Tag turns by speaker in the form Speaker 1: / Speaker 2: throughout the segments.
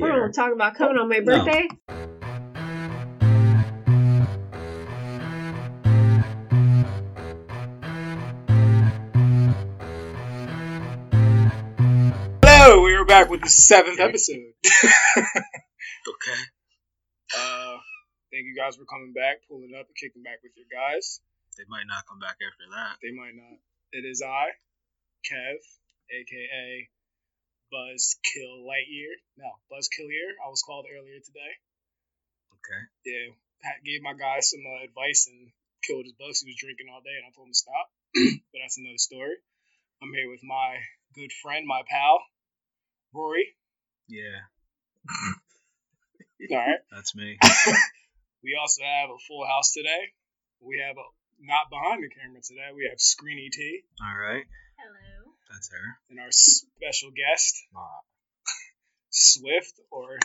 Speaker 1: want to talk
Speaker 2: Oh,
Speaker 1: about coming on my birthday?
Speaker 2: Hello, we are back with the seventh episode.
Speaker 3: Okay.
Speaker 2: Uh, thank you guys for coming back, pulling up, and kicking back with your guys.
Speaker 3: They might not come back after that.
Speaker 2: They might not. It is I, Kev, aka Buzzkill Lightyear. No, Buzzkillier. I was called earlier today.
Speaker 3: Okay.
Speaker 2: Yeah, Pat gave my guy some uh, advice and killed his bucks he was drinking all day, and I told him to stop. but that's another story. I'm here with my good friend, my pal, Rory.
Speaker 3: Yeah,
Speaker 2: All right.
Speaker 3: that's me.
Speaker 2: We also have a full house today. We have a not behind the camera today. We have Screeny T
Speaker 3: All right.
Speaker 4: Hello.
Speaker 3: That's her.
Speaker 2: and our special guest Swift, or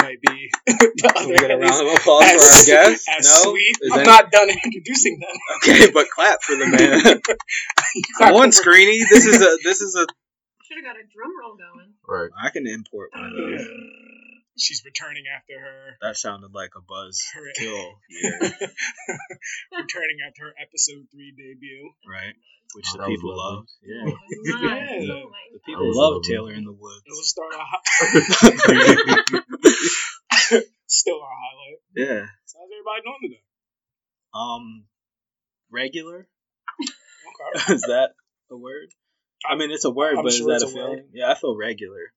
Speaker 2: might be the
Speaker 3: Can we get a
Speaker 2: other
Speaker 3: round of applause for
Speaker 2: As-
Speaker 3: our guest?
Speaker 2: as
Speaker 3: No?
Speaker 2: sweet.
Speaker 3: Is
Speaker 2: I'm
Speaker 3: that-
Speaker 2: not done introducing them.
Speaker 3: Okay, but clap for the man. Come on, Screeny. This is a this is a
Speaker 4: Should have got a drum roll going.
Speaker 5: Right.
Speaker 3: I can import one of those.
Speaker 2: She's returning after her
Speaker 3: That sounded like a buzz
Speaker 2: Right.
Speaker 3: kill year,
Speaker 2: returning after her episode three debut.
Speaker 3: right? Which
Speaker 5: Oh,
Speaker 3: the
Speaker 5: that was
Speaker 3: people
Speaker 5: lovely.
Speaker 3: love. Yeah.
Speaker 2: Yeah.
Speaker 4: Nice. Oh my
Speaker 3: The
Speaker 4: God.
Speaker 3: people
Speaker 5: was
Speaker 3: love
Speaker 5: lovely.
Speaker 3: Taylor in the
Speaker 2: It was
Speaker 3: Woods.
Speaker 2: still our hi- still our highlight.
Speaker 3: yeah.
Speaker 2: So how's everybody doing today?
Speaker 3: Um regular?
Speaker 2: Okay.
Speaker 3: Is that a word? I mean it's a word,
Speaker 2: I'm
Speaker 3: but
Speaker 2: sure
Speaker 3: is that
Speaker 2: it's
Speaker 3: a
Speaker 2: a
Speaker 3: feeling?
Speaker 2: word.
Speaker 3: Yeah, I feel regular.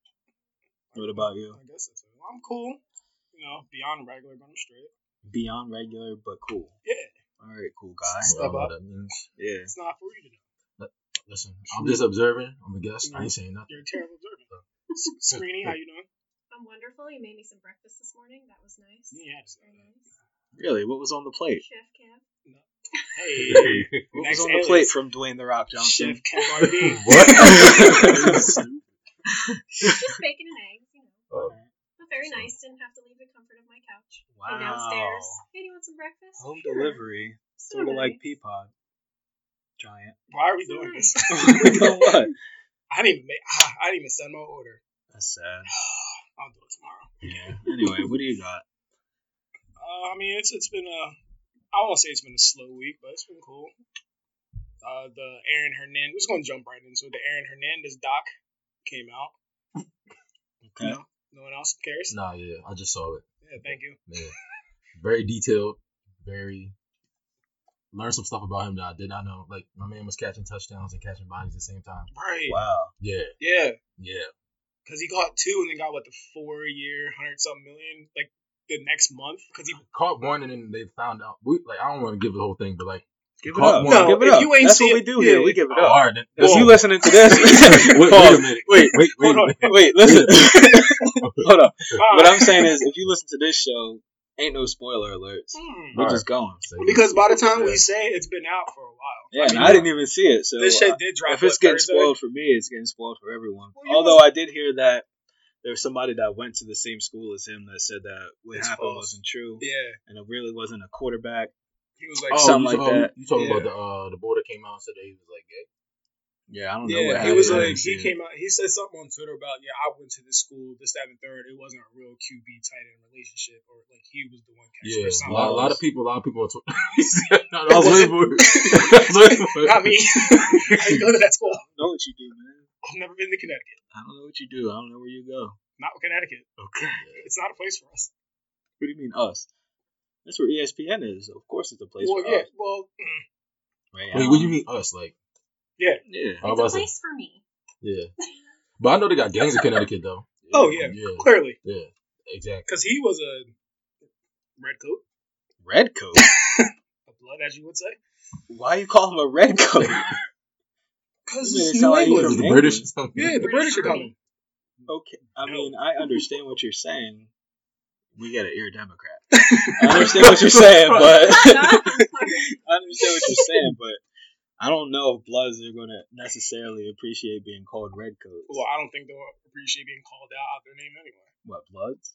Speaker 3: What about you?
Speaker 2: I guess that's it. Well, I'm cool. You know, beyond regular, but I'm straight.
Speaker 3: Beyond regular but cool.
Speaker 2: Yeah.
Speaker 3: All right, cool guy.
Speaker 5: I don't know what that means.
Speaker 3: Yeah.
Speaker 2: It's not for you to know.
Speaker 5: Listen, I'm just observing. I'm a guest. I ain't saying nothing.
Speaker 2: You're a terrible observer. S- Screeny, how you doing?
Speaker 4: I'm wonderful. You made me some breakfast this morning. That was nice.
Speaker 2: Yeah, just-
Speaker 4: Very nice.
Speaker 3: Really? What was on the plate?
Speaker 4: Chef Kev.
Speaker 2: Hey,
Speaker 3: What
Speaker 2: Next
Speaker 3: was on
Speaker 2: alias.
Speaker 3: the plate from Dwayne the Rock Johnson?
Speaker 2: Chef Kevardine.
Speaker 5: What?
Speaker 4: Just bacon and eggs, you know.
Speaker 5: Oh,
Speaker 4: But very
Speaker 5: Sure.
Speaker 4: nice. Didn't have to leave the comfort of my couch.
Speaker 3: wow.
Speaker 4: And downstairs. Hey, do you want some breakfast?
Speaker 3: Home
Speaker 4: Sure.
Speaker 3: delivery.
Speaker 4: So
Speaker 3: Sort of like
Speaker 4: nice.
Speaker 3: Peapod. Giant.
Speaker 2: Why are we doing this?
Speaker 3: what?
Speaker 2: I didn't even make. ah, I didn't even send my order.
Speaker 3: That's sad.
Speaker 2: I'll do it tomorrow.
Speaker 3: Yeah. Anyway, what do you got?
Speaker 2: Uh, I mean, it's it's been a. I won't say it's been a slow week, but it's been cool. Uh, the Aaron Hernandez. We're just gonna jump right into it. The Aaron Hernandez doc came out.
Speaker 3: Okay.
Speaker 2: No, no one else cares.
Speaker 5: Nah, yeah, I just saw it.
Speaker 2: Yeah, thank you.
Speaker 5: Yeah. Very detailed. Very. Learned some stuff about him that I did not know. Like my man was catching touchdowns and catching bodies at the same time.
Speaker 2: Right.
Speaker 3: Wow.
Speaker 5: Yeah,
Speaker 2: Yeah,
Speaker 5: yeah.
Speaker 2: because he caught two and then got what the four year hundred something million like the next month because he.
Speaker 5: Caught one and then they found out. We, like I don't want to give the whole thing, but like
Speaker 3: Give
Speaker 5: Caught one.
Speaker 3: No, give it
Speaker 2: If
Speaker 3: up.
Speaker 2: you ain't
Speaker 3: That's
Speaker 2: see
Speaker 3: what we
Speaker 2: it-
Speaker 3: do
Speaker 2: yeah.
Speaker 3: here. We give it
Speaker 5: oh,
Speaker 3: up.
Speaker 5: all right, then.
Speaker 3: If you
Speaker 5: Whoa.
Speaker 3: listening to this,
Speaker 5: wait, wait a minute.
Speaker 3: Wait,
Speaker 5: Wait, wait.
Speaker 2: Hold on.
Speaker 3: wait, listen. Hold on.
Speaker 2: Ah,
Speaker 3: What I'm saying is, if you listen to this show, ain't no spoiler alerts.
Speaker 2: hmm.
Speaker 3: We're
Speaker 5: All
Speaker 3: just going.
Speaker 2: Because by the time we
Speaker 5: Yeah.
Speaker 2: say it, it's been out for a while.
Speaker 3: Yeah,
Speaker 5: mean,
Speaker 3: I didn't even see it. So
Speaker 2: this
Speaker 3: uh,
Speaker 2: shit did drop.
Speaker 3: if it's
Speaker 2: what,
Speaker 3: getting
Speaker 2: Thursday?
Speaker 3: spoiled for me, it's getting spoiled for everyone.
Speaker 2: Well, you
Speaker 3: Although
Speaker 2: was-
Speaker 3: I did hear that there was somebody that went to the same school as him that said that what
Speaker 2: It's
Speaker 3: happened
Speaker 2: false.
Speaker 3: wasn't true,
Speaker 2: Yeah,
Speaker 3: and it really wasn't a quarterback.
Speaker 2: he was like,
Speaker 3: Oh,
Speaker 2: some-
Speaker 3: something
Speaker 5: you
Speaker 3: like
Speaker 5: talking-
Speaker 3: that.
Speaker 5: You talking about
Speaker 2: Yeah.
Speaker 5: the uh, the boy that came out and said that he was like gay?
Speaker 3: Yeah, I don't know. what
Speaker 2: yeah, he
Speaker 3: happened.
Speaker 2: was
Speaker 3: I
Speaker 2: like,
Speaker 3: didn't see
Speaker 2: he
Speaker 3: it.
Speaker 2: came out, he said something on Twitter about, yeah, I went to this school, this, that, and third. It wasn't a real QB tight end relationship, or like he was the one catching
Speaker 5: Yeah,
Speaker 2: or
Speaker 5: a
Speaker 2: something.
Speaker 5: lot, a lot of people, a lot of people on Twitter. no, that
Speaker 2: That
Speaker 5: was way for it. That's way for it.
Speaker 2: Not me. I didn't go to that school.
Speaker 3: I don't know what you do, man.
Speaker 2: I've never been to Connecticut.
Speaker 3: I don't know what you do. I don't know where you go.
Speaker 2: Not Connecticut.
Speaker 5: Okay.
Speaker 2: It's not a place for us.
Speaker 3: What do you mean us? That's where E ESPN is. Of course, it's a place
Speaker 2: well,
Speaker 3: for
Speaker 2: yeah,
Speaker 3: us.
Speaker 2: well, mm,
Speaker 3: Right?
Speaker 5: Wait, what do you mean us? Like,
Speaker 3: Yeah.
Speaker 5: I
Speaker 4: It's a
Speaker 5: was
Speaker 4: place for me.
Speaker 5: yeah. But I know they got gangs in Connecticut though.
Speaker 2: Oh, yeah.
Speaker 5: Yeah,
Speaker 2: clearly,
Speaker 5: yeah, exactly.
Speaker 2: because he was a red coat,
Speaker 3: Red coat.
Speaker 2: a blood, as you would say.
Speaker 3: Why you call him a red coat?
Speaker 2: Because
Speaker 3: You made it
Speaker 2: it's
Speaker 3: sound
Speaker 2: New
Speaker 3: like he
Speaker 5: Was
Speaker 3: was
Speaker 2: England.
Speaker 5: the
Speaker 3: England.
Speaker 5: British or something?
Speaker 2: Yeah, the British are coming.
Speaker 3: Okay, I
Speaker 2: No.
Speaker 3: mean, I understand what you're saying. We got an ear Democrat. I understand what you're saying, but I understand what you're saying, but I don't know if Bloods are gonna necessarily appreciate being called redcoats.
Speaker 2: Well, I don't think they'll appreciate being called out out their name anyway.
Speaker 3: What Bloods?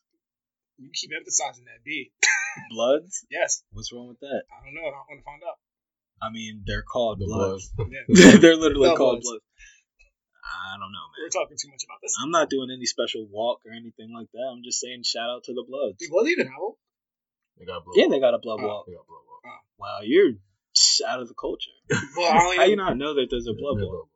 Speaker 2: You keep emphasizing that B.
Speaker 3: Bloods?
Speaker 2: Yes.
Speaker 3: What's wrong with that?
Speaker 2: I don't know. I want to find out.
Speaker 3: I mean, they're called
Speaker 5: The
Speaker 3: Bloods.
Speaker 5: Bloods.
Speaker 2: Yeah.
Speaker 3: they're literally
Speaker 2: The
Speaker 3: called
Speaker 2: Bloods.
Speaker 3: Bloods. I don't know,
Speaker 2: We're
Speaker 3: man.
Speaker 2: talking too much about this.
Speaker 3: I'm not doing any special walk or anything like that. I'm just saying shout out to the Bloods.
Speaker 2: Did Blood even have one?
Speaker 5: They got blow.
Speaker 3: Yeah, they got a blood
Speaker 2: Oh.
Speaker 3: walk.
Speaker 5: They got blow up.
Speaker 3: Wow, you're out of the culture.
Speaker 2: Well, I
Speaker 3: How
Speaker 2: only
Speaker 3: you
Speaker 2: know
Speaker 3: not know that there's a
Speaker 5: Yeah,
Speaker 3: blood
Speaker 5: they
Speaker 3: walk?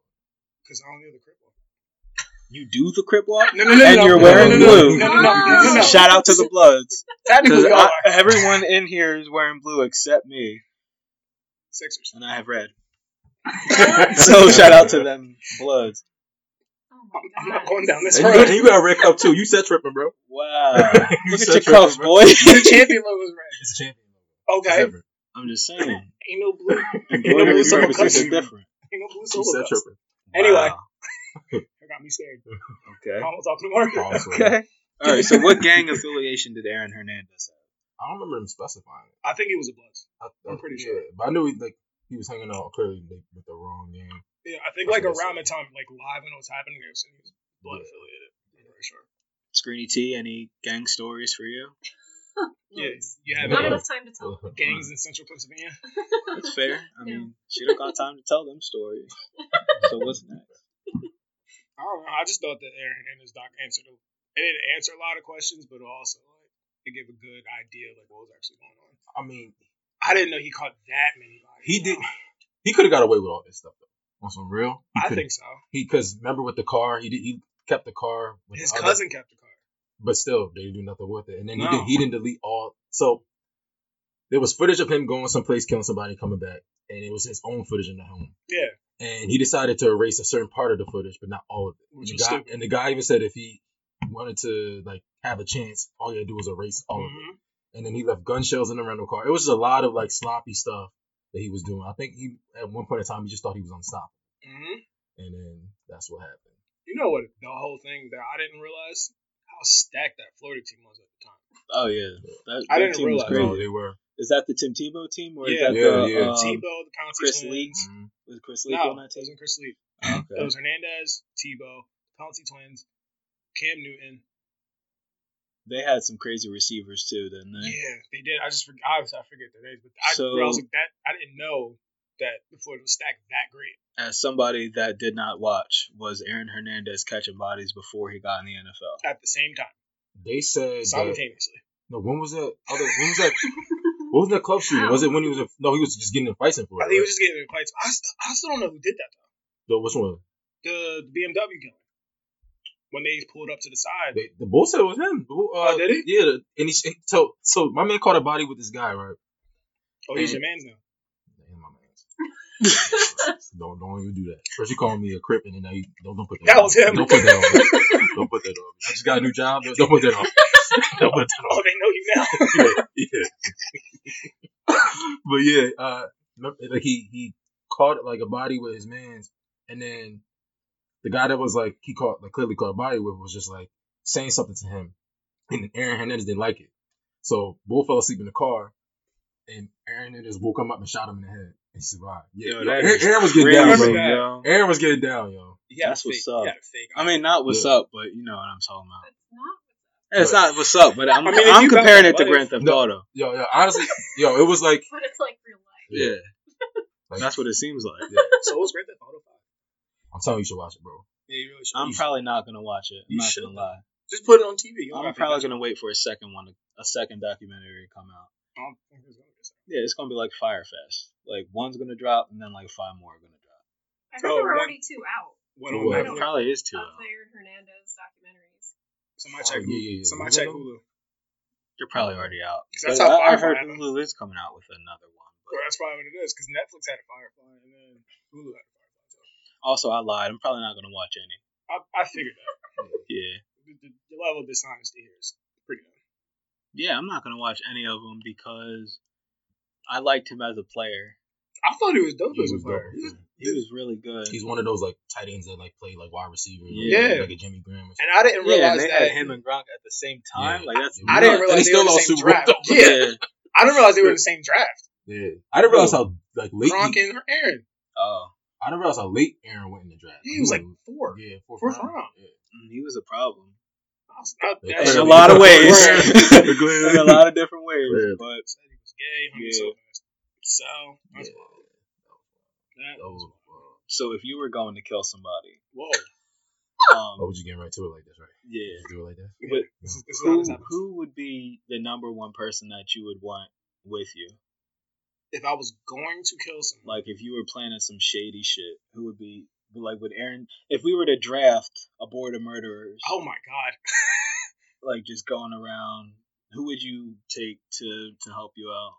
Speaker 2: because I only know the crip walk.
Speaker 3: You do the Crip walk?
Speaker 2: No, no, no,
Speaker 3: And
Speaker 2: no,
Speaker 3: you're
Speaker 2: no,
Speaker 3: wearing
Speaker 2: no, no,
Speaker 3: blue.
Speaker 2: No, no, no, no, no, no.
Speaker 3: Shout out to the Bloods.
Speaker 2: Technically,
Speaker 3: Because
Speaker 2: y'all are
Speaker 3: everyone in here is wearing blue except me,
Speaker 2: Sixers.
Speaker 3: and I have red. so shout out to them Bloods.
Speaker 4: Oh
Speaker 2: I'm, I'm
Speaker 4: my
Speaker 2: not
Speaker 4: god.
Speaker 2: going down this
Speaker 5: And you,
Speaker 2: road.
Speaker 5: got, and you got a red cup too. You said tripping, bro.
Speaker 3: Wow.
Speaker 5: You
Speaker 3: Look at
Speaker 5: said
Speaker 3: your
Speaker 5: tripping,
Speaker 3: cuffs,
Speaker 5: bro.
Speaker 3: boy.
Speaker 2: the champion logo is red.
Speaker 5: It's a champion.
Speaker 2: Okay,
Speaker 5: It's different.
Speaker 3: I'm just saying.
Speaker 2: ain't no blue. Ain't no
Speaker 3: Embroidery
Speaker 2: blue
Speaker 5: It's
Speaker 2: solo
Speaker 5: different.
Speaker 2: cups.
Speaker 3: purposes
Speaker 5: It's
Speaker 3: are
Speaker 2: Ain't
Speaker 3: different.
Speaker 2: no blue
Speaker 5: You
Speaker 2: solo
Speaker 5: said
Speaker 2: cups.
Speaker 5: tripping.
Speaker 2: Anyway,
Speaker 3: Wow.
Speaker 2: that got me scared. I
Speaker 3: Okay.
Speaker 2: don't talk no more.
Speaker 5: Also,
Speaker 3: Okay. All right. So, what gang affiliation did Aaron Hernandez
Speaker 5: I don't remember him specifying it.
Speaker 2: I think it was a Bloods.
Speaker 5: I,
Speaker 2: I'm
Speaker 5: I-
Speaker 2: pretty
Speaker 5: yeah,
Speaker 2: sure.
Speaker 5: but I knew he like he was hanging out clearly like, with the wrong game.
Speaker 2: Yeah, I think
Speaker 5: That's
Speaker 2: like
Speaker 5: what I
Speaker 2: around the
Speaker 5: said.
Speaker 2: time, like live when it was happening, it was, it was Blood
Speaker 5: Yeah.
Speaker 2: affiliated. I'm pretty sure.
Speaker 3: have? Screeny T, any gang stories for you?
Speaker 2: Yeah, you have
Speaker 4: Not
Speaker 5: Yeah.
Speaker 2: any
Speaker 4: enough time to tell.
Speaker 2: gangs in Central Pennsylvania.
Speaker 3: That's fair. I
Speaker 4: No.
Speaker 3: mean, she don't got time to tell them stories. So what's next?
Speaker 2: I don't know. I just thought that Aaron Hernandez doc answered. a- It didn't answer a lot of questions, but also like it gave a good idea of like what was actually going on.
Speaker 5: I mean,
Speaker 2: I didn't know he caught that many. Bodies.
Speaker 5: he did. He could have got away with all this stuff though. On some real, he
Speaker 2: I
Speaker 5: coulda-
Speaker 2: think so.
Speaker 5: he because remember with the car, he did, he kept the car. With
Speaker 2: His
Speaker 5: the other-
Speaker 2: cousin kept the car.
Speaker 5: but still they didn't do nothing with it. And then
Speaker 3: No.
Speaker 5: he, did, he didn't delete all. So there was footage of him going someplace, killing somebody, coming back, and it was his own footage in the home.
Speaker 2: Yeah.
Speaker 5: And he decided to erase a certain part of the footage, but not all of it.
Speaker 2: Which
Speaker 5: And
Speaker 2: was
Speaker 5: the, guy,
Speaker 2: stupid.
Speaker 5: and the guy even said if he wanted to like have a chance, all he had to do was erase all of
Speaker 2: Mhm.
Speaker 5: it. And then he left gun shells in the rental car. It was just a lot of like sloppy stuff that he was doing. I think he at one point in time he just thought he was unstoppable,
Speaker 2: Mhm.
Speaker 5: and then that's what happened.
Speaker 2: You know what? The whole thing that I didn't realize how stacked that Florida team was at the time.
Speaker 3: Oh yeah, that,
Speaker 2: I
Speaker 3: that
Speaker 2: didn't
Speaker 3: team was
Speaker 2: realize.
Speaker 5: That's all
Speaker 3: crazy.
Speaker 5: they were.
Speaker 3: Is that the Tim Tebow team or is
Speaker 2: Yeah,
Speaker 3: that
Speaker 5: yeah,
Speaker 3: the
Speaker 5: yeah.
Speaker 3: um,
Speaker 2: Tebow, the Pouncey
Speaker 3: Chris
Speaker 2: twins.
Speaker 3: Leak?
Speaker 5: Mhm.
Speaker 3: was Chris Leak
Speaker 2: No,
Speaker 3: on that
Speaker 2: it
Speaker 3: team?
Speaker 2: wasn't Chris Leak. It
Speaker 3: Okay.
Speaker 2: was Hernandez, Tebow, Pouncey twins, Cam Newton.
Speaker 3: They had some crazy receivers too, didn't they?
Speaker 2: Yeah, they did. I just forget. Obviously, I forget their names, but I,
Speaker 3: So-
Speaker 2: but I was like that. I didn't know that the Florida was stacked that great.
Speaker 3: As somebody that did not watch, was Aaron Hernandez catching bodies before he got in the NFL?
Speaker 2: at the same time,
Speaker 5: They said that-
Speaker 2: simultaneously.
Speaker 5: No, when was that? Other, when was that? What was that club shooting? Was it when he was? A, no, he was just getting in fights in
Speaker 2: I
Speaker 5: Florida.
Speaker 2: think he
Speaker 5: Right?
Speaker 2: was just getting in fights. I, st- I still don't know who did that though.
Speaker 5: The- which one?
Speaker 2: The, the BMW killing when they pulled up to the side.
Speaker 5: They, the bull said it was him. The bull, uh,
Speaker 2: oh, did he?
Speaker 5: yeah. the- And he and so so my man caught a body with this guy right.
Speaker 2: Oh, he's
Speaker 5: Mhm.
Speaker 2: your man's now.
Speaker 5: Damn, my man. don't don't even do that. First you call me a crip, and then now you don't don't put that.
Speaker 2: That
Speaker 5: on
Speaker 2: was
Speaker 5: me.
Speaker 2: him.
Speaker 5: Don't put that on. me. Don't put that on. me. I just got a new job. Don't put that on. me. Don't put that on. me.
Speaker 2: Oh, they know you now.
Speaker 5: yeah. but yeah, uh, remember, like he he caught like a body with his man's, and then the guy that was like he caught like clearly caught a body with was just like saying something to him, and Aaron Hernandez didn't like it, so Bull fell asleep in the car, and Aaron Hernandez woke him up and shot him in the head and survived. Yeah, yo, Aaron, Aaron was getting down,
Speaker 2: crazy.
Speaker 5: bro.
Speaker 2: that.
Speaker 3: yo.
Speaker 5: Aaron was getting down, yo.
Speaker 2: Yeah,
Speaker 3: That's what's
Speaker 2: fake,
Speaker 3: up.
Speaker 2: He had a fake.
Speaker 3: I mean, not what's
Speaker 5: Yeah.
Speaker 3: up, but you know what I'm talking about.
Speaker 4: It's not.
Speaker 3: It's not what's up, but I'm, I
Speaker 2: I mean, if
Speaker 3: am
Speaker 2: you got
Speaker 3: comparing it to
Speaker 2: somebody-
Speaker 3: Grand Theft
Speaker 5: No.
Speaker 3: Auto.
Speaker 5: Yo, yo, honestly, yo, it was like,
Speaker 4: But it's like real life.
Speaker 3: Yeah,
Speaker 5: like
Speaker 3: that's what it seems like.
Speaker 2: so it was great that Auto 5.
Speaker 5: I'm telling you, you should watch it, bro.
Speaker 2: Yeah, you really should.
Speaker 3: I'm
Speaker 2: You
Speaker 3: probably not gonna watch it. I'm
Speaker 2: You
Speaker 3: not
Speaker 2: should.
Speaker 3: gonna lie.
Speaker 2: should. just put it on TV. You don't
Speaker 3: I'm
Speaker 2: gotta
Speaker 3: probably
Speaker 2: pay attention.
Speaker 3: gonna wait for a second one, to, a second documentary to come out.
Speaker 2: I don't think there's gonna be a second.
Speaker 3: Yeah, it's gonna be like Firefest. Like one's gonna drop, and then like five more are gonna drop.
Speaker 4: I heard there
Speaker 2: Oh,
Speaker 4: were
Speaker 2: one-
Speaker 4: already two out
Speaker 2: What on
Speaker 5: Well,
Speaker 3: It
Speaker 2: Netflix?
Speaker 3: probably is
Speaker 4: of
Speaker 3: two. out.
Speaker 4: the Aaron Hernandez documentaries.
Speaker 2: Somebody check.
Speaker 5: Oh,
Speaker 2: Hulu.
Speaker 5: yeah, yeah, yeah.
Speaker 2: Somebody
Speaker 5: Hulu?
Speaker 2: check Hulu.
Speaker 3: They're probably already out.
Speaker 2: 'Cause that's
Speaker 3: But
Speaker 2: how
Speaker 3: I, I
Speaker 2: Firefly
Speaker 3: heard
Speaker 2: happened.
Speaker 3: Hulu is coming out with another one.
Speaker 2: Well,
Speaker 3: But
Speaker 2: that's probably what it is because Netflix had a Firefly and then Hulu had a Firefly. So
Speaker 3: also, I lied. I'm probably not gonna watch any.
Speaker 2: I, I figured that
Speaker 3: Yeah,
Speaker 2: the, the, the level of dishonesty here is pretty good.
Speaker 3: yeah, I'm not gonna watch any of them because I liked him as a player.
Speaker 2: I thought he was dope
Speaker 5: He
Speaker 2: as a
Speaker 5: was
Speaker 2: player.
Speaker 5: dope.
Speaker 2: He was-
Speaker 3: He was really good.
Speaker 5: He's one of those like tight ends that like play like wide receiver, like,
Speaker 3: Yeah.
Speaker 5: like a Jimmy Graham. Or
Speaker 2: and I didn't
Speaker 3: Yeah,
Speaker 2: realize
Speaker 3: and they
Speaker 2: that
Speaker 3: had him and Gronk at the same time.
Speaker 5: Yeah.
Speaker 3: Like that's
Speaker 5: Yeah.
Speaker 2: I didn't
Speaker 5: And
Speaker 3: nuts.
Speaker 2: realize they,
Speaker 5: they
Speaker 2: were
Speaker 5: still
Speaker 2: in the
Speaker 5: lost
Speaker 2: same
Speaker 5: Super Bowl.
Speaker 2: draft. Yeah, I didn't realize they were in the same draft.
Speaker 5: Yeah, I didn't realize how like late.
Speaker 2: Gronk
Speaker 5: He,
Speaker 2: and Aaron.
Speaker 3: Oh,
Speaker 5: I didn't realize how late Aaron went in the draft.
Speaker 2: He was like four.
Speaker 5: yeah, fourth,
Speaker 2: fourth
Speaker 5: round.
Speaker 2: round.
Speaker 5: Yeah.
Speaker 3: mm, he was a problem
Speaker 2: I was not
Speaker 5: They
Speaker 2: that
Speaker 3: in
Speaker 5: clearly-
Speaker 3: a lot of ways.
Speaker 5: They clearly-
Speaker 3: in a lot of different ways.
Speaker 5: Really?
Speaker 3: But
Speaker 2: said he was gay. hung
Speaker 3: Yeah.
Speaker 2: himself. So that's
Speaker 5: Yeah.
Speaker 2: that.
Speaker 5: Oh,
Speaker 2: Was,
Speaker 5: uh,
Speaker 3: so if you were going to kill somebody,
Speaker 2: whoa,
Speaker 5: Oh,
Speaker 3: Um,
Speaker 5: we just getting right to it like this, right?
Speaker 3: yeah.
Speaker 5: Just do it like this.
Speaker 2: Yeah,
Speaker 3: But
Speaker 2: this is- this is how
Speaker 3: Who
Speaker 2: this happens.
Speaker 3: who would be the number one person that you would want with you?
Speaker 2: If I was going to kill someone,
Speaker 3: Like if you were planning some shady shit, who would be like would Aaron? If we were to draft a board of murderers,
Speaker 2: oh my god,
Speaker 3: like just going around, who would you take to to help you out?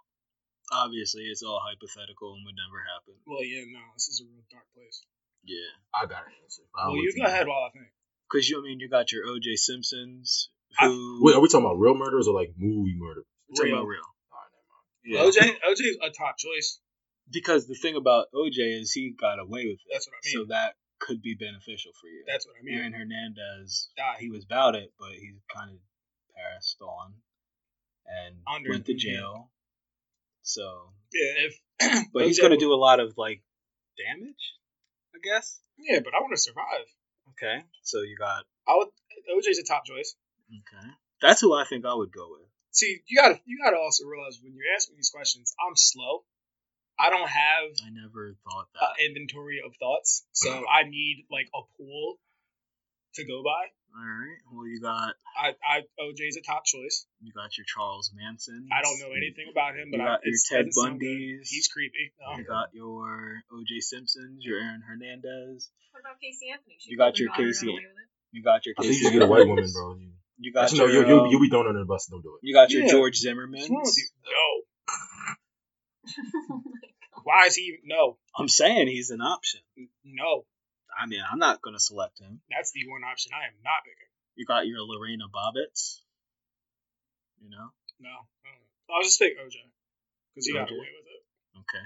Speaker 3: Obviously, it's all hypothetical and would never happen.
Speaker 2: well yeah, no, this is a real dark place.
Speaker 3: Yeah,
Speaker 5: I got an answer. I'll
Speaker 2: well,
Speaker 5: wait
Speaker 2: you
Speaker 5: till
Speaker 2: go ahead while I think.
Speaker 3: because you I mean you got your O.J. Simpsons
Speaker 2: I-
Speaker 3: who
Speaker 5: Wait, are we talking about real murders or like movie murder?
Speaker 3: I'm talking about
Speaker 2: real.
Speaker 3: real.
Speaker 5: Alright, never mind.
Speaker 3: Yeah.
Speaker 2: OJ, OJ is a top choice.
Speaker 3: Because the thing about OJ is he got away with it,
Speaker 2: That's what I mean.
Speaker 3: so that could be beneficial for you.
Speaker 2: That's what I mean.
Speaker 3: Aaron Hernandez,
Speaker 2: Died.
Speaker 3: he was about it, but he kind of passed on and
Speaker 2: Andre
Speaker 3: went to
Speaker 2: Drummond.
Speaker 3: jail. So,
Speaker 2: Yeah, if
Speaker 3: but he's
Speaker 2: OJ
Speaker 3: going to
Speaker 2: would-
Speaker 3: do a lot of like damage, I guess.
Speaker 2: yeah, but I want to survive.
Speaker 3: Okay, so you got
Speaker 2: I would OJ's a top choice.
Speaker 3: okay. That's who I think I would go with.
Speaker 2: See, you gotta you gotta also realize when you ask me these questions, I'm slow. I don't have
Speaker 3: I never thought that.
Speaker 2: an inventory of thoughts, so I need like a pool to go by.
Speaker 3: All right. Well, you got
Speaker 2: I, I OJ's a top choice.
Speaker 3: you got your Charles Manson.
Speaker 2: I don't know anything about him, but
Speaker 3: You
Speaker 2: I,
Speaker 3: got your
Speaker 2: it's-
Speaker 3: Ted
Speaker 2: doesn't sound good.
Speaker 3: Bundys.
Speaker 2: He's creepy. No.
Speaker 3: You got your O.J. Simpsons, your Aaron Hernandez.
Speaker 4: What about Casey Anthony? She
Speaker 3: You got
Speaker 4: probably
Speaker 3: your
Speaker 4: got away
Speaker 3: Casey-
Speaker 4: with it.
Speaker 3: You got your.
Speaker 5: I think you
Speaker 3: Casey
Speaker 5: should get a white woman,
Speaker 3: Anthony.
Speaker 5: bro. You,
Speaker 3: You got
Speaker 5: Actually, no,
Speaker 3: your.
Speaker 5: you you
Speaker 3: um,
Speaker 5: you be thrown under the bus. Don't do it.
Speaker 3: You got your
Speaker 2: Yeah.
Speaker 3: George
Speaker 2: What's wrong with
Speaker 3: Zimmerman.
Speaker 2: you? No.
Speaker 4: Oh my God.
Speaker 2: Why is he? even- No.
Speaker 3: I'm saying he's an option.
Speaker 2: No.
Speaker 3: I mean, I'm not gonna select him.
Speaker 2: That's the one option I am not picking.
Speaker 3: You got your Lorena Bobbitt's. You know.
Speaker 2: No. no. I'll just pick OJ because he got
Speaker 3: OJ.
Speaker 2: away with it.
Speaker 3: Okay.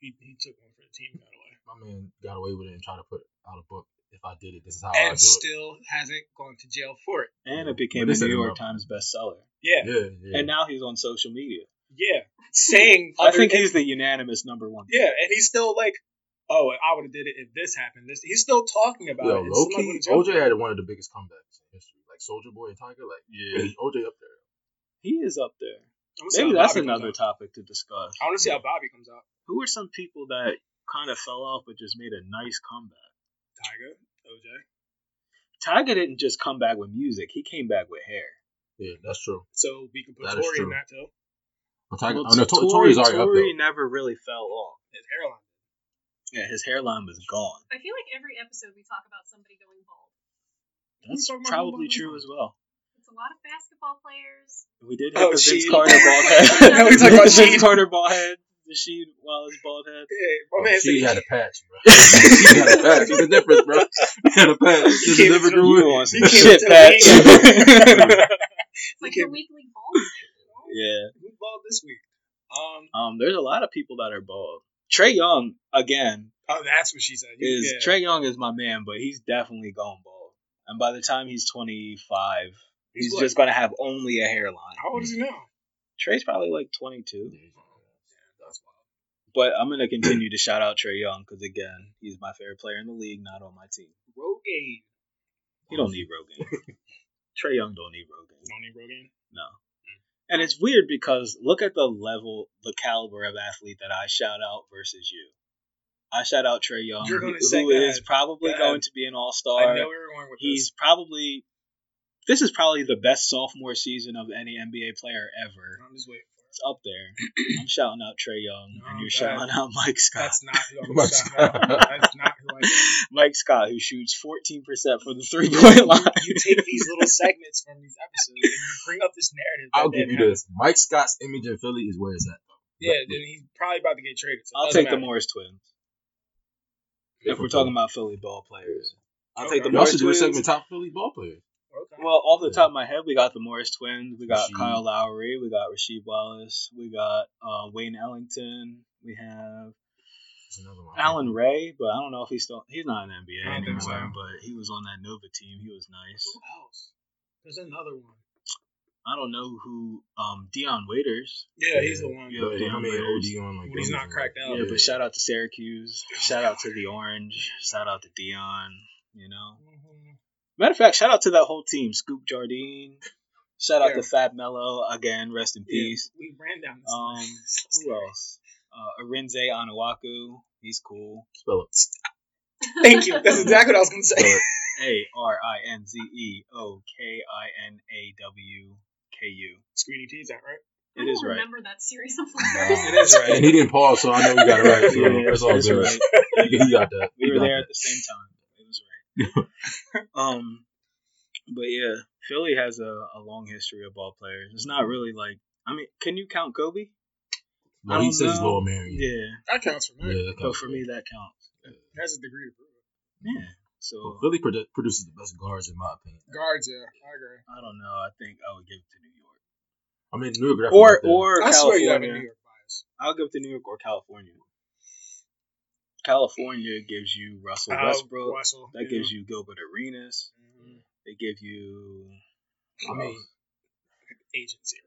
Speaker 2: He, he took one for the team and got away.
Speaker 5: My man got away with it and tried to put out a book. If I did it, this is how Oh, I do
Speaker 2: and
Speaker 5: it.
Speaker 2: still hasn't gone to jail for it.
Speaker 3: And
Speaker 5: Yeah.
Speaker 3: it became
Speaker 5: But
Speaker 3: a
Speaker 5: this
Speaker 3: New
Speaker 5: isn't
Speaker 3: York
Speaker 5: about-
Speaker 3: Times bestseller.
Speaker 2: Yeah,
Speaker 5: Yeah, yeah.
Speaker 3: And now he's on social media.
Speaker 2: yeah. Saying
Speaker 3: I
Speaker 2: other-
Speaker 3: think
Speaker 2: and-
Speaker 3: he's the unanimous number one.
Speaker 2: yeah, and he's still like, oh, I would have did it if this happened. This he's still talking about
Speaker 5: Yo,
Speaker 3: uh,
Speaker 2: it.
Speaker 5: low
Speaker 2: It's not going
Speaker 5: key,
Speaker 2: to jail for
Speaker 5: OJ
Speaker 2: it.
Speaker 5: had one of the biggest comebacks in history. Like Soldier Boy and Tiger, like
Speaker 3: Yeah.
Speaker 5: OJ up there.
Speaker 3: He is up there.
Speaker 2: I'm gonna see
Speaker 3: Maybe
Speaker 2: how
Speaker 3: that's
Speaker 2: Bobby comes
Speaker 3: another
Speaker 2: out.
Speaker 3: topic to discuss.
Speaker 2: I want to see how Bobby comes out.
Speaker 3: Who are some people that kind of fell off but just made a nice comeback?
Speaker 2: Tiger, OJ.
Speaker 3: Tiger didn't just come back with music; he came back with hair.
Speaker 5: Yeah, that's true.
Speaker 2: So we can put
Speaker 5: That is
Speaker 2: Tori in
Speaker 5: true.
Speaker 2: that too.
Speaker 5: But Tiger,
Speaker 3: Well,
Speaker 5: oh, no,
Speaker 3: Tory-
Speaker 5: Tor- Tori's already up
Speaker 3: Tory
Speaker 5: there.
Speaker 3: never really fell off.
Speaker 2: His hairline.
Speaker 3: Yeah, his hairline was gone.
Speaker 4: I feel like every episode we talk about somebody going bald.
Speaker 3: That's
Speaker 2: talking about
Speaker 3: probably
Speaker 2: Obama?
Speaker 3: true as well.
Speaker 4: It's a lot of basketball players.
Speaker 3: We did
Speaker 2: Oh,
Speaker 3: have the Vince
Speaker 2: Sheed.
Speaker 3: Carter bald head.
Speaker 4: Now we
Speaker 2: talking about
Speaker 3: Vince
Speaker 2: Sheed.
Speaker 3: Carter bald head. The Sheed Wallace bald head.
Speaker 2: Yeah, my man said
Speaker 5: Oh, she
Speaker 2: he
Speaker 5: had a patch, bro. she had a patch. There's a difference, bro. She had a patch. There's a
Speaker 2: Came
Speaker 5: difference.
Speaker 2: to the
Speaker 5: bro.
Speaker 3: on
Speaker 2: some shit,
Speaker 4: It's like
Speaker 2: Okay.
Speaker 4: the weekly bald.
Speaker 3: yeah.
Speaker 2: who balled this week? Um.
Speaker 3: Um. There's a lot of people that are bald. Trey Young again
Speaker 2: Oh, that's what she said. You-
Speaker 3: is
Speaker 2: yeah.
Speaker 3: Trey Young is my man, but he's definitely gone bald. And by the time he's 25, he's,
Speaker 2: what?
Speaker 3: just gonna have only a hairline.
Speaker 2: How old is he now?
Speaker 3: Trey's probably like 22.
Speaker 5: That's wild.
Speaker 3: But I'm gonna continue to shout out Trey Young because again, he's my favorite player in the league, not on my team.
Speaker 2: Rogaine.
Speaker 3: He don't need Rogan. Trey Young don't need Rogan.
Speaker 2: Tony Rogaine.
Speaker 3: No. And it's weird because look at the level, the caliber of athlete that I shout out versus you. I shout out Trey Young,
Speaker 2: You're
Speaker 3: who
Speaker 2: gonna say
Speaker 3: is
Speaker 2: that.
Speaker 3: probably
Speaker 2: That.
Speaker 3: going to be an All
Speaker 2: I
Speaker 3: Star.
Speaker 2: know we were going with
Speaker 3: He's
Speaker 2: this.
Speaker 3: probably this is probably the best sophomore season of any NBA player ever.
Speaker 2: I'm just waiting.
Speaker 3: It's up there. I'm shouting out Trey Young,
Speaker 2: No,
Speaker 3: and you're
Speaker 2: that-
Speaker 3: shouting out Mike Scott.
Speaker 2: Oh, That's not who I'm shouting out.
Speaker 5: Mike Scott.
Speaker 2: That's not who I am.
Speaker 3: Mike Scott, who shoots 14% from the three point line.
Speaker 2: You take these little segments from these episodes and you bring up this narrative. that
Speaker 5: I'll
Speaker 2: they
Speaker 5: give you
Speaker 3: uh,
Speaker 2: have.
Speaker 5: this. Mike Scott's image in Philly is where it's at.
Speaker 2: Yeah, then he's probably about to get traded. So it
Speaker 3: I'll
Speaker 2: doesn't
Speaker 3: take the
Speaker 2: matter.
Speaker 3: Morris twins. If we're talking about Philly ball players, I'll
Speaker 2: Okay.
Speaker 3: take the
Speaker 5: Y'all
Speaker 3: Morris
Speaker 5: should do a
Speaker 3: twins.
Speaker 5: segment top Philly ball player.
Speaker 2: Okay.
Speaker 3: Well, off the top of my head, we got the Morris twins. We got
Speaker 5: Rasheed.
Speaker 3: Kyle Lowry. We got Rasheed Wallace. We got uh, Wayne Ellington. We have
Speaker 5: That's another one.
Speaker 3: Alan Ray, but I don't know if he's still he's not in the NBA
Speaker 2: I don't
Speaker 3: anymore.
Speaker 2: think so.
Speaker 3: But he was on that Nova team. He was nice.
Speaker 2: who else? There's another one.
Speaker 3: I don't know who um Dion Waiters.
Speaker 2: Yeah, he's the one.
Speaker 3: Yeah.
Speaker 5: Yo, they don't make OD on like.
Speaker 2: When he's not
Speaker 5: those,
Speaker 2: cracked
Speaker 5: like-
Speaker 2: out.
Speaker 3: yeah, but shout out to Syracuse. Shout out to the Orange. Shout out to Dion. You know.
Speaker 2: Mhm.
Speaker 3: Matter of fact, shout out to that whole team. Scoop Jardine. Shout out
Speaker 2: Yeah.
Speaker 3: to Fab Mello again. Rest in
Speaker 2: Yeah,
Speaker 3: peace.
Speaker 2: we ran down this.
Speaker 3: Um, who else? Uh, Arinze Anawaku. He's cool.
Speaker 5: Spell it.
Speaker 2: Thank you. That's exactly what I was going to
Speaker 5: Spell
Speaker 2: say.
Speaker 5: it.
Speaker 3: A R I N Z E O K I N A W K U.
Speaker 2: Screeny T's that right?
Speaker 3: It is right.
Speaker 4: remember that series of
Speaker 3: It is right.
Speaker 5: And he didn't pause, so I know you got it right. So
Speaker 3: Yeah, yeah,
Speaker 5: it's all
Speaker 3: it's
Speaker 5: good.
Speaker 3: right.
Speaker 5: He got that.
Speaker 3: We
Speaker 5: He
Speaker 3: were
Speaker 5: got
Speaker 3: there at
Speaker 5: that.
Speaker 3: the same time. It was right. um, but yeah, Philly has a, a long history of ball players. It's
Speaker 5: Mm-hmm.
Speaker 3: not really like I mean, can you count Kobe?
Speaker 5: Well,
Speaker 3: I
Speaker 5: he
Speaker 3: don't
Speaker 5: says
Speaker 3: know.
Speaker 5: Lord Mary.
Speaker 3: Yeah,
Speaker 2: That counts for me.
Speaker 5: yeah that
Speaker 3: but
Speaker 5: counts.
Speaker 3: for me that counts.
Speaker 2: That's a degree to prove it.
Speaker 3: Yeah.
Speaker 5: Well,
Speaker 3: So
Speaker 5: Philly produ- produces the best guards in my opinion.
Speaker 2: Guards, yeah, I agree.
Speaker 3: I don't know. I think I would give it to New York
Speaker 5: I mean, New York definitely
Speaker 3: or
Speaker 5: up there.
Speaker 3: or
Speaker 2: I swear you have a
Speaker 3: California.
Speaker 2: New York bias.
Speaker 3: I'll give it to New York or California. California gives you Russell
Speaker 2: Uh,
Speaker 3: Westbrook.
Speaker 2: Russell, Mm-hmm.
Speaker 3: That gives you Gilbert Arenas.
Speaker 2: you
Speaker 3: They give you.
Speaker 5: I
Speaker 3: oh.
Speaker 5: mean,
Speaker 2: agent zero.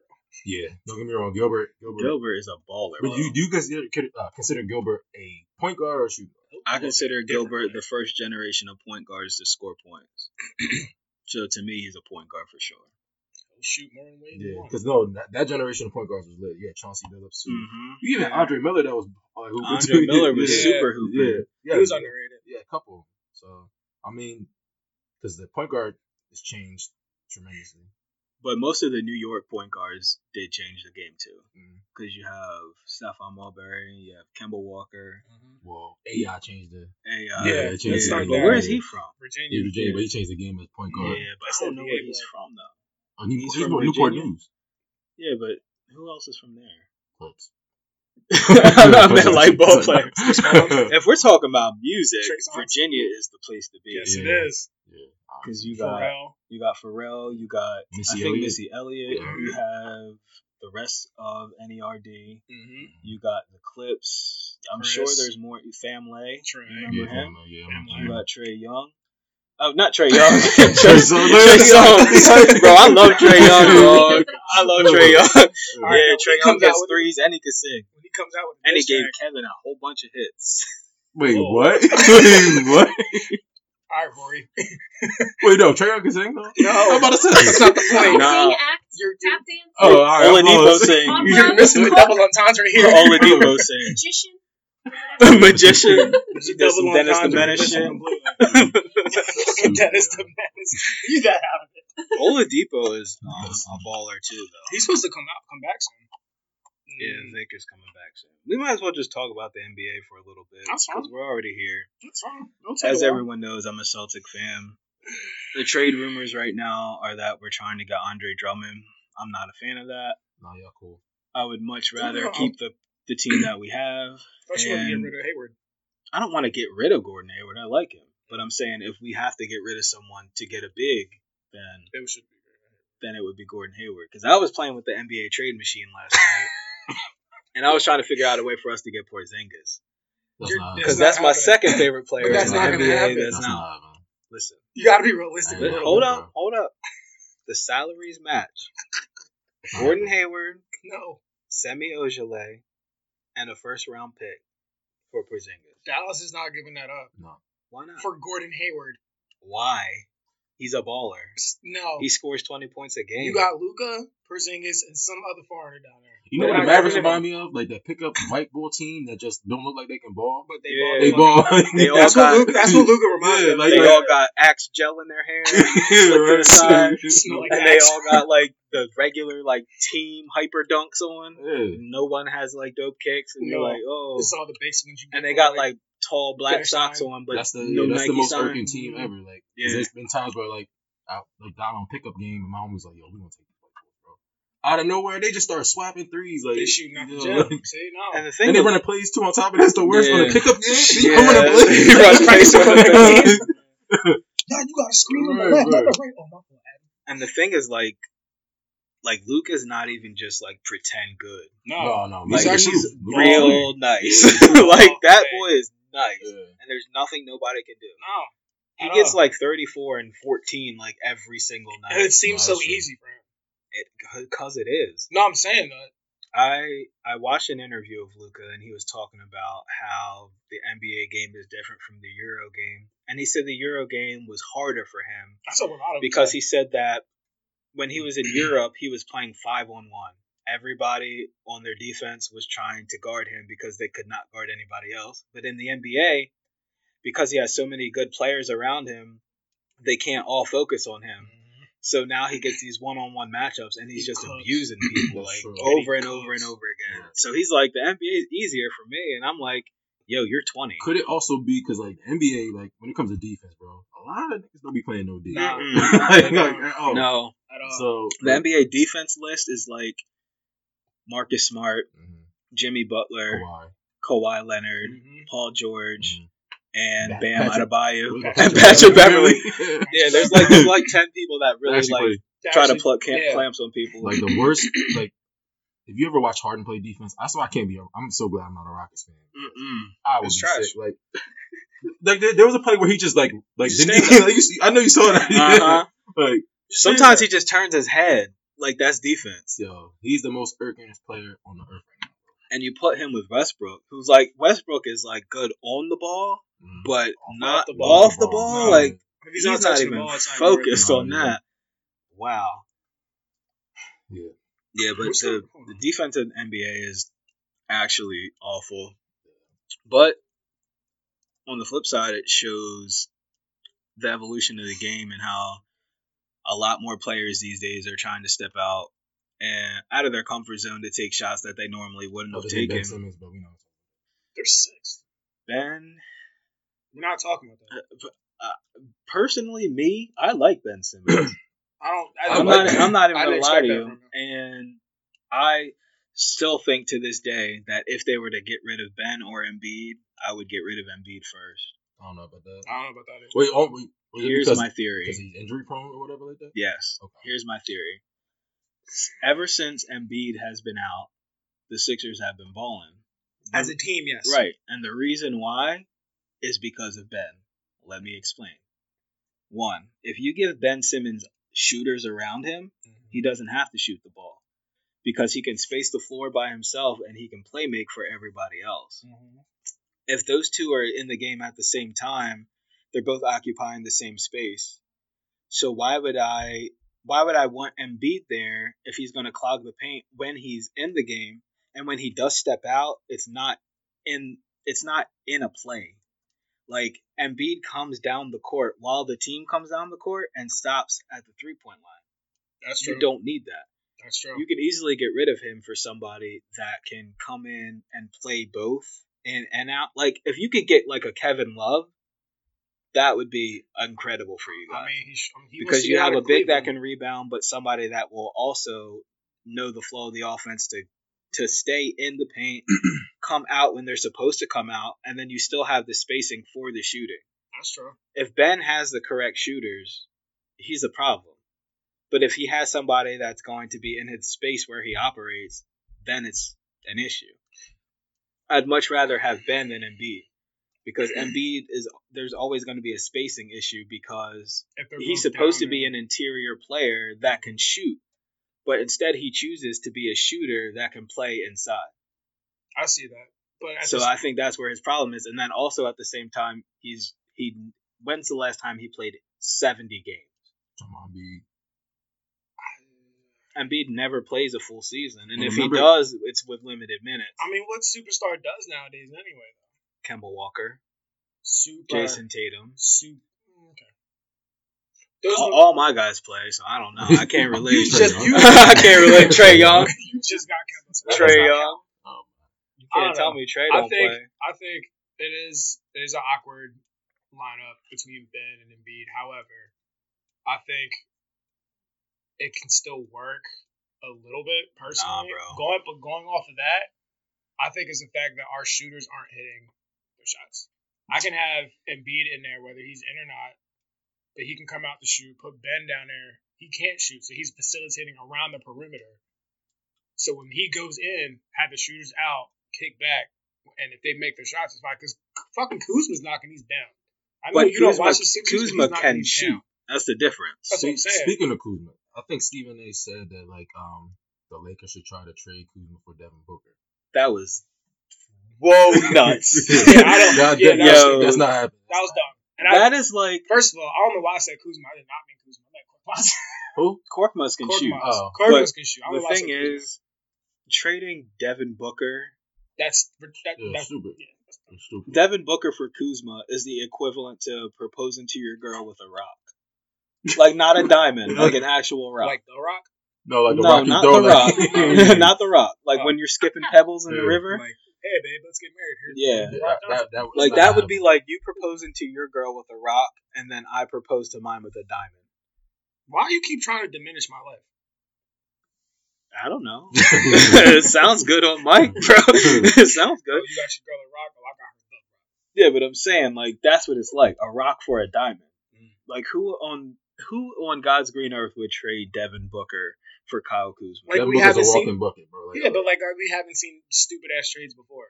Speaker 5: yeah. Don't get me wrong, Gilbert. Gilbert.
Speaker 3: Gilbert is a baller.
Speaker 5: But
Speaker 3: bro.
Speaker 5: you do you consider could, uh, consider Gilbert a point guard or a shooter?
Speaker 3: I consider Gilbert the first generation of point guards to score points. so to me, he's a point guard for sure.
Speaker 2: He'll shoot more than Wade.
Speaker 5: Yeah,
Speaker 2: Yeah,
Speaker 5: because no, that, that generation of point guards was lit. You had Chauncey Billups, too. you even
Speaker 2: Yeah.
Speaker 5: Andre Miller that was uh, who
Speaker 3: Mm-hmm. Andre Miller was
Speaker 5: yeah.
Speaker 3: super hooping.
Speaker 5: Yeah, yeah,
Speaker 2: he was underrated.
Speaker 5: yeah, a couple. So I mean, because the point guard has changed tremendously.
Speaker 3: But most of the New York point guards did change the game too,
Speaker 5: Mm.
Speaker 3: because you have Stephon Mulberry, you have Kemba Walker.
Speaker 2: Mm-hmm.
Speaker 5: Well, AI changed the
Speaker 3: Hey, uh,
Speaker 2: Yeah,
Speaker 3: yeah,
Speaker 5: it changed
Speaker 2: the
Speaker 3: but
Speaker 2: game.
Speaker 3: where is he from?
Speaker 5: yeah,
Speaker 2: Virginia.
Speaker 5: Virginia, but he changed the game as point
Speaker 3: Yeah,
Speaker 5: guard.
Speaker 3: but I don't know where he's
Speaker 2: NBA
Speaker 3: from though.
Speaker 5: Oh, he-
Speaker 3: He's
Speaker 5: he's
Speaker 3: from
Speaker 5: from Newport
Speaker 3: Virginia.
Speaker 5: News.
Speaker 3: Yeah, but who else is from there?
Speaker 5: Clips.
Speaker 3: I meant like ball players.
Speaker 5: yeah,
Speaker 3: If we're talking about music,
Speaker 2: Trey Songz.
Speaker 3: Virginia is the place to be.
Speaker 2: Yes, it
Speaker 5: Yeah.
Speaker 2: is.
Speaker 3: Because you got
Speaker 2: Pharrell.
Speaker 3: you got Pharrell, you got I
Speaker 5: Missy
Speaker 3: think
Speaker 5: Elliott.
Speaker 3: Missy Elliott.
Speaker 5: Yeah.
Speaker 3: You have the rest of E NERD.
Speaker 2: Mm-hmm.
Speaker 3: You got the Clips. I'm
Speaker 2: Chris.
Speaker 3: sure there's more. Fam Lay.
Speaker 2: Trey.
Speaker 3: You
Speaker 5: yeah,
Speaker 3: remember him?
Speaker 5: yeah, yeah, I'm
Speaker 3: You
Speaker 5: a-
Speaker 3: got Trey Young. Oh, not Trey Young. Trey, Trey
Speaker 5: Songz.
Speaker 3: Songz. Bro, I love Trey Young, dog. I love Trey Young.
Speaker 2: Alright,
Speaker 3: Yeah,
Speaker 2: when
Speaker 3: Trey Young
Speaker 2: he comes out
Speaker 3: gets
Speaker 2: with-
Speaker 3: threes and he can sing.
Speaker 2: When he comes out with
Speaker 3: And he
Speaker 2: this
Speaker 3: gave
Speaker 2: track,
Speaker 3: Kevin a whole bunch of hits.
Speaker 5: Wait,
Speaker 2: Oh.
Speaker 5: what? Wait, what?
Speaker 2: all right, Rory.
Speaker 5: Wait, no, Trey Young can sing though.
Speaker 2: No.
Speaker 5: I'm about to say that's not the
Speaker 2: Wait,
Speaker 3: Nah.
Speaker 4: Sing, act,
Speaker 2: You're, you're,
Speaker 4: tap dance,
Speaker 5: Oh, all right. I'm
Speaker 3: Oladipo
Speaker 5: lost.
Speaker 3: sing.
Speaker 2: you're missing the double entendre here.
Speaker 3: Oh. Oladipo
Speaker 4: magician.
Speaker 3: sing. Magician.
Speaker 2: It's a
Speaker 3: Did some Dennis the
Speaker 2: entendre.
Speaker 3: Menace shit.
Speaker 2: Dennis the Menace. You got out of it.
Speaker 3: Oladipo is um, a baller too, though.
Speaker 2: He's supposed to come out, come back soon. Mm,
Speaker 3: Yeah, Lakers coming back soon. We might as well just talk about the NBA for a little bit
Speaker 2: That's fine.
Speaker 3: because we're already here.
Speaker 2: that's fine. Don't
Speaker 3: As everyone knows, I'm a Celtic fan. The trade rumors right now are that we're trying to get Andre Drummond. I'm not a fan of that.
Speaker 5: Nah, y'all cool.
Speaker 3: I would much rather
Speaker 2: No.
Speaker 5: Oh.
Speaker 3: keep the the team that we have.
Speaker 2: Don't you want to get
Speaker 3: and-
Speaker 2: rid of Hayward?
Speaker 3: I don't want to get rid of Gordon Hayward. I like him, but I'm saying if we have to get rid of someone to get a big, then
Speaker 2: It should be.
Speaker 3: then it would be Gordon Hayward. Because I was playing with the NBA trade machine last night, and I was trying to figure out a way for us to get Porzingis.
Speaker 5: That's
Speaker 2: You're-
Speaker 5: not.
Speaker 3: Because that's,
Speaker 2: That's not
Speaker 3: my
Speaker 2: happening.
Speaker 3: second favorite player
Speaker 2: But
Speaker 5: that's
Speaker 3: in the
Speaker 5: not
Speaker 3: NBA.
Speaker 5: gonna
Speaker 2: happen.
Speaker 3: That's, not.
Speaker 5: man.
Speaker 3: Listen,
Speaker 2: You got to be realistic.
Speaker 5: Hey,
Speaker 2: with
Speaker 3: li-
Speaker 2: it.
Speaker 3: hold
Speaker 5: bro.
Speaker 3: up, hold up. The salaries match.
Speaker 5: That's not
Speaker 3: Gordon
Speaker 5: happening.
Speaker 3: Hayward,
Speaker 2: No,
Speaker 3: Semi Ojeley, and a first round pick for Porzingis.
Speaker 2: Dallas is not giving that up
Speaker 5: No.
Speaker 3: Why not?
Speaker 2: for Gordon Hayward.
Speaker 3: Why? He's a baller.
Speaker 2: No,
Speaker 3: He scores twenty points a game.
Speaker 2: Oh. you got Luca, Porzingis, and some other foreigner down there.
Speaker 5: You know
Speaker 3: They're
Speaker 5: what the
Speaker 3: not
Speaker 5: Mavericks
Speaker 3: giving it.
Speaker 5: remind me of? Like that pickup white ball team that just don't look like they can ball.
Speaker 2: But they
Speaker 3: Yeah.
Speaker 2: bought
Speaker 5: They
Speaker 2: him.
Speaker 5: ball.
Speaker 3: They all
Speaker 2: That's
Speaker 3: got-
Speaker 2: what Luca. That's what Luca reminds me.
Speaker 5: Yeah,
Speaker 2: of.
Speaker 5: like
Speaker 3: they
Speaker 5: that.
Speaker 3: all got axe gel in their hair, slicked to the side,
Speaker 2: Smell like
Speaker 3: and they
Speaker 2: axe.
Speaker 3: all got like the regular like team hyper dunks on.
Speaker 5: Yeah.
Speaker 3: No one has like dope kicks, and you're
Speaker 2: No.
Speaker 3: like, oh.
Speaker 2: It's all the basic ones you
Speaker 3: And
Speaker 2: get
Speaker 3: they
Speaker 2: for,
Speaker 3: got
Speaker 2: like,
Speaker 3: like tall black
Speaker 2: Their
Speaker 3: socks
Speaker 2: sign.
Speaker 3: on, but
Speaker 5: That's the
Speaker 3: no
Speaker 5: yeah, that's
Speaker 3: Nike
Speaker 5: the most
Speaker 3: sign.
Speaker 5: irking team ever. Like, 'cause
Speaker 3: Yeah.
Speaker 5: there's been times where like, I like down on pickup game, and my homie's like, "Yo, we gonna take this white ball, bro." Out of nowhere, they just start swapping threes. Like,
Speaker 2: they shooting out
Speaker 5: you
Speaker 2: the
Speaker 5: know,
Speaker 2: gym.
Speaker 5: like-
Speaker 2: See, no.
Speaker 3: And the thing,
Speaker 5: and they
Speaker 3: with-
Speaker 5: run a plays too on top of that's the worst on
Speaker 3: Yeah.
Speaker 5: the pickup game.
Speaker 3: Yeah.
Speaker 5: I'm gonna
Speaker 3: He runs plays on the pickup
Speaker 5: play.
Speaker 2: Nah, you got to screen on the
Speaker 5: Right,
Speaker 2: left, not
Speaker 5: right.
Speaker 2: the right. Oh my God.
Speaker 3: and the thing is like, like Luca's not even just like pretend good.
Speaker 5: No, no,
Speaker 3: He's
Speaker 5: Luka
Speaker 2: actually
Speaker 5: shoot. Luka play.
Speaker 3: Real nice, like that boy is nice,
Speaker 5: Yeah.
Speaker 3: and there's nothing nobody can do.
Speaker 2: No,
Speaker 3: He
Speaker 2: At
Speaker 3: gets
Speaker 2: all.
Speaker 3: like 34 and 14 like every single
Speaker 2: and
Speaker 3: night.
Speaker 2: it seems so
Speaker 5: No, that's true.
Speaker 2: easy for him.
Speaker 3: It, Cause it is.
Speaker 2: No, I'm saying that.
Speaker 3: I I watched an interview of Luca and he was talking about how the NBA game is different from the Euro game, and he said the Euro game was harder for him
Speaker 2: That's what a lot of
Speaker 3: because he said that when he was in Europe he was playing five on one. Everybody on their defense was trying to guard him because they could not guard anybody else. But in the NBA, because he has so many good players around him, they can't all focus on him. So now he gets these one-on-one matchups, and he's
Speaker 2: He
Speaker 3: just
Speaker 2: cooks.
Speaker 3: abusing people
Speaker 5: That's
Speaker 3: like
Speaker 5: true.
Speaker 2: And he
Speaker 3: over and over and
Speaker 2: cooks.
Speaker 3: over again.
Speaker 5: Yeah.
Speaker 3: So he's like, the NBA is easier for me, and I'm like, yo, you're 20.
Speaker 5: Could it also be because like the NBA, like when it comes to defense, bro, a lot of niggas don't be playing no defense.
Speaker 2: Nah.
Speaker 5: like, like, at all.
Speaker 3: No,
Speaker 2: at all.
Speaker 5: So
Speaker 3: the NBA defense list is like Marcus Smart,
Speaker 5: Mhm.
Speaker 3: Jimmy Butler,
Speaker 5: Kawhi.
Speaker 3: Kawhi Leonard,
Speaker 2: Mhm.
Speaker 3: Paul George,
Speaker 5: Mhm.
Speaker 3: and
Speaker 5: Pat-
Speaker 3: Bam
Speaker 5: Patrick-
Speaker 3: Adebayo.
Speaker 2: And
Speaker 3: Patrick Beverly.
Speaker 5: Yeah.
Speaker 3: Yeah, there's like there's like ten people that really
Speaker 5: Actually,
Speaker 3: like
Speaker 5: play,
Speaker 3: try to
Speaker 2: Actually,
Speaker 3: pluck cam-
Speaker 2: yeah.
Speaker 3: clamps on people.
Speaker 5: like the worst. Like if you ever watch Harden play defense, that's why I can't be. A, I'm so glad I'm not a Rockets fan.
Speaker 3: Mm-mm.
Speaker 5: I would
Speaker 3: It's
Speaker 5: be
Speaker 3: trash.
Speaker 5: sick. Like, like there, there was a play where he just like like
Speaker 3: Just
Speaker 5: didn't he,
Speaker 3: stand-
Speaker 5: like, you see, I know you saw that.
Speaker 3: Uh-huh.
Speaker 5: Like
Speaker 3: Sometimes he just turns his head. Like that's defense.
Speaker 5: yo, he's the most irkingest player on the earth right
Speaker 3: And you put him with Westbrook, who's like Westbrook is like good on the ball,
Speaker 5: now. Mhm.
Speaker 3: but not
Speaker 2: the ball.
Speaker 3: off the ball.
Speaker 5: No.
Speaker 3: Like
Speaker 2: If
Speaker 3: he's,
Speaker 2: he's not
Speaker 3: not
Speaker 2: touching the
Speaker 3: even
Speaker 2: ball, it's not even worth it.
Speaker 3: focused
Speaker 5: No,
Speaker 3: on
Speaker 5: yeah.
Speaker 3: that. Wow.
Speaker 5: Yeah.
Speaker 3: Yeah, but uh,
Speaker 2: What's
Speaker 3: the,
Speaker 2: up? Hold
Speaker 3: the
Speaker 2: on.
Speaker 3: defense in NBA is actually awful. But on the flip side, it shows the evolution of the game and how a lot more players these days are trying to step out and out of their comfort zone to take shots that they normally wouldn't
Speaker 5: Other
Speaker 3: have
Speaker 5: than
Speaker 3: taken.
Speaker 5: Ben Simmons, but we know.
Speaker 2: They're six.
Speaker 3: Ben,
Speaker 2: We're not talking about that.
Speaker 3: personally, me, I like Ben Simmons.
Speaker 2: I don't. I,
Speaker 3: I'm
Speaker 2: like
Speaker 3: not.
Speaker 2: that.
Speaker 3: I'm not even
Speaker 2: I
Speaker 3: gonna
Speaker 2: didn't
Speaker 3: lie to
Speaker 2: expect that
Speaker 3: you.
Speaker 2: from him.
Speaker 3: And I still think to this day that if they were to get rid of Ben or Embiid, I would get rid of Embiid first.
Speaker 5: I don't know about that.
Speaker 2: I don't know about that.
Speaker 5: Wait, oh, wait, wait
Speaker 3: Here's
Speaker 5: because,
Speaker 3: my
Speaker 5: because
Speaker 3: theory.
Speaker 5: he's injury prone or whatever like that.
Speaker 3: Yes.
Speaker 5: Okay.
Speaker 3: Here's my theory. Ever since Embiid has been out, the Sixers have been balling.
Speaker 2: As a team, yes.
Speaker 3: Right. And the reason why is because of Ben. Let me explain. One, if you give Ben Simmons shooters around him,
Speaker 2: Mm-hmm.
Speaker 3: he doesn't have to shoot the ball because he can space the floor by himself and he can play make for everybody else. If those two are in the game at the same time, they're both occupying the same space. So why would I why would I want Embiid there if he's going to clog the paint when he's in the game and when he does step out, it's not in it's not in a play. Like Embiid comes down the court while the team comes down the court and stops at the three point line.
Speaker 2: That's true.
Speaker 3: You don't need that
Speaker 2: That's true.
Speaker 3: you could easily get rid of him for somebody that can come in and play both in and out. Like if you could get like a Kevin Love, that would be incredible for you guys.
Speaker 2: I mean, he sh- I mean, he was
Speaker 3: because you
Speaker 2: Seattle
Speaker 3: have a big that
Speaker 2: Cleveland.
Speaker 3: can rebound, but somebody that will also know the flow of the offense to to stay in the paint, come out when they're supposed to come out, and then you still have the spacing for the shooting
Speaker 2: That's true.
Speaker 3: if Ben has the correct shooters, he's a problem. But if he has somebody that's going to be in his space where he operates, then it's an issue. I'd much rather have Ben than Embiid because Embiid is there's always going to be a spacing issue because
Speaker 2: If they're
Speaker 3: he's
Speaker 2: both
Speaker 3: supposed to
Speaker 2: down
Speaker 3: be
Speaker 2: there.
Speaker 3: an interior player that can shoot, but instead he chooses to be a shooter that can play inside.
Speaker 2: I see that. But at
Speaker 3: So
Speaker 2: the-
Speaker 3: I think that's where his problem is. And then also at the same time, he's he. When's the last time he played seventy games?
Speaker 5: Jamal Embiid.
Speaker 3: Embiid never plays a full season, and
Speaker 5: Well,
Speaker 3: if
Speaker 5: remember-
Speaker 3: he does, it's with limited minutes.
Speaker 2: I mean, what superstar does nowadays anyway?
Speaker 3: Kemba Walker,
Speaker 2: Super.
Speaker 3: Jason Tatum.
Speaker 2: Super. Okay. Those
Speaker 3: All,
Speaker 2: were-
Speaker 3: all my guys play, so I don't know. I can't relate.
Speaker 5: You just- you-
Speaker 3: I can't relate. Trey Young.
Speaker 2: you just got Kevin.
Speaker 3: Trey uh, Young.
Speaker 5: Um,
Speaker 3: You
Speaker 2: I don't
Speaker 3: can't tell
Speaker 2: know.
Speaker 3: me Trey
Speaker 2: I
Speaker 3: don't
Speaker 2: think-
Speaker 3: play.
Speaker 2: I think it is it is an awkward lineup between Ben and Embiid. However, I think it can still work a little bit personally.
Speaker 3: bro.
Speaker 2: Going but going off of that, I think it's the fact that our shooters aren't hitting their shots. I can have Embiid in there whether he's in or not, but he can come out to shoot. Put Ben down there. He can't shoot, so he's facilitating around the perimeter. So when he goes in, have the shooters out, kick back, and if they make their shots, it's fine. Because fucking Kuzma's knocking these down. I know
Speaker 3: But
Speaker 2: you don't
Speaker 3: Kuzma-
Speaker 2: watch the Sixers. but he's
Speaker 3: Kuzma
Speaker 2: knocking
Speaker 3: can
Speaker 2: these
Speaker 3: shoot.
Speaker 2: down.
Speaker 3: That's the difference.
Speaker 2: That's what I'm
Speaker 5: Spe-
Speaker 2: saying.
Speaker 5: Speaking of Kuzma, I think Stephen A. said that like um the Lakers should try to trade Kuzma for Devin Booker.
Speaker 3: That was whoa Oh, nuts.
Speaker 5: Yeah,
Speaker 2: I don't-
Speaker 5: That-
Speaker 2: yeah,
Speaker 5: that-
Speaker 3: that's-
Speaker 5: yo, that's not happening.
Speaker 2: That was dumb. And I,
Speaker 3: that is like
Speaker 2: first of all, I don't know why I said Kuzma. I did not mean Kuzma. I meant Korkmaz.
Speaker 5: Who?
Speaker 3: Korkmaz can shoot.
Speaker 2: Korkmaz.
Speaker 5: Oh.
Speaker 2: Korkmaz can shoot. I don't know
Speaker 3: the
Speaker 2: why I
Speaker 3: thing
Speaker 2: said Kuzma.
Speaker 3: is, trading Devin Booker,
Speaker 2: that's that,
Speaker 5: Yeah,
Speaker 2: that's
Speaker 5: stupid.
Speaker 2: yeah, that's
Speaker 5: You're stupid.
Speaker 3: Devin Booker for Kuzma is the equivalent to proposing to your girl with a rock. like not a diamond, like an actual rock.
Speaker 2: Like The Rock?
Speaker 5: No, like a
Speaker 3: no,
Speaker 5: rocky
Speaker 3: not
Speaker 5: throw.
Speaker 3: the
Speaker 5: like-
Speaker 3: rock, not the rock. Like
Speaker 2: Oh.
Speaker 3: when you're skipping pebbles in the
Speaker 5: Yeah.
Speaker 3: river.
Speaker 2: Like, hey, babe, let's get married here.
Speaker 3: Yeah,
Speaker 5: Yeah, that, that, that was
Speaker 3: like
Speaker 5: not
Speaker 3: that would be
Speaker 5: happening.
Speaker 3: like you proposing to your girl with a rock, and then I propose to mine with a diamond.
Speaker 2: Why you keep trying to diminish my life?
Speaker 3: I don't know. it sounds good on Mike, bro. it sounds
Speaker 2: Oh,
Speaker 3: good.
Speaker 2: you got your girl a rock, well, I got her the rock.
Speaker 3: Yeah, but I'm saying like that's what it's like a rock for a diamond. Like who on who on God's green earth would trade Devin Booker for Kyle Kuzma?
Speaker 2: Like,
Speaker 5: That
Speaker 2: we
Speaker 5: book is
Speaker 2: haven't
Speaker 5: a
Speaker 2: seen-
Speaker 5: walking bucket, bro. Like,
Speaker 2: Yeah, but like uh, we haven't seen stupid ass trades before.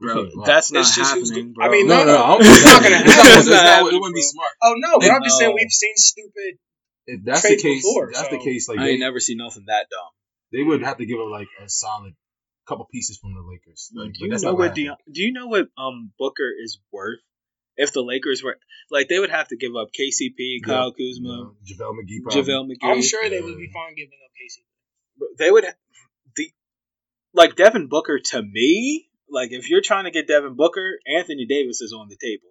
Speaker 3: Bro,
Speaker 5: Wow.
Speaker 3: that's not
Speaker 2: It's just who's
Speaker 3: happening,
Speaker 2: go- I
Speaker 3: bro.
Speaker 2: mean,
Speaker 5: no, no, no, I'm
Speaker 3: It's
Speaker 5: just
Speaker 3: not
Speaker 5: not
Speaker 3: gonna
Speaker 5: gonna.
Speaker 3: happen.
Speaker 5: it wouldn't be smart.
Speaker 2: Oh no, but I'm just saying
Speaker 3: No.
Speaker 2: we've seen stupid.
Speaker 5: If that's
Speaker 2: Trades
Speaker 5: the case,
Speaker 2: before,
Speaker 5: that's
Speaker 2: so-
Speaker 5: the case. Like
Speaker 3: I
Speaker 5: they,
Speaker 3: ain't never seen nothing that dumb.
Speaker 5: they would have to give up like a solid couple pieces from the Lakers. Like,
Speaker 3: Like,
Speaker 5: but
Speaker 3: you
Speaker 5: that's
Speaker 3: know
Speaker 5: not gonna
Speaker 3: what De-
Speaker 5: happen.
Speaker 3: do you know what um Booker is worth? If the Lakers were like they would have to give up KCP, Kyle Kuzma,
Speaker 5: You know, JaVale McGee.
Speaker 3: JaVale McGee.
Speaker 2: I'm sure they would be fine giving up Casey.
Speaker 3: They would the like Devin Booker to me, like if you're trying to get Devin Booker, Anthony Davis is on the table.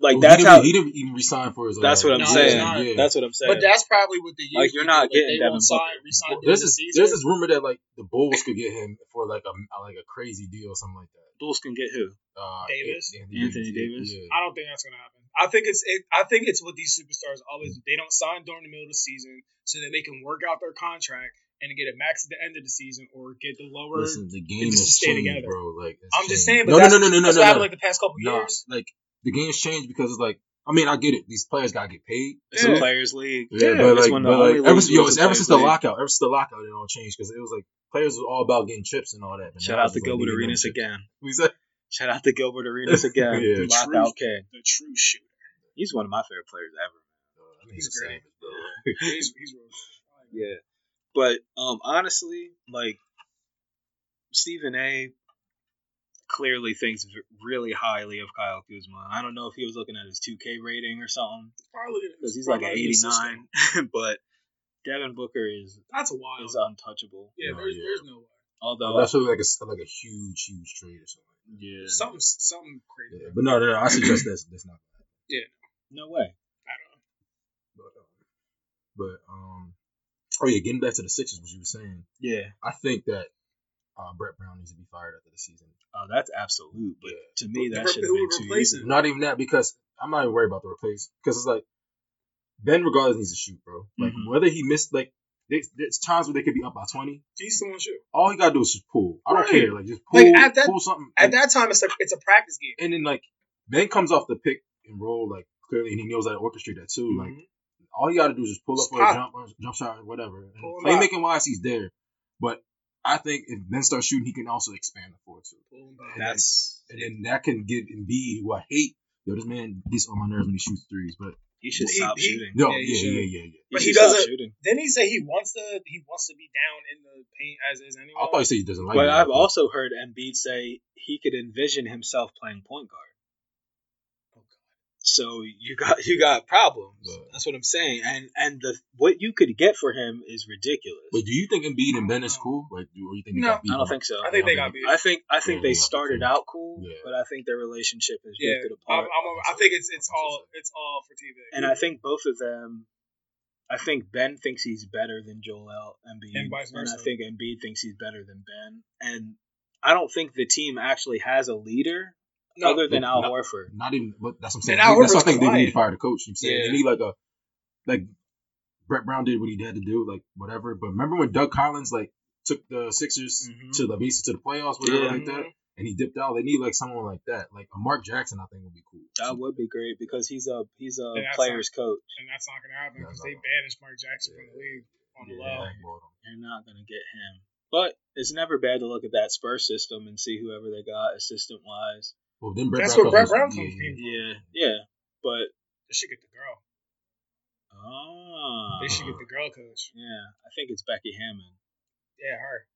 Speaker 3: Like that's
Speaker 5: he
Speaker 3: how
Speaker 5: Didn't, he didn't even resign for his.
Speaker 3: that's what I'm
Speaker 2: No, he's
Speaker 3: saying.
Speaker 2: not.
Speaker 5: Yeah.
Speaker 3: That's what I'm saying.
Speaker 2: But that's probably what the
Speaker 3: Like,
Speaker 2: Yankees
Speaker 3: you're
Speaker 2: do,
Speaker 3: not getting
Speaker 2: they
Speaker 3: Devin
Speaker 2: won't sign,
Speaker 3: Booker.
Speaker 2: resign
Speaker 5: Well,
Speaker 2: during
Speaker 5: there's
Speaker 2: the
Speaker 5: this
Speaker 2: season.
Speaker 5: there's this rumor that like the Bulls could get him for like a like a crazy deal or something like that.
Speaker 3: Bulls can get who?
Speaker 5: Uh,
Speaker 2: Davis?
Speaker 3: Anthony Davis.
Speaker 5: Yeah.
Speaker 2: I don't think that's gonna happen. I think it's it, I think it's what these superstars always do. They don't sign during the middle of the season so that they can work out their contract and get a max at the end of the season or get the lower.
Speaker 5: Listen, the game
Speaker 2: just
Speaker 5: has
Speaker 2: stay
Speaker 5: changed,
Speaker 2: together.
Speaker 5: bro. Like it's
Speaker 2: I'm just saying,
Speaker 5: changed.
Speaker 2: but
Speaker 5: no,
Speaker 2: that's,
Speaker 5: no, no, no, no,
Speaker 2: that's
Speaker 5: no,
Speaker 2: what
Speaker 5: no,
Speaker 2: happened like the past couple
Speaker 5: Nah,
Speaker 2: years.
Speaker 5: like the game's changed because it's like I mean I get it. These players gotta get paid.
Speaker 3: It's
Speaker 2: Yeah.
Speaker 3: a players league.
Speaker 5: Yeah, but
Speaker 3: it's
Speaker 5: like,
Speaker 3: one of
Speaker 5: but
Speaker 3: the
Speaker 5: like,
Speaker 3: only
Speaker 5: ever,
Speaker 3: leagues
Speaker 5: yo,
Speaker 3: where
Speaker 5: it's
Speaker 3: a
Speaker 5: ever
Speaker 3: players
Speaker 5: since the
Speaker 3: league.
Speaker 5: lockout, ever since the lockout, it all changed because it was like players was all about getting chips and all that. but
Speaker 3: Shout
Speaker 5: now
Speaker 3: out
Speaker 5: it's
Speaker 3: to
Speaker 5: just, like,
Speaker 3: Gilbert
Speaker 5: they getting
Speaker 3: Arenas
Speaker 5: chips.
Speaker 3: again.
Speaker 5: We said-
Speaker 3: Shout out to Gilbert Arenas again.
Speaker 5: Yeah.
Speaker 3: The
Speaker 2: Truth.
Speaker 3: Lockout King.
Speaker 2: The true shooter.
Speaker 3: He's one of my favorite players ever.
Speaker 5: I think
Speaker 2: He's
Speaker 5: it's
Speaker 2: great.
Speaker 5: savage, bro.
Speaker 2: He's, he's real good.
Speaker 3: Yeah. But um honestly, like Stephen A clearly thinks v- really highly of Kyle Kuzma. I don't know if he was looking at his 2K rating or something
Speaker 2: Probably
Speaker 3: cuz he's like an
Speaker 2: probably his sister.
Speaker 3: 89, but Devin Booker is
Speaker 2: That's wild.
Speaker 3: is untouchable.
Speaker 2: yeah,
Speaker 5: No,
Speaker 2: there's
Speaker 5: yeah.
Speaker 2: there's no way.
Speaker 3: Although
Speaker 5: Oh, That's really like a s- like a huge, huge trade or something.
Speaker 3: yeah.
Speaker 2: Something something crazy.
Speaker 5: Yeah, but no, no, no. I suggest that's that's not.
Speaker 3: No way.
Speaker 2: I don't know.
Speaker 5: But, um, but um, oh yeah, getting back to the Sixers, what you were saying,
Speaker 3: Yeah.
Speaker 5: I think that uh, Brett Brown needs to be fired after the season.
Speaker 3: Oh, that's absolute. But
Speaker 5: Yeah.
Speaker 3: to me,
Speaker 2: But
Speaker 3: that
Speaker 2: the-
Speaker 3: should have
Speaker 2: who
Speaker 3: been
Speaker 2: would
Speaker 3: two
Speaker 2: replace
Speaker 3: years
Speaker 2: him?
Speaker 3: ago.
Speaker 5: Not even that because I'm not even worried about the replace because it's like Ben regardless needs to shoot, bro. Like
Speaker 2: Mm-hmm.
Speaker 3: Mhm.
Speaker 5: whether he missed like there's, there's times where they could be up by twenty.
Speaker 2: He's still on shoot.
Speaker 5: All he gotta do is just pull. I don't
Speaker 2: Right.
Speaker 5: care. Like just pull,
Speaker 2: Like, at that-
Speaker 5: pull something.
Speaker 2: At
Speaker 5: like,
Speaker 2: that time, it's a it's a practice game.
Speaker 5: and then like Ben comes off the pick and roll like clearly, and he knows how to orchestrate that too. Like
Speaker 2: Mhm.
Speaker 5: all you gotta do is just pull up for a
Speaker 2: Stop.
Speaker 5: jump, or jump shot, or whatever. And
Speaker 2: Pull him up.
Speaker 5: Playmaking wise, he's there, but I think if Ben starts shooting, he can also expand the floor too.
Speaker 2: Boom, boom.
Speaker 5: And
Speaker 3: That's
Speaker 5: And then that can give Embiid, who I hate. Yo, this man gets on my nerves when he shoots threes, but
Speaker 3: he should
Speaker 2: He-
Speaker 3: stop
Speaker 2: he-
Speaker 3: shooting.
Speaker 5: no,
Speaker 2: Yeah,
Speaker 5: yeah,
Speaker 2: he
Speaker 5: yeah,
Speaker 2: should.
Speaker 5: yeah, yeah,
Speaker 2: But
Speaker 3: should
Speaker 2: he
Speaker 3: stop
Speaker 2: doesn't-
Speaker 3: shooting.
Speaker 2: Then he said he wants to he wants to be down in the paint as is anyway.
Speaker 5: I thought you said he doesn't like.
Speaker 3: But
Speaker 5: me,
Speaker 3: I've
Speaker 5: but-
Speaker 3: also heard Embiid say he could envision himself playing point guard.
Speaker 5: Oh,
Speaker 3: So you got you got problems.
Speaker 5: Yeah.
Speaker 3: That's what I'm saying. And and the what you could get for him is ridiculous.
Speaker 5: But do you think Embiid and Ben is cool? Like, do or you think? they
Speaker 2: No.
Speaker 5: got beef?
Speaker 3: I don't think so.
Speaker 2: I think they got beat.
Speaker 3: I think I think they
Speaker 5: Yeah, they got
Speaker 3: started
Speaker 5: beat.
Speaker 3: out cool,
Speaker 5: Yeah.
Speaker 3: but I think their relationship has
Speaker 2: Yeah,
Speaker 3: drifted
Speaker 2: I'm, I'm
Speaker 3: apart.
Speaker 2: a, I think it's it's all it's all for TV.
Speaker 3: and I think both of them I think Ben thinks he's better than Joel Embiid.
Speaker 2: And vice versa.
Speaker 3: I think Embiid thinks he's better than Ben. And I don't think the team actually has a leader
Speaker 2: No.
Speaker 3: other than Al
Speaker 5: No.
Speaker 3: Horford.
Speaker 5: Not even. But that's what I'm saying.
Speaker 2: And Al
Speaker 5: that's why I
Speaker 2: Horford's
Speaker 5: think they need
Speaker 2: quiet.
Speaker 5: to fire the coach. You know what I'm saying
Speaker 2: Yeah.
Speaker 5: they need like a like Brett Brown did what he had to do, like whatever. But remember when Doug Collins like took the Sixers
Speaker 2: Mm-hmm.
Speaker 3: Mhm.
Speaker 5: to the basically to the playoffs, whatever
Speaker 3: Yeah.
Speaker 5: like that, and he dipped out. They need like someone like that, like a Mark Jackson. I think would be cool.
Speaker 3: That would be great because he's a he's a
Speaker 2: Yeah, that's
Speaker 3: player's coach.
Speaker 2: and that's not gonna happen
Speaker 5: No,
Speaker 2: because
Speaker 5: no,
Speaker 2: they
Speaker 5: no.
Speaker 2: banished Mark Jackson from the league on the
Speaker 5: yeah,
Speaker 2: low.
Speaker 5: like, well,
Speaker 3: You're not gonna get him. But it's never bad to look at that Spurs system and see whoever they got assistant wise.
Speaker 5: well, then Brett
Speaker 2: That's
Speaker 5: Brown
Speaker 2: where Brett
Speaker 5: comes-
Speaker 2: Brown
Speaker 5: yeah,
Speaker 2: comes
Speaker 5: yeah.
Speaker 2: in.
Speaker 3: Yeah, yeah. But
Speaker 2: They should get the girl.
Speaker 3: ah,
Speaker 2: They should get the girl coach.
Speaker 3: yeah. I think it's Becky Hammond,
Speaker 2: Yeah, her.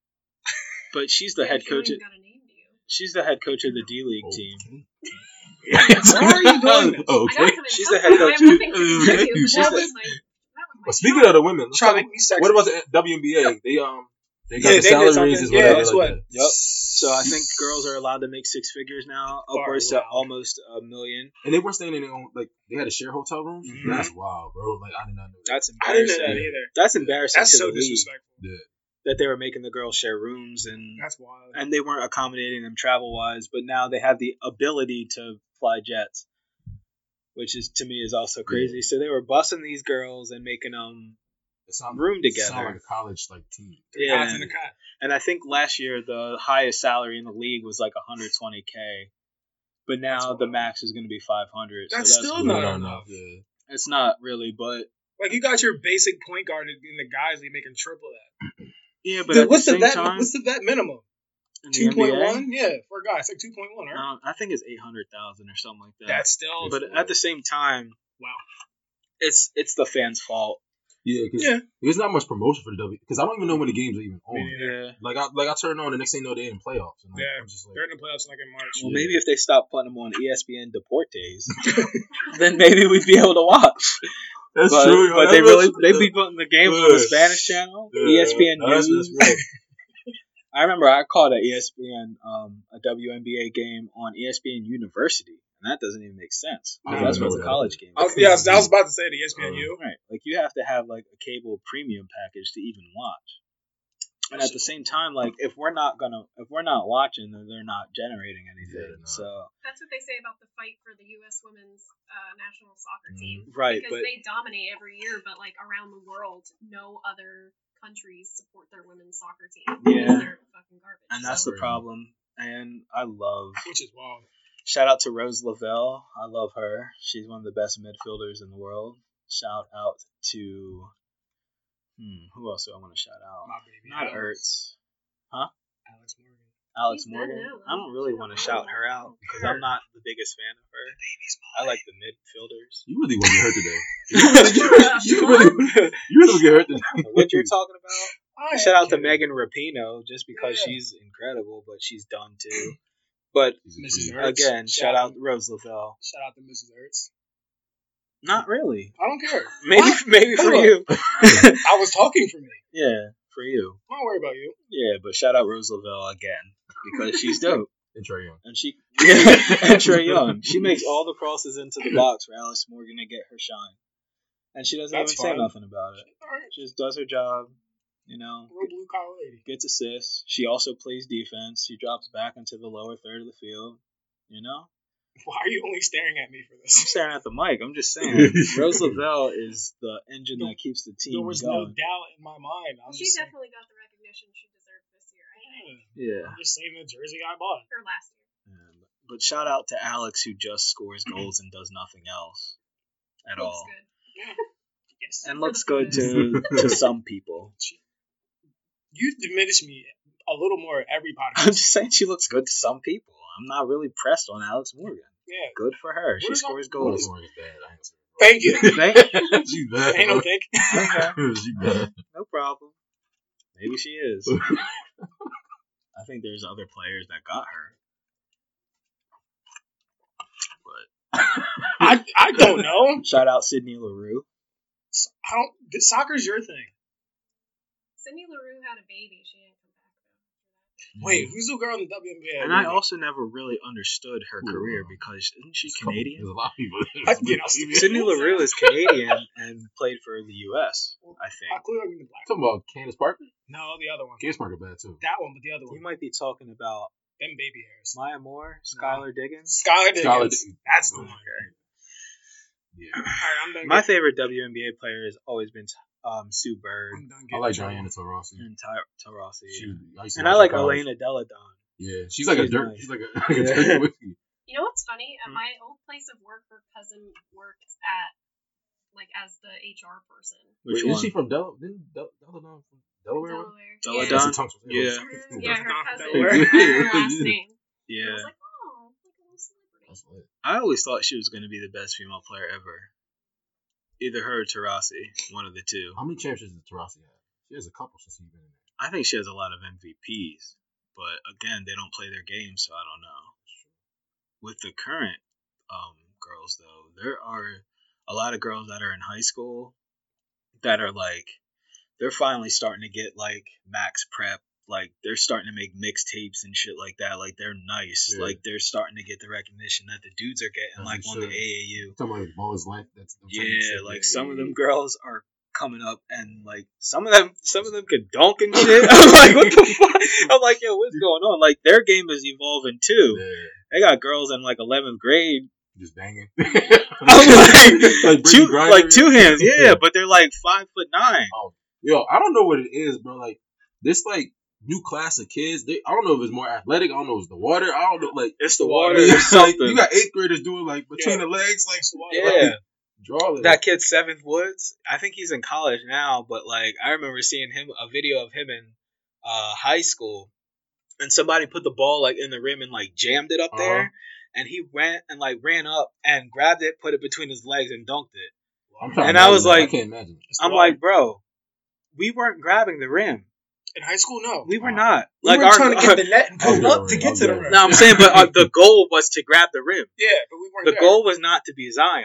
Speaker 3: but she's the
Speaker 4: Yeah,
Speaker 3: head
Speaker 4: if you
Speaker 3: coach.
Speaker 4: ain't
Speaker 3: Of,
Speaker 4: got a name, do you?
Speaker 3: she's the head coach of the D League
Speaker 5: Okay.
Speaker 3: team.
Speaker 2: Why are you doing this?
Speaker 4: I gotta
Speaker 5: Oh, okay.
Speaker 4: come and
Speaker 3: She's
Speaker 4: help
Speaker 3: the
Speaker 4: you.
Speaker 3: head
Speaker 4: I have
Speaker 5: coach.
Speaker 4: nothing to do with
Speaker 5: Okay.
Speaker 4: you.
Speaker 5: She's
Speaker 4: That
Speaker 5: the-
Speaker 4: was my. That was my
Speaker 5: Well, speaking
Speaker 4: job.
Speaker 5: of the women, let's
Speaker 2: Try to
Speaker 5: talk,
Speaker 2: make me sexy.
Speaker 5: what about the WNBA? They um they
Speaker 3: Yeah,
Speaker 5: got the
Speaker 3: they did
Speaker 5: salary
Speaker 3: something.
Speaker 5: raises.
Speaker 3: Yeah,
Speaker 5: whatever
Speaker 3: that's
Speaker 5: like
Speaker 2: what-
Speaker 5: that.
Speaker 3: Yep. So I think girls are allowed to make six figures now,
Speaker 2: Far
Speaker 3: upwards to
Speaker 2: allowed.
Speaker 3: almost a million.
Speaker 5: And they were staying in their own, like, they had a share hotel room?
Speaker 2: Mhm.
Speaker 5: That's wild, bro. Like, I did not know that.
Speaker 3: That's
Speaker 2: I didn't know
Speaker 3: embarrassing.
Speaker 2: that either.
Speaker 3: That's embarrassing
Speaker 2: That's
Speaker 3: to
Speaker 2: so
Speaker 3: the league
Speaker 2: disrespectful.
Speaker 3: that they were making the girls share rooms and
Speaker 2: That's wild.
Speaker 3: and they weren't accommodating them travel wise. But now they have the ability to fly jets, which is to me is also crazy. So they were busing these girls and making them
Speaker 5: It sound-
Speaker 3: room
Speaker 5: it sound
Speaker 3: together.
Speaker 5: like a college, like, team.
Speaker 2: Yeah.
Speaker 3: Yeah,
Speaker 2: in the cut.
Speaker 3: and I think last year the highest salary in the league was like 120k, but now
Speaker 2: That's
Speaker 3: the
Speaker 2: wild.
Speaker 3: max is going to be 500.
Speaker 2: That's
Speaker 3: so that's
Speaker 2: still
Speaker 3: cool.
Speaker 2: not
Speaker 5: Yeah,
Speaker 2: enough.
Speaker 5: Yeah.
Speaker 3: It's not really, but
Speaker 2: Like you got your basic point guard in the guys league making triple that.
Speaker 3: yeah. But
Speaker 2: The-
Speaker 3: at
Speaker 2: what's
Speaker 3: the
Speaker 2: the
Speaker 3: same
Speaker 2: vet?
Speaker 3: time,
Speaker 2: What's the vet minimum?
Speaker 3: in the
Speaker 2: Two point
Speaker 3: NBA,
Speaker 2: one? Yeah, for a guy, it's like two point one. Right?
Speaker 3: um, I think it's 800,000 or something like that.
Speaker 2: That's still.
Speaker 3: but at the same time,
Speaker 2: Wow.
Speaker 3: it's it's the fans' fault.
Speaker 5: Yeah, because
Speaker 2: Yeah.
Speaker 5: there's not much promotion for the W. Because I don't even know when the games are even on.
Speaker 2: Yeah.
Speaker 5: Like I like I turned on the next thing you know they in playoffs. And like,
Speaker 2: Yeah.
Speaker 5: I'm just like,
Speaker 2: they're in the playoffs like in March.
Speaker 3: Well, maybe if they stopped putting them on E ESPN Deportes, then maybe we'd be able to watch.
Speaker 5: that's
Speaker 3: but,
Speaker 5: true.
Speaker 3: But they really they be putting the games on the
Speaker 5: Ugh.
Speaker 3: Spanish channel, E ESPN News. I remember I called a E ESPN um, a WNBA game on E ESPN University, and that doesn't even make sense.
Speaker 5: I
Speaker 3: because
Speaker 5: don't
Speaker 3: That's
Speaker 5: know
Speaker 3: what's a
Speaker 5: that.
Speaker 3: college game.
Speaker 2: I was, yeah, I was, I was about to E say the ESPNU.
Speaker 3: Right. Like you have to have like a cable premium package to even watch. And at the same time, like if we're not gonna if we're not watching, then they're not generating
Speaker 5: Yeah,
Speaker 3: anything.
Speaker 5: they're not.
Speaker 3: So
Speaker 4: That's what they say about the fight for the U.S. women's uh, national soccer
Speaker 5: Mhm.
Speaker 4: team.
Speaker 3: right,
Speaker 4: because
Speaker 3: but
Speaker 4: they dominate every year, but like around the world, no other countries support their women's soccer team. because
Speaker 3: Yeah.
Speaker 4: they're fucking garbage.
Speaker 3: and that's
Speaker 4: so.
Speaker 3: the problem. And I love
Speaker 2: Which is wild.
Speaker 3: shout out to Rose Lavelle. I love her. She's one of the best midfielders in the world. Shout out to hmm, who else do I want to shout out?
Speaker 2: My baby.
Speaker 3: Not
Speaker 2: Alex-
Speaker 3: Ertz.
Speaker 2: Alex Morgan.
Speaker 3: Alex
Speaker 4: She's
Speaker 3: Morgan.
Speaker 4: done now, though.
Speaker 3: I don't really
Speaker 4: She's
Speaker 3: want to
Speaker 4: done
Speaker 3: shout
Speaker 4: now.
Speaker 3: her out because I'm not the biggest fan of her. I like the midfielders.
Speaker 5: you really want to get hurt today. you really you really wanna get hurt today.
Speaker 3: what you're talking about?
Speaker 2: I
Speaker 3: Shout out to
Speaker 2: am
Speaker 3: Megan Rapino just because
Speaker 2: Yeah.
Speaker 3: she's incredible, but she's done too. But
Speaker 2: Mrs. Ertz.
Speaker 3: again, shout out Rose LaFell.
Speaker 2: kidding. Shout out to Mrs. Ertz.
Speaker 3: Not really.
Speaker 2: I don't care.
Speaker 3: Maybe
Speaker 2: What?
Speaker 3: maybe for
Speaker 2: Hold on.
Speaker 3: you.
Speaker 2: I was talking for me.
Speaker 3: yeah, for you.
Speaker 2: Don't worry about you.
Speaker 3: Yeah, but shout out Rose LaFell again because she's dope
Speaker 5: And Trae Young.
Speaker 3: and she and Trae Young. She makes all the crosses into the box for Alex Morgan to get her shine, and she doesn't
Speaker 2: That's
Speaker 3: even say
Speaker 2: fine.
Speaker 3: nothing about it.
Speaker 2: All right.
Speaker 3: She just does her job, you know,
Speaker 2: Real blue collar lady.
Speaker 3: gets assists. She also plays defense. She drops back into the lower third of the field. You know,
Speaker 2: Why are you only staring at me for
Speaker 3: I'm
Speaker 2: this?
Speaker 3: staring at the mic. I'm just saying, Rose Lavelle is the engine that keeps the team
Speaker 2: There was no
Speaker 3: going.
Speaker 2: doubt in my mind. I'm
Speaker 4: She
Speaker 2: just saying,
Speaker 4: definitely got the recognition she deserved this year. I think.
Speaker 2: Yeah,
Speaker 3: yeah.
Speaker 2: I'm just saying the jersey I bought.
Speaker 4: Or last year.
Speaker 3: And- Um, But shout out to Alex who just scores goals and does nothing else at
Speaker 4: Looks
Speaker 3: all,
Speaker 4: good.
Speaker 2: Yes.
Speaker 3: and looks good to to some people.
Speaker 2: you diminish me a little more every
Speaker 3: I'm
Speaker 2: podcast.
Speaker 3: just saying she looks good to some people. I'm not really pressed on Alex Morgan.
Speaker 2: yeah.
Speaker 3: Good for her. She
Speaker 2: What is that-
Speaker 3: scores
Speaker 5: Well,
Speaker 3: goals.
Speaker 5: Warriors bad. I ain't
Speaker 2: Thank you.
Speaker 3: Thank you.
Speaker 5: saying- She bad.
Speaker 2: Ain't no thank you.
Speaker 3: Okay.
Speaker 5: bro. She bad.
Speaker 3: No problem. Maybe she is. I think there's other players that got her. But
Speaker 2: I, I don't know.
Speaker 3: shout out Sydney LaRue.
Speaker 2: S- I don't. th- Soccer's your thing.
Speaker 4: Cindy LaRue had a baby. She didn't come back though.
Speaker 2: Wait, who's the girl in the WNBA?
Speaker 3: Mm-hmm. And I also never really understood her
Speaker 5: Ooh.
Speaker 3: career because isn't she
Speaker 5: There's a couple- There's
Speaker 3: Canadian?
Speaker 5: a lot of people.
Speaker 2: I can get out. Sydney
Speaker 3: Sydney LaRue is Canadian and played for the US, I
Speaker 2: I
Speaker 3: think.
Speaker 2: clearly mean the black.
Speaker 5: Talking about Candace Parker.
Speaker 2: No, the other one.
Speaker 5: Candace Parker bad too.
Speaker 2: That one, but the other
Speaker 3: You
Speaker 2: one.
Speaker 3: might be talking about
Speaker 2: Them baby hairs.
Speaker 3: Maya Moore,
Speaker 2: No.
Speaker 3: Skylar Diggins.
Speaker 2: Skylar Diggins.
Speaker 5: Skylar Diggins.
Speaker 2: That's the one.
Speaker 5: Yeah.
Speaker 2: All right, I'm done.
Speaker 3: My
Speaker 2: getting-
Speaker 3: favorite WNBA player has always been um, Sue Bird
Speaker 2: I'm done
Speaker 5: I
Speaker 2: getting
Speaker 5: like
Speaker 2: drunk.
Speaker 5: Diana Taurasi.
Speaker 3: and Ty- Taurasi.
Speaker 5: She was- used to
Speaker 3: And I
Speaker 5: watch her
Speaker 3: like
Speaker 5: college.
Speaker 3: Elena Deladon.
Speaker 5: Yeah, she's like a
Speaker 3: She's
Speaker 5: dirt.
Speaker 3: nice.
Speaker 5: She's like a, like a
Speaker 3: Yeah.
Speaker 5: dirt whiskey.
Speaker 4: You know what's funny? At
Speaker 3: Hmm.
Speaker 4: my old place of work, her cousin worked at like as the HR person.
Speaker 3: Which
Speaker 5: Wait,
Speaker 3: one?
Speaker 5: is she from Del- didn't Del- Deladon from Delaware? Oh,
Speaker 4: Delaware.
Speaker 3: Della
Speaker 4: Yeah.
Speaker 5: That's
Speaker 3: Dunn?
Speaker 5: her tongue twister.
Speaker 3: Yeah.
Speaker 4: Yeah, her
Speaker 2: Delaware.
Speaker 4: cousin.
Speaker 2: Delaware.
Speaker 4: Her last name. And I
Speaker 3: Yeah.
Speaker 4: was like, oh, like a little celebrity.
Speaker 5: That's lit.
Speaker 3: I always thought she was going to be the best female player ever. Either her or Tarasi, one of the two.
Speaker 5: How many championships does Tarasi have? She has a couple since she's been in there.
Speaker 3: I think she has a lot of MVPs, but again, they don't play their game, so I don't know. With the current um, girls, though, there are a lot of girls that are in high school that are like, they're finally starting to get like max prep like they're starting to make mixtapes and shit like that. Like they're nice.
Speaker 5: Yeah.
Speaker 3: Like they're starting to get the recognition that the dudes are getting,
Speaker 5: As
Speaker 3: like
Speaker 5: they
Speaker 3: on the
Speaker 5: should.
Speaker 3: AAU.
Speaker 5: Talking about Ball's life. That's the type of
Speaker 3: Yeah,
Speaker 5: shit,
Speaker 3: like some of
Speaker 5: yeah,
Speaker 3: them girls are coming up and like some of them some of them could dunk and shit. I'm like, what the fuck? I'm like, yo, what's going on? Like their game is evolving too.
Speaker 5: yeah,
Speaker 3: They got girls in like eleventh grade
Speaker 5: just banging.
Speaker 3: I'm like,
Speaker 5: Brittany
Speaker 3: two
Speaker 5: Griner.
Speaker 3: like two hands, yeah,
Speaker 5: Yeah.
Speaker 3: but they're like five foot nine.
Speaker 5: Yo, I don't know what it is, bro. Like this, like new class of kids. They, I don't know if it's more athletic. I don't know if it's the water. I don't know, like
Speaker 3: It's the
Speaker 5: I
Speaker 3: water
Speaker 5: mean,
Speaker 3: or
Speaker 5: like,
Speaker 3: something.
Speaker 5: you got eighth graders doing like between
Speaker 2: Yeah.
Speaker 5: the legs, like so
Speaker 3: yeah.
Speaker 5: like, drawing.
Speaker 3: That kid Seventh Woods, I think he's in college now, but like I remember seeing him a video of him in uh, high school, and somebody put the ball like in the rim and like jammed it up
Speaker 5: Uh-huh.
Speaker 3: there, and he went and like ran up and grabbed it, put it between his legs, and dunked it.
Speaker 5: I'm trying to
Speaker 3: and I
Speaker 5: imagine
Speaker 3: was
Speaker 5: that. I
Speaker 3: like-
Speaker 5: can't imagine.
Speaker 2: It's
Speaker 3: I'm
Speaker 2: the water.
Speaker 3: like, bro, we weren't grabbing the rim.
Speaker 2: in high school, no.
Speaker 3: We were
Speaker 5: Wow.
Speaker 3: not.
Speaker 2: We
Speaker 3: like
Speaker 2: were
Speaker 3: our,
Speaker 2: trying to get the net and pull
Speaker 5: Yeah,
Speaker 2: up to
Speaker 5: right,
Speaker 2: get to the
Speaker 5: yeah.
Speaker 2: rim.
Speaker 3: no, I'm saying, but uh, the goal was to grab the rim.
Speaker 2: yeah, but we weren't
Speaker 3: The
Speaker 2: there.
Speaker 3: goal was not to be Zion.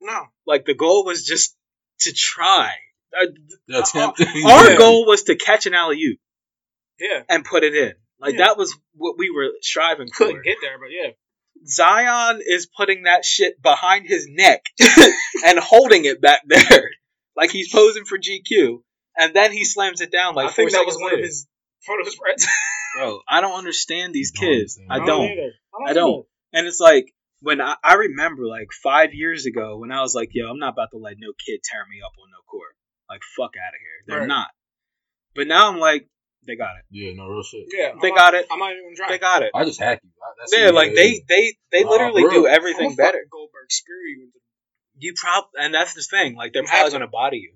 Speaker 2: No,
Speaker 3: Like the goal was just to try. Uh,
Speaker 5: The attempt-
Speaker 3: Our
Speaker 5: Yeah.
Speaker 3: goal was to catch an alley oop
Speaker 2: yeah,
Speaker 3: and put it in. Like
Speaker 2: Yeah.
Speaker 3: that was what we were striving for.
Speaker 2: couldn't get there, but yeah,
Speaker 3: Zion is putting that shit behind his neck and holding it back there, like he's posing for GQ. And then he slams it down like
Speaker 2: I think
Speaker 3: four
Speaker 2: that was
Speaker 3: seconds
Speaker 2: one of
Speaker 3: later.
Speaker 2: his photo spreads.
Speaker 3: Bro, I don't understand these
Speaker 5: Don't
Speaker 3: kids.
Speaker 5: understand.
Speaker 3: I
Speaker 5: I
Speaker 3: don't.
Speaker 2: either.
Speaker 3: I don't. And it's like when I, I remember like five years ago when I was like, yo, I'm not about to let no kid tear me up on no court. Like fuck out of here. They're
Speaker 2: Right.
Speaker 3: not. But now I'm like, they got it.
Speaker 5: Yeah, no real shit.
Speaker 2: Yeah,
Speaker 3: They
Speaker 2: I'm
Speaker 3: got
Speaker 2: not-
Speaker 3: it.
Speaker 2: I'm not even trying.
Speaker 3: They got it.
Speaker 5: I just hack you. I- That's
Speaker 3: Yeah, like they they they
Speaker 5: Nah,
Speaker 3: literally
Speaker 5: bro.
Speaker 3: do everything better.
Speaker 2: Goldberg Sperry with the
Speaker 3: You prob and that's the thing. Like they're
Speaker 2: You
Speaker 3: probably
Speaker 2: have to.
Speaker 3: gonna body you.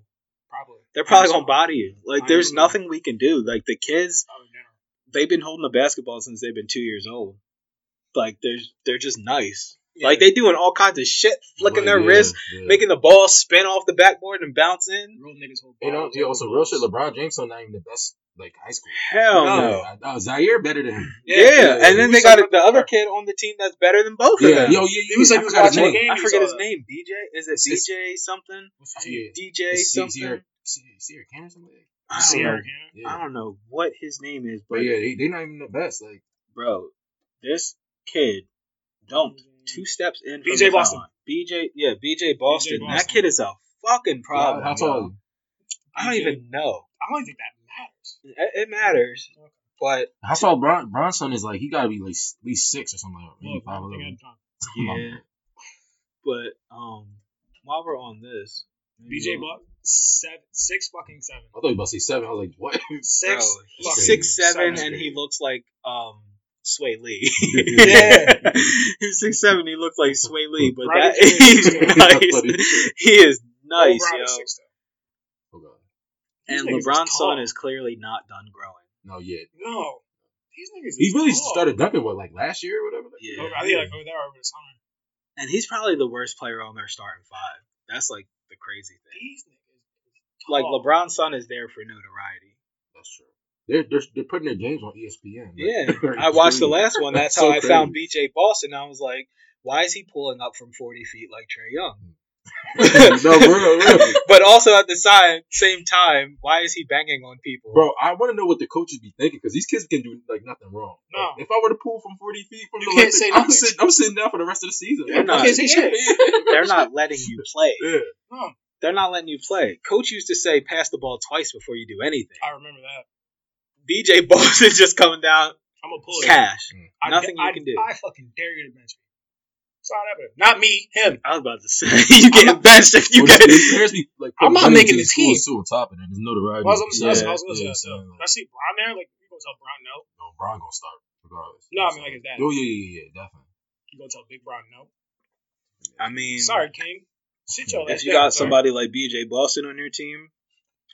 Speaker 2: probably.
Speaker 3: They're probably
Speaker 2: Anderson.
Speaker 3: gonna body you. Like
Speaker 2: I
Speaker 3: there's
Speaker 2: agree.
Speaker 3: nothing we can do. Like the kids,
Speaker 2: Oh, no.
Speaker 3: they've been holding the basketball since they've been two years old. Like they're they're just nice.
Speaker 2: Yeah.
Speaker 3: Like they doing all kinds of shit, flicking their wrists, making the ball spin off the backboard and bounce in.
Speaker 2: real niggas hold.
Speaker 5: You know,
Speaker 2: bottles
Speaker 5: yeah,
Speaker 2: over
Speaker 5: also real
Speaker 2: balls.
Speaker 5: shit. LeBron James so not even the best like high school.
Speaker 3: Hell no.
Speaker 5: Uh, Zaire better than him.
Speaker 3: Yeah,
Speaker 5: yeah, yeah.
Speaker 3: and then they
Speaker 2: Who's
Speaker 3: got
Speaker 2: up
Speaker 3: the
Speaker 2: there?
Speaker 3: other kid on the team that's better than both of
Speaker 5: Yeah,
Speaker 3: them.
Speaker 5: yo, yeah, yeah.
Speaker 2: He was like,
Speaker 5: I
Speaker 2: he was
Speaker 5: forgot
Speaker 2: watching
Speaker 5: his
Speaker 2: the
Speaker 5: name.
Speaker 2: game.
Speaker 3: I
Speaker 2: he
Speaker 3: forget
Speaker 2: saw
Speaker 3: his
Speaker 2: that.
Speaker 3: name. BJ is it
Speaker 5: It's- it's-
Speaker 3: BJ uh, something?
Speaker 2: What's his name?
Speaker 3: DJ
Speaker 5: It's
Speaker 3: something?
Speaker 5: Zaire, Zaire Cannon, something. like
Speaker 3: I don't
Speaker 2: Sierra
Speaker 3: know.
Speaker 2: Cannon.
Speaker 5: that? Yeah.
Speaker 3: I don't know what his name is, but
Speaker 5: But yeah, they, they not even the best. Like,
Speaker 3: bro, this kid dumped
Speaker 2: Mm-hmm.
Speaker 3: two steps in. from
Speaker 2: BJ
Speaker 3: the foul
Speaker 2: Boston.
Speaker 3: line. BJ, yeah, BJ Boston. That
Speaker 2: Boston.
Speaker 3: kid is a fucking problem.
Speaker 5: how
Speaker 3: yo.
Speaker 5: tall?
Speaker 3: I don't
Speaker 2: BJ.
Speaker 3: even know.
Speaker 2: I don't think that matters.
Speaker 3: It, it matters, but
Speaker 5: I saw Bron, Bronson is like he gotta be like s- at least six or something like that. Maybe
Speaker 2: Look, I
Speaker 5: five
Speaker 2: don't think
Speaker 5: eleven.
Speaker 2: I'd talk.
Speaker 3: Yeah. But um, while we're on this,
Speaker 2: BJ Buck, seven, six fucking seven.
Speaker 5: I thought you were about to say seven. I was like, what?
Speaker 3: bro,
Speaker 2: Six.
Speaker 3: Oh, he's
Speaker 2: fucking
Speaker 5: fucking
Speaker 3: six seven,
Speaker 5: seven.
Speaker 3: and he looks like um Sway Lee.
Speaker 5: Yeah.
Speaker 3: he's six seven. He looks like Sway Lee, but that
Speaker 2: Rodney James.
Speaker 3: he's
Speaker 5: Rodney
Speaker 3: nice.
Speaker 5: James.
Speaker 3: He is
Speaker 2: Kobe
Speaker 3: nice,
Speaker 2: Bryant
Speaker 3: yo.
Speaker 2: is six, though.
Speaker 5: Oh god.
Speaker 2: These
Speaker 3: And
Speaker 2: niggas is
Speaker 3: LeBron's son
Speaker 2: tall.
Speaker 3: is clearly not done growing.
Speaker 5: No, yeah.
Speaker 2: No, these niggas. Is
Speaker 5: He really
Speaker 2: tall.
Speaker 5: started dunking what like last year or whatever. Like, oh,
Speaker 3: Yeah.
Speaker 2: Over, I think like over there over the summer.
Speaker 3: And he's probably the worst player on their starting five. That's like the crazy thing.
Speaker 2: These niggas. is tall.
Speaker 3: Like LeBron's son is there for notoriety.
Speaker 5: that's true. They're, they're they're putting their games on E ESPN.
Speaker 3: Yeah, I watched the last one. That's
Speaker 5: So
Speaker 3: how I found BJ Boston. I was like, why is he pulling up from 40 feet like Trey Young?
Speaker 5: last. no, real, real.
Speaker 3: But also at the si- same time, why is he banging on people?
Speaker 5: Bro, I want to know what the coaches be thinking because these kids can do like nothing wrong.
Speaker 2: No.
Speaker 5: Like, if I were to pull from forty feet from
Speaker 2: You
Speaker 5: the
Speaker 2: can't
Speaker 5: left,
Speaker 2: say
Speaker 5: I'm
Speaker 2: nothing.
Speaker 5: sitting. I'm sitting down for the rest of the season.
Speaker 3: They're not.
Speaker 2: can't say shit.
Speaker 3: They're not letting you play.
Speaker 5: Yeah.
Speaker 3: They're not letting you play. Coach used to say, pass the ball twice before you do anything.
Speaker 2: I remember that.
Speaker 3: BJ Boston just coming down,
Speaker 2: I'm gonna pull it.
Speaker 3: cash.
Speaker 2: I-
Speaker 3: Nothing you
Speaker 2: I-
Speaker 3: can do.
Speaker 2: I fucking dare you to bench me. It's not happening. Not me. Him.
Speaker 3: I was about to say, you getting benched if you
Speaker 5: Well,
Speaker 3: get.
Speaker 5: these players be, like,
Speaker 2: I'm not
Speaker 5: putting
Speaker 2: making
Speaker 5: these
Speaker 2: the team.
Speaker 5: schools, Too on top of that, there's no notoriety.
Speaker 2: Well, I was gonna
Speaker 3: Yeah,
Speaker 2: say, I was- I was gonna say that,
Speaker 5: so,
Speaker 2: so. If I
Speaker 5: like,
Speaker 2: see Brown there, like you gonna tell Brown no.
Speaker 5: no, Bron gonna start regardless.
Speaker 2: No, I mean, like, his dad.
Speaker 5: Oh yeah, yeah, yeah, definitely.
Speaker 2: You gonna tell Big Brown no.
Speaker 3: I mean,
Speaker 2: Sorry, King. Sit your
Speaker 3: Mm.
Speaker 2: ass
Speaker 3: If you got
Speaker 2: down, sorry.
Speaker 3: somebody like BJ Boston on your team,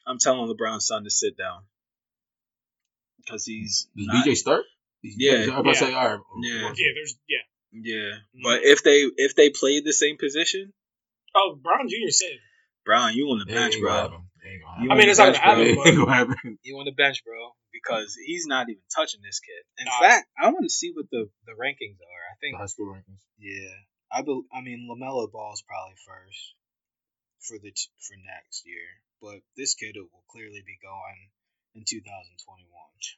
Speaker 3: I'm telling LeBron's son to sit down because he's
Speaker 5: Does
Speaker 3: not-
Speaker 5: BJ start? He's-
Speaker 3: Yeah,
Speaker 5: I'm about to say, all right.
Speaker 3: Yeah.
Speaker 5: well,
Speaker 2: Yeah, there's yeah.
Speaker 3: Yeah, but if they if they played the same position,
Speaker 2: Oh, Brown Jr. said it.
Speaker 3: Brown, you on
Speaker 5: it
Speaker 3: the
Speaker 5: ain't
Speaker 3: bench,
Speaker 5: gonna
Speaker 3: bro.
Speaker 5: happen. It ain't gonna
Speaker 3: You
Speaker 5: happen.
Speaker 2: I mean, it's not gonna
Speaker 5: It
Speaker 2: happen.
Speaker 5: ain't
Speaker 2: But
Speaker 5: gonna happen.
Speaker 3: You on the bench, bro, because he's not even touching this kid. In
Speaker 2: Nah.
Speaker 3: fact, I want to see what the the rankings are. I
Speaker 5: The
Speaker 3: think
Speaker 5: high school rankings.
Speaker 3: yeah, I bel I mean Lamelo Ball's probably first for the t- for next year, but this kid will clearly be going in 2021.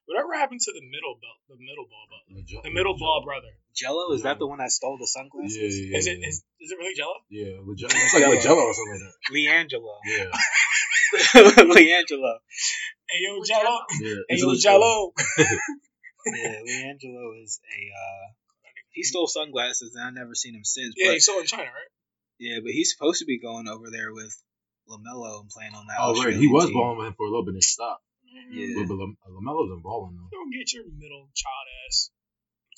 Speaker 2: Whatever happened to the middle belt, the middle ball belt,
Speaker 5: Majo-
Speaker 2: the middle
Speaker 5: Majo-
Speaker 2: ball brother?
Speaker 3: Jello is that the one that stole the sunglasses?
Speaker 5: Yeah, yeah, yeah.
Speaker 2: Is it is, is it really Jello?
Speaker 5: yeah, with Jello. It's like with Jello or something like
Speaker 3: Leangelo.
Speaker 5: that.
Speaker 3: Leangelo.
Speaker 2: Hey yo
Speaker 4: With
Speaker 2: Jello,
Speaker 5: Yeah, yeah.
Speaker 2: hey
Speaker 5: It's Oh,
Speaker 2: yo
Speaker 5: like-
Speaker 2: Jello.
Speaker 3: Yeah, Leangelo is a. Uh, he stole sunglasses, and I've never seen him since.
Speaker 2: Yeah,
Speaker 3: but
Speaker 2: he's still in China, right?
Speaker 3: Yeah, but he's supposed to be going over there with Lamelo and playing on that.
Speaker 5: Oh, right. He
Speaker 3: Australian
Speaker 5: was
Speaker 3: team.
Speaker 5: balling with him for a little bit and stopped.
Speaker 4: Mm-hmm.
Speaker 3: Yeah.
Speaker 5: But, but Lam- Lamelo's been balling though.
Speaker 2: Don't get your middle child ass.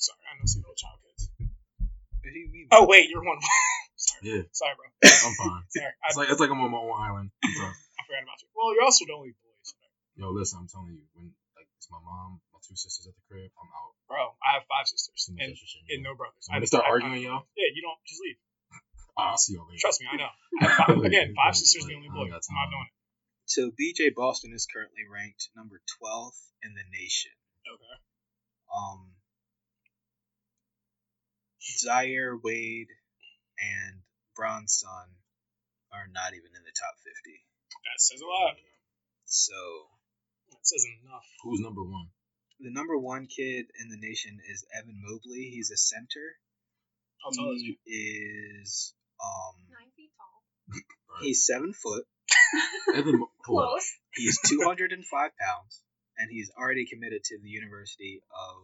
Speaker 2: Sorry, I know some middle child kids.
Speaker 3: What do you mean?
Speaker 2: Oh wait, you're one. sorry,
Speaker 5: Yeah,
Speaker 2: sorry, bro.
Speaker 5: I'm fine.
Speaker 2: Sorry, I,
Speaker 5: It's like it's like I'm on my own island. It's like,
Speaker 2: I forgot about you. Well, you're also the only boy, so,
Speaker 5: yo, listen, I'm telling you, when like it's my mom, my two sisters at the crib, I'm out.
Speaker 2: bro. I have five sisters
Speaker 5: Send me
Speaker 2: and,
Speaker 5: that shit,
Speaker 2: and
Speaker 5: man.
Speaker 2: no brothers.
Speaker 5: when
Speaker 2: I
Speaker 5: they start
Speaker 2: I- I-
Speaker 5: arguing, y'all, ah,
Speaker 2: yeah, you don't just leave.
Speaker 5: I'll see y'all later.
Speaker 2: Trust me, I know. I have five, again,
Speaker 5: Like,
Speaker 2: five sisters, the
Speaker 5: like,
Speaker 2: only
Speaker 5: I
Speaker 2: boy. I'm
Speaker 5: got
Speaker 2: not
Speaker 5: time.
Speaker 2: doing it.
Speaker 3: So BJ Boston is currently ranked number 12 in the nation.
Speaker 2: Okay.
Speaker 3: Um, Zaire Wade and Bronson are not even in the top 50.
Speaker 2: That says a lot.
Speaker 3: So
Speaker 2: That says enough.
Speaker 5: Who's number one?
Speaker 3: the number one kid in the nation is Evan Mobley. He's a center.
Speaker 2: I'll tell you.
Speaker 3: He is um
Speaker 4: Nine feet tall.
Speaker 3: he's seven foot.
Speaker 5: Evan, Mo- hold on.
Speaker 4: Close.
Speaker 3: He's 205 pounds, and he's already committed to the University of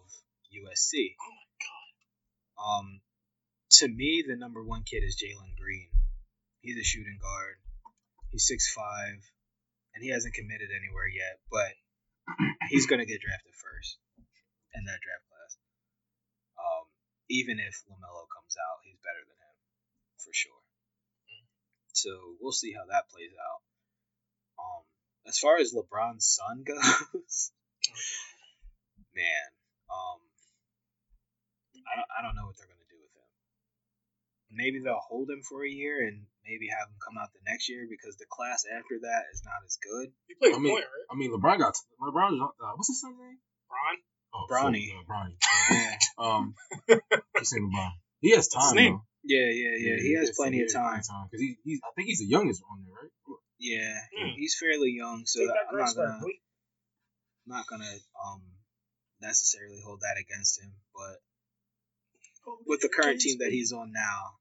Speaker 3: USC.
Speaker 2: Oh my god.
Speaker 3: Um, to me, the number one kid is Jalen Green. He's a shooting guard. He's 6'5", and he hasn't committed anywhere yet, but he's going to get drafted first in that draft class. Um, even if LaMelo comes out, he's better than him, for sure.
Speaker 2: Mm.
Speaker 3: So we'll see how that plays out. Um, as far as LeBron's son goes, man, um, I don't, I don't know what they're going to do with him. Maybe they'll hold him for a year and maybe have him come out the next year because the class after that is not as good.
Speaker 2: He plays
Speaker 5: I mean-
Speaker 2: point, right?
Speaker 5: I mean, LeBron got LeBron. Uh, what's his son's name?
Speaker 2: Bron.
Speaker 5: Oh,
Speaker 3: Bronny.
Speaker 5: fuck, uh, Bronny.
Speaker 3: Yeah,
Speaker 5: Um, keep saying LeBron. He has
Speaker 2: That's his
Speaker 5: time.
Speaker 2: name.
Speaker 5: though.
Speaker 3: yeah, yeah. yeah. He has plenty of time.
Speaker 5: because he, he's. I think he's the youngest on there, right?
Speaker 3: Yeah,
Speaker 2: Hmm.
Speaker 3: he's fairly young, so
Speaker 2: Take that
Speaker 3: I'm not
Speaker 2: grass
Speaker 3: gonna,
Speaker 2: back, boy.
Speaker 3: not gonna um necessarily hold that against him. But with the current team that he's on now,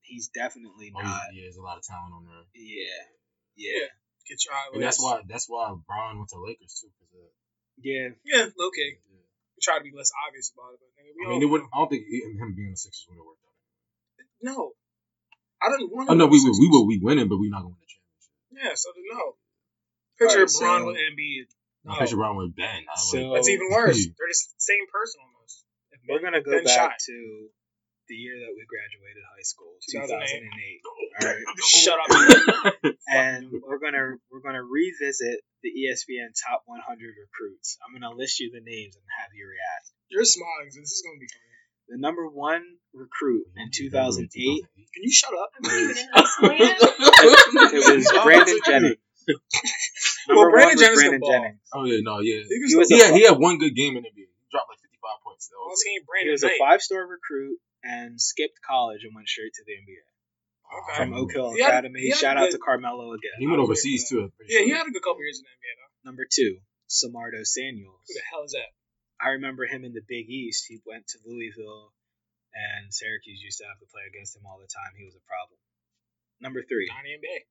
Speaker 3: he's definitely
Speaker 5: Oh,
Speaker 3: not.
Speaker 5: yeah, yeah, there's a lot of talent on there,
Speaker 2: Oh,
Speaker 3: Yeah.
Speaker 2: Yeah.
Speaker 3: Yeah.
Speaker 2: Get your eye
Speaker 5: and that's why that's why Bron went to Lakers too. Cause, uh,
Speaker 3: Yeah.
Speaker 2: Yeah, low key.
Speaker 5: yeah.
Speaker 2: We try to be less obvious about it, but nigga, we
Speaker 5: I mean,
Speaker 2: all-
Speaker 5: it would. I don't think he- him being the Sixers would have worked out.
Speaker 2: No. I didn't want
Speaker 5: Oh
Speaker 2: him
Speaker 5: no,
Speaker 2: to
Speaker 5: we
Speaker 2: be
Speaker 5: would.
Speaker 2: successful.
Speaker 5: We would. We winning, but we not going to championship.
Speaker 2: Yeah, so then, no. Picture
Speaker 3: Alright,
Speaker 2: Bron
Speaker 3: so-
Speaker 2: with Embiid. No.
Speaker 5: I picture Bron with Ben. I
Speaker 3: So-
Speaker 5: like,
Speaker 2: That's even worse. They're the same person almost. If
Speaker 3: We're gonna go
Speaker 2: Ben
Speaker 3: back
Speaker 2: Shot.
Speaker 3: to the year that we graduated high school,
Speaker 2: 2008.
Speaker 3: 2008. All right.
Speaker 2: Shut up.
Speaker 3: And we're gonna we're gonna revisit the E ESPN top 100 recruits. I'm gonna list you the names and have you react.
Speaker 2: You're smiling, so this is gonna be funny.
Speaker 3: The number one recruit in 2008
Speaker 2: Can you shut up?
Speaker 4: I'm not even in this land.
Speaker 2: Oh,
Speaker 3: it was Brandon Jennings.
Speaker 2: Well,
Speaker 3: Number
Speaker 2: Brandon
Speaker 3: one was
Speaker 2: Jennings can
Speaker 3: Brandon
Speaker 2: ball.
Speaker 3: Jennings.
Speaker 5: Oh yeah, no, yeah.
Speaker 2: Niggas
Speaker 3: He
Speaker 2: don't-
Speaker 3: was a
Speaker 5: Yeah,
Speaker 3: fi-
Speaker 5: he had one good game in the NBA. He dropped like 55 points. That
Speaker 2: I
Speaker 5: was
Speaker 2: was
Speaker 3: he
Speaker 2: seeing Brandon
Speaker 3: was a
Speaker 2: Knight.
Speaker 3: five-star recruit and skipped college and went straight to the NBA.
Speaker 5: it.
Speaker 2: Okay.
Speaker 3: from Oak Hill
Speaker 2: He had-
Speaker 3: Academy.
Speaker 2: he had
Speaker 3: Shout out
Speaker 2: a
Speaker 3: to
Speaker 2: good-
Speaker 3: Carmelo
Speaker 5: And he
Speaker 3: again.
Speaker 5: went overseas too. I'm pretty
Speaker 2: Yeah,
Speaker 5: sure.
Speaker 2: he had a good couple years in the NBA though.
Speaker 3: Number two, Samardo Samuels.
Speaker 2: Who the hell is that?
Speaker 3: I remember him in the Big East. He went to Louisville, and Syracuse used to have to play against him all the time. He was a problem. Number three,
Speaker 2: Not NBA.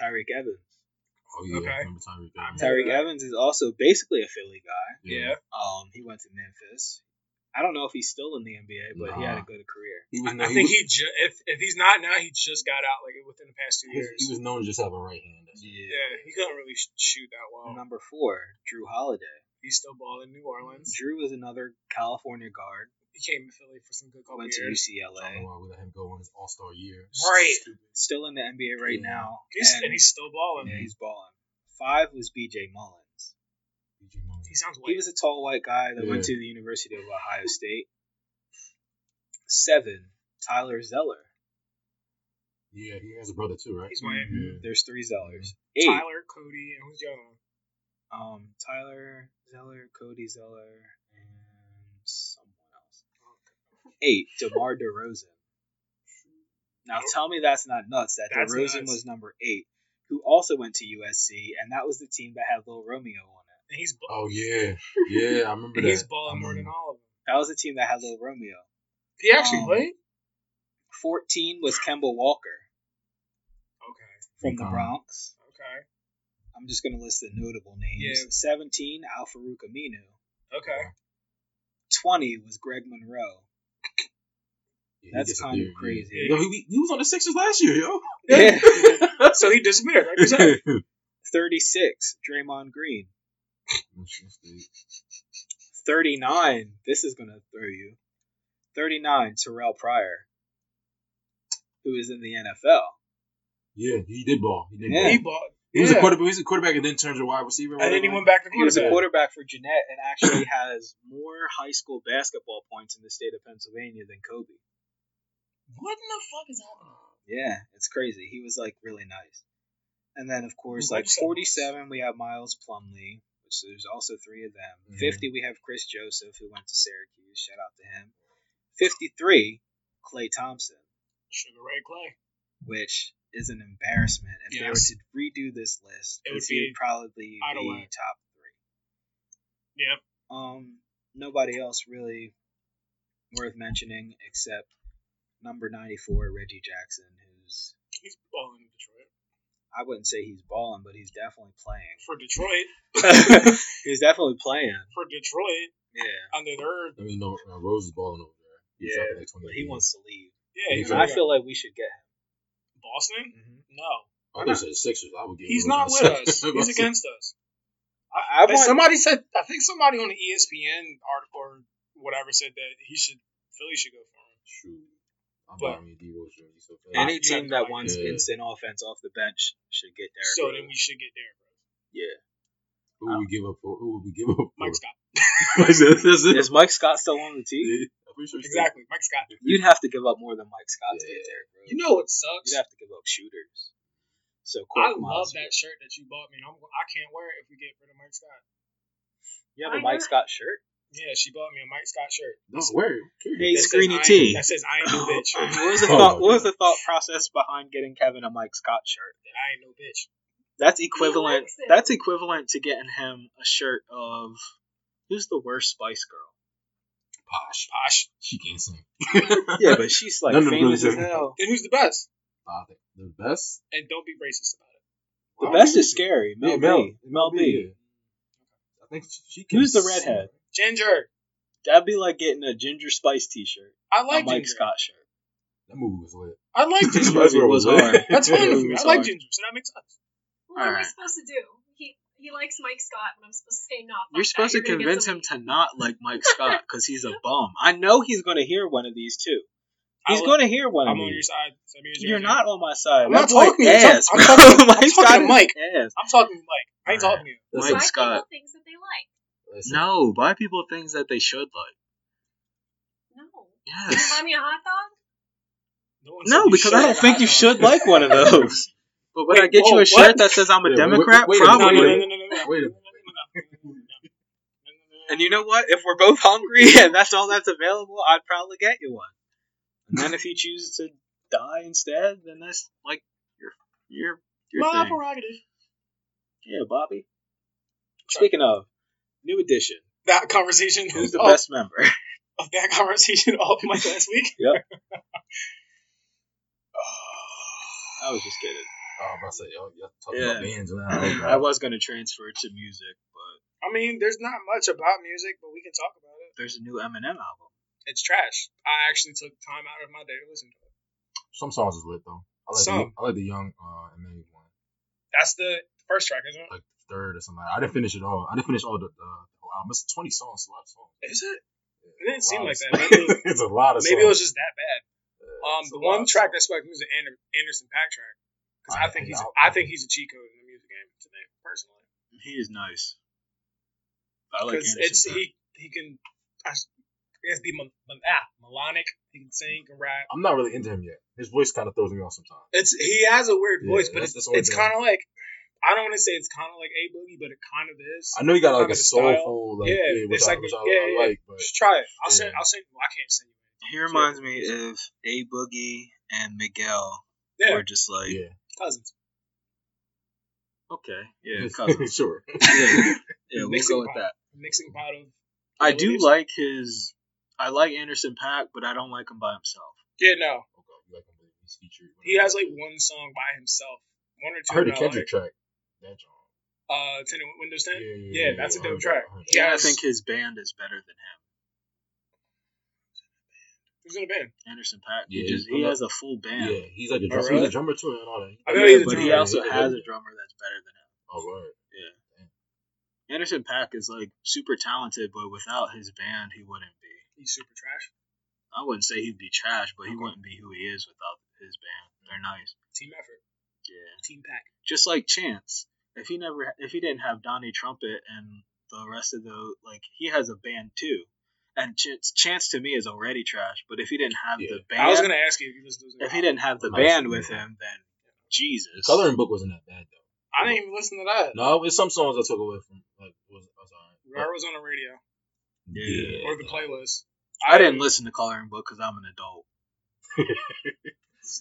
Speaker 3: Tyreek Evans.
Speaker 5: Oh yeah,
Speaker 2: Okay.
Speaker 5: I remember Tyreek. Evans.
Speaker 2: Tyreek-
Speaker 3: Tyreek
Speaker 2: Yeah.
Speaker 3: Evans is also basically a Philly guy.
Speaker 2: Yeah.
Speaker 3: Um, he went to Memphis. I don't know if he's still in the NBA, but he had a
Speaker 5: Nah.
Speaker 3: good career.
Speaker 5: He was. known-
Speaker 2: I
Speaker 5: he
Speaker 2: think
Speaker 5: was-
Speaker 2: he ju- if if he's not now, he just got out like within the past two
Speaker 5: he was,
Speaker 2: years.
Speaker 5: he was known to just have a right hand. That's it.
Speaker 2: yeah, he couldn't really sh- shoot that well.
Speaker 3: Number four, Drew Holiday.
Speaker 2: He's still balling in New Orleans.
Speaker 3: Drew is another California guard.
Speaker 2: He came to Philly for some good couple
Speaker 3: Went to
Speaker 2: years.
Speaker 5: I don't
Speaker 2: Oh,
Speaker 3: UCLA.
Speaker 5: know why we let him go on his All Star year.
Speaker 2: Right.
Speaker 3: Still in the NBA right
Speaker 5: Yeah.
Speaker 3: now.
Speaker 2: He's, and,
Speaker 3: and-
Speaker 2: he's still balling.
Speaker 3: Yeah, he's balling. Five was B.J. Mullins.
Speaker 5: PG Mullins.
Speaker 2: He sounds
Speaker 3: He
Speaker 2: white.
Speaker 3: was a tall white guy that went to the University of Ohio State. Seven, Tyler Zeller.
Speaker 5: Yeah, he has a brother too, right?
Speaker 2: He's white.
Speaker 5: Yeah.
Speaker 3: There's three Zellers. Eight,
Speaker 2: Mm-hmm. Tyler, Cody, and who's the other one?
Speaker 3: um, Tyler Zeller, Cody Zeller, and someone else. Eight, DeMar DeRozan. Now tell me that's not nuts that
Speaker 2: That's
Speaker 3: DeRozan
Speaker 2: nuts.
Speaker 3: was number eight, who also went to USC, and that was the team that had Lil Romeo on it.
Speaker 2: and he's bu-
Speaker 5: Oh yeah, yeah. I remember
Speaker 2: and
Speaker 5: that.
Speaker 2: he's balling
Speaker 5: I
Speaker 3: Um,
Speaker 2: more than
Speaker 5: remember.
Speaker 2: all of them.
Speaker 3: That was a team that had Little Romeo.
Speaker 2: He actually
Speaker 3: Um,
Speaker 2: played.
Speaker 3: 14 was Kemba Walker
Speaker 2: Okay,
Speaker 3: from the
Speaker 5: Okay.
Speaker 3: Bronx.
Speaker 2: okay,
Speaker 3: I'm just going to list the notable names.
Speaker 2: Yeah.
Speaker 3: 17, Al Farouk Aminu.
Speaker 2: okay.
Speaker 3: 20 was Greg Monroe.
Speaker 5: Yeah, he
Speaker 3: That's
Speaker 5: gets a
Speaker 3: kind of
Speaker 5: beard, yeah.
Speaker 3: crazy.
Speaker 5: Yo, he, he was on the Sixers last year, yo.
Speaker 3: Yeah.
Speaker 2: so he disappeared. Like you said.
Speaker 3: 36, Draymond Green. 39, this is going to throw you. 39, Terrell Pryor, who is in the NFL.
Speaker 5: yeah, he did ball. He did
Speaker 3: Yeah.
Speaker 5: ball.
Speaker 2: He
Speaker 5: He,
Speaker 2: bought.
Speaker 5: was
Speaker 2: yeah.
Speaker 5: a quarterback. He was a quarterback and then turned to wide receiver. or
Speaker 2: and then he
Speaker 5: whatever.
Speaker 2: went back to
Speaker 3: He was a
Speaker 2: quarterback.
Speaker 3: quarterback for Jeanette and actually has more high school basketball points in the state of Pennsylvania than Kobe.
Speaker 2: What in the fuck is happening?
Speaker 3: Yeah, it's crazy. He was like really nice. And then of course,
Speaker 2: Ooh,
Speaker 3: like
Speaker 2: that's so nice.
Speaker 3: forty seven, we have Miles Plumley, which there's also three of them.
Speaker 2: Mm-hmm.
Speaker 5: Mhm.
Speaker 3: Fifty, we have Chris Joseph, who went to Syracuse. Shout out to him. Fifty three, Clay Thompson,
Speaker 2: Sugar Ray Clay.
Speaker 3: which is an embarrassment. If they were
Speaker 2: Yes.
Speaker 3: to redo this list,
Speaker 2: It would
Speaker 3: this, he
Speaker 2: be
Speaker 3: would probably
Speaker 2: out of
Speaker 3: be
Speaker 2: whack.
Speaker 3: top three.
Speaker 2: Yep.
Speaker 3: Um, nobody else really worth mentioning except number ninety four, Reggie Jackson, who's
Speaker 2: He's balling in Detroit
Speaker 3: I wouldn't say he's balling, but he's definitely playing.
Speaker 2: for Detroit
Speaker 3: he's definitely playing.
Speaker 2: for Detroit
Speaker 3: Yeah.
Speaker 2: under their
Speaker 5: I mean, no, uh, Rose is balling over there. He's
Speaker 3: Yeah,
Speaker 5: dropping like 20
Speaker 3: But
Speaker 5: a
Speaker 3: he
Speaker 5: game.
Speaker 3: wants to leave.
Speaker 2: yeah. He's
Speaker 5: Yeah.
Speaker 3: And I feel like we should get
Speaker 2: Boston.
Speaker 3: him.
Speaker 2: No,
Speaker 5: I thought you said Sixers. I would give.
Speaker 2: he's
Speaker 5: Rose
Speaker 2: not
Speaker 5: a
Speaker 2: with
Speaker 5: second.
Speaker 2: us. He's against us.
Speaker 3: I, I
Speaker 2: They-
Speaker 3: want
Speaker 2: somebody said. I think somebody on the E ESPN article or whatever said that he should Philly should go for him.
Speaker 5: Shoot. I'm
Speaker 2: But-
Speaker 5: buying me a D Rose jersey so fast.
Speaker 3: any
Speaker 2: you
Speaker 3: team
Speaker 2: have
Speaker 3: that
Speaker 2: to-
Speaker 3: wants
Speaker 5: Yeah.
Speaker 3: instant offense off the bench should get there.
Speaker 2: so then we should get there.
Speaker 5: Who would we give up for? Who would we give up for?
Speaker 2: Mike Scott.
Speaker 5: That's it.
Speaker 3: Is Mike Scott still on the team?
Speaker 5: Yeah, I'm pretty sure he's still-
Speaker 2: Exactly, Mike Scott.
Speaker 3: You'd have to give up more than Mike Scott to
Speaker 5: Yeah.
Speaker 3: get there, bro.
Speaker 2: You know what sucks?
Speaker 3: You'd have to give up shooters. So
Speaker 2: I
Speaker 3: Colt
Speaker 2: love
Speaker 3: Miles-
Speaker 2: that shirt that you bought me. and I'm, I can't wear it if we get rid of Mike Scott.
Speaker 3: You have a
Speaker 4: Why
Speaker 3: Mike
Speaker 4: not?
Speaker 3: Scott shirt?
Speaker 2: Yeah, she bought me a Mike Scott shirt.
Speaker 5: No, where?
Speaker 3: Hey,
Speaker 2: That says
Speaker 3: Screeny
Speaker 2: I
Speaker 3: T.
Speaker 2: ain't- That says I ain't no bitch.
Speaker 3: What was the
Speaker 5: Oh,
Speaker 3: thought?
Speaker 5: my
Speaker 3: What was the thought process behind getting Kevin a Mike Scott shirt?
Speaker 2: I ain't no bitch.
Speaker 3: That's equivalent.
Speaker 4: likes it.
Speaker 3: That's equivalent to getting him a shirt of who's the worst Spice Girl.
Speaker 5: Posh.
Speaker 2: Posh.
Speaker 5: She can't sing.
Speaker 3: Yeah, but she's like
Speaker 5: None of them
Speaker 3: famous
Speaker 5: really
Speaker 3: as
Speaker 5: do.
Speaker 3: hell.
Speaker 2: Then who's the best?
Speaker 5: I think the best.
Speaker 2: And don't be racist about it.
Speaker 3: The
Speaker 5: I
Speaker 3: best
Speaker 5: think-
Speaker 3: is scary. Mel
Speaker 5: Yeah,
Speaker 3: B. Mel
Speaker 5: Mel.
Speaker 3: B.
Speaker 5: yeah. I think she- she can.
Speaker 3: Who's the
Speaker 5: sing.
Speaker 3: redhead?
Speaker 2: Ginger.
Speaker 3: That'd be like getting a Ginger Spice T-shirt,
Speaker 2: I
Speaker 3: a
Speaker 2: like
Speaker 3: Mike
Speaker 2: Ginger.
Speaker 3: Scott shirt.
Speaker 5: That movie was lit.
Speaker 2: I like
Speaker 5: This
Speaker 2: Ginger.
Speaker 5: movie
Speaker 3: was hard.
Speaker 2: That's fine with me. I like
Speaker 3: Sorry.
Speaker 2: Ginger, so that makes sense.
Speaker 4: What are we
Speaker 3: Alright.
Speaker 4: supposed to do? He he likes Mike Scott, but I'm supposed to say no. fuck
Speaker 3: You're
Speaker 4: that,
Speaker 3: supposed to
Speaker 4: gonna get
Speaker 3: convince
Speaker 4: some-
Speaker 3: him to not like Mike Scott because he's a bum. I know he's going to hear one of these too. He's
Speaker 2: I-
Speaker 3: going to hear one
Speaker 2: I'm
Speaker 3: of
Speaker 2: on your
Speaker 3: these.
Speaker 2: side. Send me your jersey.
Speaker 3: You're not on my side.
Speaker 2: I'm not
Speaker 3: That's like
Speaker 2: talking to you. I'm
Speaker 3: ass,
Speaker 2: talking-
Speaker 3: bro.
Speaker 2: I'm talking- I'm
Speaker 3: Mike
Speaker 2: talking
Speaker 3: Scott
Speaker 2: to
Speaker 3: is
Speaker 2: Mike.
Speaker 3: ass.
Speaker 2: I'm talking to Mike. I ain't
Speaker 5: Alright.
Speaker 2: talking to you.
Speaker 5: That's
Speaker 3: Mike
Speaker 5: it.
Speaker 4: Buy
Speaker 3: Scott.
Speaker 4: people things that they like.
Speaker 5: That's it.
Speaker 3: No, buy people things that they should like.
Speaker 4: No. Can you
Speaker 3: Yes.
Speaker 4: buy me a hot dog?
Speaker 2: one said
Speaker 3: No,
Speaker 2: you
Speaker 3: because
Speaker 2: should
Speaker 3: I
Speaker 2: like
Speaker 3: don't
Speaker 2: a
Speaker 3: think
Speaker 2: hot
Speaker 3: you
Speaker 2: dog.
Speaker 3: should like one of those. oh, But would
Speaker 2: Wait,
Speaker 3: I get you
Speaker 2: whoa,
Speaker 3: a shirt
Speaker 2: what?
Speaker 3: that says I'm a
Speaker 5: Yeah, wait,
Speaker 3: Democrat?
Speaker 5: wait a
Speaker 2: No,
Speaker 5: minute,
Speaker 2: no,
Speaker 3: Probably.
Speaker 2: no, no, no, no, no, no.
Speaker 5: oh, Wait a minute.
Speaker 2: No, no, no, no, no.
Speaker 3: And you know what? If we're both hungry and that's all that's available, I'd probably get you one. And then if you choose to die instead, then that's like your your your
Speaker 2: My
Speaker 3: thing.
Speaker 2: prerogative.
Speaker 3: Yeah, Bobby. Speaking of new edition,
Speaker 2: That conversation
Speaker 3: who's the
Speaker 2: of,
Speaker 3: best member?
Speaker 2: of that conversation off my last week.
Speaker 3: I was just kidding.
Speaker 5: Oh, I'm about to say, y'all, y'all talking
Speaker 3: Yeah.
Speaker 5: about bands now.
Speaker 3: I was gonna transfer to music, but
Speaker 2: I mean, there's not much about music, but we can talk about it.
Speaker 3: there's a new Eminem album.
Speaker 2: It's trash. I actually took time out of my day to listen to it.
Speaker 5: Some songs is lit though. I like,
Speaker 2: Some.
Speaker 5: The, I like the young uh, MA one,
Speaker 2: That's the first track, isn't it?
Speaker 5: like third or something. I didn't finish it all. I didn't finish all the. Uh, whole album. It's 20 songs, it's a lot of songs.
Speaker 2: Is it? It didn't
Speaker 5: A
Speaker 2: seem
Speaker 5: lot
Speaker 2: like
Speaker 5: of
Speaker 2: that.
Speaker 5: songs.
Speaker 2: Maybe it was,
Speaker 5: it's a lot of songs.
Speaker 2: maybe it was just that bad.
Speaker 5: Yeah,
Speaker 2: Um,
Speaker 5: it's
Speaker 2: the
Speaker 5: a lot
Speaker 2: one
Speaker 5: of
Speaker 2: track
Speaker 5: songs.
Speaker 2: that spiked me was the Ander- Anderson Pack track because I,
Speaker 5: I-
Speaker 2: think
Speaker 5: I
Speaker 2: he's
Speaker 5: know.
Speaker 2: I think he's a cheat code in the music game to me personally
Speaker 3: He is nice. I like
Speaker 2: because
Speaker 3: Anderson.
Speaker 2: it's
Speaker 3: Paak.
Speaker 2: he he can I s- I guess be mel- mel- ah, melodic he can sing and rap
Speaker 5: I'm not really into him yet. His voice kind of throws me off sometimes.
Speaker 2: It's he has a weird
Speaker 5: Yeah,
Speaker 2: voice, but
Speaker 5: that's-
Speaker 2: it's,
Speaker 5: that's what
Speaker 2: it's
Speaker 5: it
Speaker 2: kind of like I don't want to say it's kind of like a boogie, but it kind of is.
Speaker 5: I know he got like
Speaker 2: Kind
Speaker 5: a
Speaker 2: of the style.
Speaker 5: soulful, like
Speaker 2: Yeah,
Speaker 5: yeah, which,
Speaker 2: it's
Speaker 5: I,
Speaker 2: like-
Speaker 5: which I,
Speaker 2: yeah, yeah,
Speaker 5: I like, but
Speaker 2: Just try it. I'll send.
Speaker 5: Yeah.
Speaker 2: I'll send. Well, I can't send you.
Speaker 3: He reminds me of A Boogie and Miguel
Speaker 2: Yeah.
Speaker 3: were just like
Speaker 5: yeah,
Speaker 2: Cousins.
Speaker 3: Okay. Yeah.
Speaker 5: Just-
Speaker 3: Cousins.
Speaker 5: sure.
Speaker 3: yeah, yeah we'll
Speaker 2: Mixing
Speaker 3: go with that.
Speaker 2: pot. Mixing pot of
Speaker 3: I do
Speaker 2: Leaders.
Speaker 3: like his. I like Anderson Pack, but I don't like him by himself.
Speaker 2: yeah, no.
Speaker 5: Oh god, you like him, but he's featured.
Speaker 2: He has like one song by himself, one or two.
Speaker 5: I heard a
Speaker 2: that I
Speaker 5: Kendrick track. That joint.
Speaker 2: Like, uh, ten Windows Ten. Yeah, that's a
Speaker 5: I
Speaker 2: dope
Speaker 5: heard that,
Speaker 2: track.
Speaker 5: I heard that.
Speaker 2: He
Speaker 3: Yeah, I
Speaker 2: has-
Speaker 3: think his band is better than him.
Speaker 2: Who's in a band?
Speaker 3: Anderson Pack.
Speaker 5: Yeah,
Speaker 3: he just he
Speaker 5: he's-
Speaker 3: has a full band.
Speaker 5: Yeah, he's like a
Speaker 2: Oh,
Speaker 5: drummer.
Speaker 2: really?
Speaker 5: He's a drummer too and all that.
Speaker 2: I
Speaker 3: Yeah,
Speaker 2: know he's a
Speaker 3: but he
Speaker 2: drummer.
Speaker 3: also
Speaker 5: He's a
Speaker 3: has a
Speaker 5: drummer.
Speaker 3: drummer that's better than him.
Speaker 5: Oh word.
Speaker 3: Anderson Pack is like super talented, but without his band, he wouldn't be.
Speaker 2: He's super trash.
Speaker 3: I wouldn't say he'd be trash, but he
Speaker 2: Okay.
Speaker 3: wouldn't be who he is without his band. They're nice.
Speaker 2: Team effort.
Speaker 3: Yeah.
Speaker 2: Team pack.
Speaker 3: Just like Chance. If he never, if he didn't have Donnie Trumpet and the rest of the like, he has a band too. And Chance, Chance to me is already trash. But if he didn't have
Speaker 5: Yeah.
Speaker 3: the band,
Speaker 2: I was gonna ask you if you listened to his
Speaker 3: if he didn't have the
Speaker 5: I
Speaker 3: band
Speaker 5: see.
Speaker 3: with him, then Jesus.
Speaker 5: Coloring book wasn't that bad though.
Speaker 2: I didn't even listen to that.
Speaker 5: No, it's some songs I took away from. Like, was, I was all right.
Speaker 2: Where it was on the radio
Speaker 3: Yeah.
Speaker 2: or the playlist.
Speaker 3: I didn't listen to Coloring Book because I'm an adult.